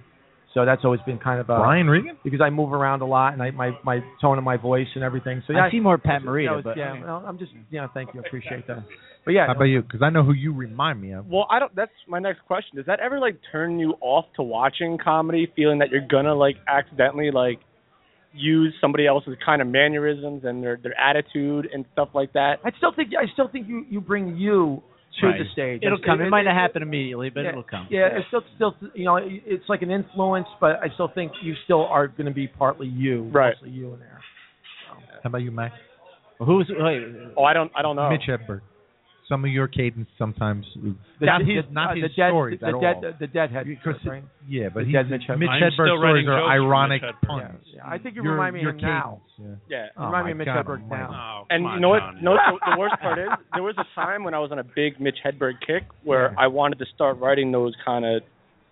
S1: So that's always been kind of a
S4: Brian Regan?
S1: because I move around a lot and I my my tone of my voice and everything. So yeah,
S4: I see more Pat
S1: that
S4: Morita,
S1: was-
S4: but-
S1: yeah, well, I'm just yeah, thank you, I appreciate that. But yeah,
S4: How about you? Because I know who you remind me of.
S7: Well, I don't. That's my next question. Does that ever like turn you off to watching comedy, feeling that you're gonna like accidentally like use somebody else's kind of mannerisms and their their attitude and stuff like that?
S1: I still think I still think you you bring you to the stage.
S5: It'll
S1: I'm-
S5: come. It,
S1: it-
S5: might
S1: it-
S5: not happen immediately, but
S1: yeah,
S5: it'll come.
S1: Yeah, it's still still you know it's like an influence, but I still think you still are going to be partly you,
S7: Right.
S1: mostly you in there.
S4: How about you, Mac?
S5: Who's
S7: Oh, I don't. I don't know.
S4: Mitch Hedberg. Some of your cadence sometimes.
S1: The-
S4: not
S1: the-
S4: his, not
S1: uh,
S4: his
S1: the dead,
S4: stories
S1: the
S4: at
S1: dead,
S4: all.
S1: The, deadhead, right?
S4: Yeah, but
S1: The
S4: he's,
S1: dead
S4: Mitch
S1: Mitch
S4: Hedberg,
S1: Hedberg.
S4: Mitch
S1: I'm
S4: Hedberg's
S1: still
S4: stories
S1: writing
S4: are
S1: jokes for Mitch
S4: ironic
S1: Hedberg.
S4: puns.
S1: Yeah, I think you
S4: Your-
S1: remind me
S4: your
S1: of him now.
S4: cadence,
S7: Yeah.
S4: Oh,
S1: remind
S4: my
S1: me of Mitch
S4: God
S1: Hedberg
S4: almighty.
S1: now.
S7: And you know what? No, the, the worst part is there was a time when I was on a big Mitch Hedberg kick where I wanted to start writing those kind of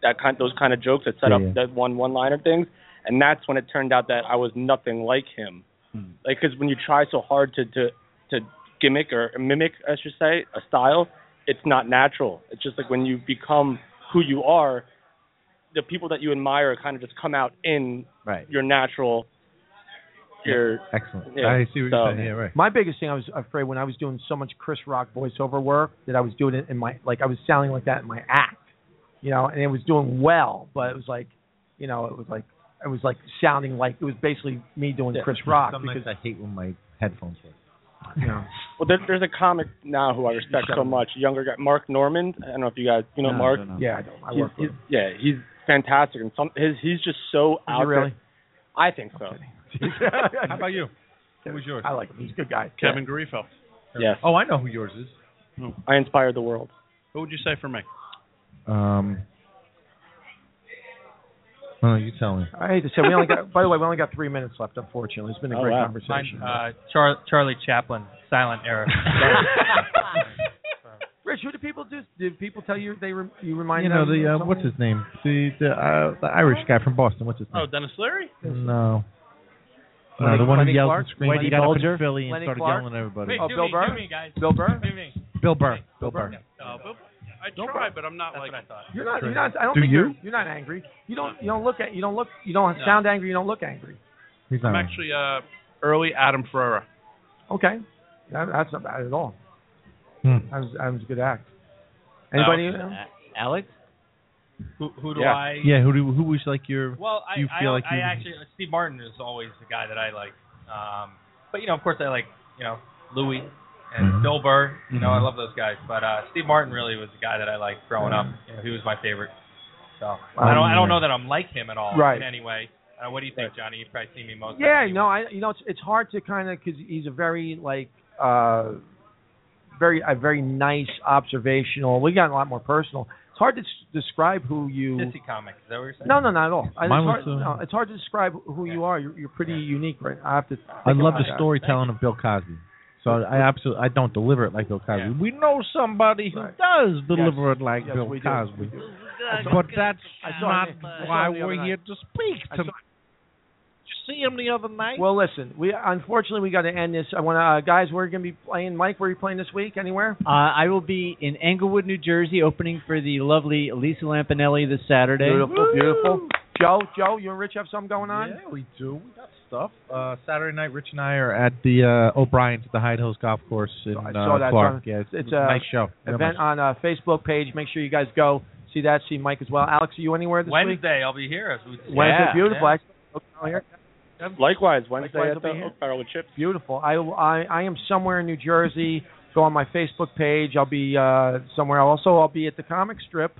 S7: that kind those kind of jokes that set
S4: Yeah,
S7: up
S4: yeah.
S7: that one one liner things, and that's when it turned out that I was nothing like him.
S4: Hmm.
S7: Like 'cause when you try so hard to to to gimmick or mimic, I should say, a style, it's not natural. It's just like when you become who you are, the people that you admire kind of just come out in
S5: right.
S7: your natural. Your
S4: Excellent.
S7: Yeah,
S4: I see what
S7: so-
S4: you're saying. Yeah, right.
S1: My biggest thing I was afraid when I was doing so much Chris Rock voiceover work that I was doing it in my like I was sounding like that in my act, you know, and it was doing well, but it was like, you know, it was like it was like sounding like it was basically me doing Chris Rock
S4: Some
S1: because
S4: nights I hate when my headphones work.
S1: Yeah.
S7: Well, there, there's a comic now who I respect so much. Younger guy, Mark Norman. I don't know if you guys, you know
S1: No,
S7: Mark.
S1: I don't know. Yeah, I don't. I
S7: He's-
S1: work with
S7: he's- Yeah, he's fantastic, and some his he's just so
S1: he
S7: out there.
S1: really?
S7: I think so.
S4: How about you? Who was yours?
S1: I like him. He's a good guy.
S8: Kevin Garifo.
S7: Yes.
S4: Oh, I know who yours is.
S7: I inspired the world.
S8: What would you say for me?
S4: Um. Oh, you tell me.
S1: I hate to say we only got. By the way, we only got three minutes left. Unfortunately, it's been a
S4: Oh,
S1: great
S4: wow.
S1: conversation.
S17: Mine, uh, Char- Charlie Chaplin, Silent Era.
S1: uh, Rich, who do people do? Do people tell you they re, you remind
S4: you know
S1: them?
S4: the
S1: of
S4: uh, what's his
S1: something?
S4: name? The the, uh, the Irish guy from Boston. What's his name?
S8: Oh, Dennis Leary.
S4: No. No,
S1: Lenny-
S4: the one
S1: Lenny
S4: who yelled
S1: Clark?
S4: and screamed.
S1: Lenny
S4: he got up in
S1: Bulger?
S4: Philly and
S1: Lenny
S4: started
S1: Clark?
S4: yelling at everybody.
S1: Oh,
S8: do
S1: Bill
S8: me,
S1: Burr.
S8: do me, guys.
S1: Bill Burr.
S8: Do me.
S4: Bill Burr. Bill Burr.
S8: Uh, Bill- I try, but I'm not like.
S1: You're not. You're not. I don't
S4: Do
S1: think
S4: you?
S1: are you're not angry. You don't. You don't look at. You don't look. You don't
S8: No.
S1: sound angry. You don't look angry.
S4: He's
S8: I'm
S4: not.
S8: actually uh, early Adam Ferrara.
S1: Okay, that, that's not bad at all.
S4: Hmm.
S1: That was, that was a good act. Anybody?
S8: Oh.
S1: you know?
S5: Alex.
S17: Who, who do
S8: Yeah.
S17: I?
S4: Yeah. Who do who was like your?
S17: Well, I
S4: you
S17: I,
S4: feel
S17: al-
S4: like
S17: I
S4: you-
S17: actually uh, Steve Martin is always the guy that I like. Um, but you know, of course, I like you know Louis and
S4: Mhm.
S17: Bill Burr. You know,
S4: Mhm.
S17: I love those guys. But uh, Steve Martin really was the guy that I liked growing up. You
S4: Mm-hmm.
S17: know, he was my favorite. So I don't I don't know that I'm like him at all
S1: Right.
S17: in any way. Uh, what do you think, Johnny? You've probably seen me most.
S1: Yeah, no, I you know it's it's hard to kind of because he's a very like uh very a very nice observational. We got a lot more personal. It's hard to s- describe who you.
S17: Sissy comic. Is that what you're saying?
S1: No, no, not at all. I- It's
S4: Mine
S1: hard,
S4: was, uh,
S1: no, it's hard to describe who you are. You're, you're pretty unique, right? I have to.
S4: I
S1: think
S4: love
S1: about
S4: the
S1: that.
S4: storytelling of Bill Cosby. So I absolutely I don't deliver it like Bill Cosby.
S17: Yeah.
S4: We know somebody who
S1: Right.
S4: does deliver it like
S1: Yes,
S4: Bill
S1: we do.
S4: Cosby,
S1: We do.
S4: but that's
S1: I saw
S4: not
S1: him- I saw him
S4: why
S1: the other
S4: we're
S1: night.
S4: here to speak
S1: I
S4: to.
S1: saw-
S4: Did you see him the other night?
S1: Well, listen, we unfortunately we got to end this. I want to, uh, guys, we're going to be playing. Mike, where are you playing this week? Anywhere?
S5: Uh, I will be in Englewood, New Jersey, opening for the lovely Lisa Lampanelli this Saturday.
S1: Beautiful, beautiful. Joe, Joe, you and Rich have something going on?
S4: we do. We got stuff. Uh, Saturday night, Rich and I are at the uh, O'Brien's at the Hyde Hills Golf Course in
S1: I
S4: uh,
S1: saw that.
S4: Clark.
S1: on-
S4: yeah, it's,
S1: it's
S4: a nice show. Real
S1: Event
S4: nice.
S1: on uh, Facebook page. Make sure you guys go see that. See Mike as well. Alex, are you anywhere this week?
S7: Wednesday, I'll be here. As we
S1: Wednesday,
S7: Yeah,
S1: beautiful.
S7: yeah.
S1: I- oh, here.
S18: Likewise, Wednesday
S1: Likewise,
S18: at
S1: I'll be
S18: the
S1: here.
S18: Oak Barrel with Chips.
S1: Beautiful. I, I I am somewhere in New Jersey. Go on my Facebook page. I'll be uh, somewhere. Also, I'll be at the comic strip,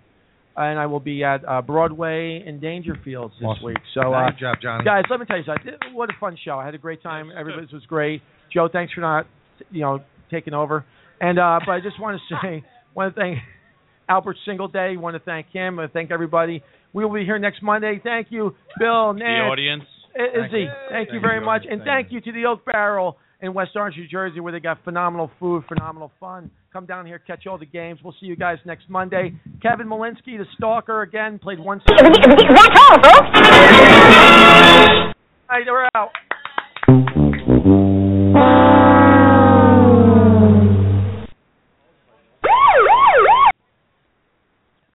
S1: and I will be at uh, Broadway in Dangerfields this
S4: Awesome.
S1: week. So, uh,
S4: Nice job, Johnny.
S1: guys, let me tell you something. What a fun show. I had a great time. Everybody this was great. Joe, thanks for not you know taking over. And uh, but I just want to say one thing. Albert Singleday. Want to thank him. I thank everybody. We will be here next Monday. Thank you, Bill,
S8: The
S1: Nance,
S8: audience.
S1: I- Izzy, thank you very much. And thank you to the Oak Barrel in West Orange, New Jersey, where they got phenomenal food, phenomenal fun. Come down here, catch all the games. We'll see you guys next Monday. Kevin Malinsky, the stalker, again, played one season.
S9: That's all, folks.
S1: All right, we're out.
S9: Thank you.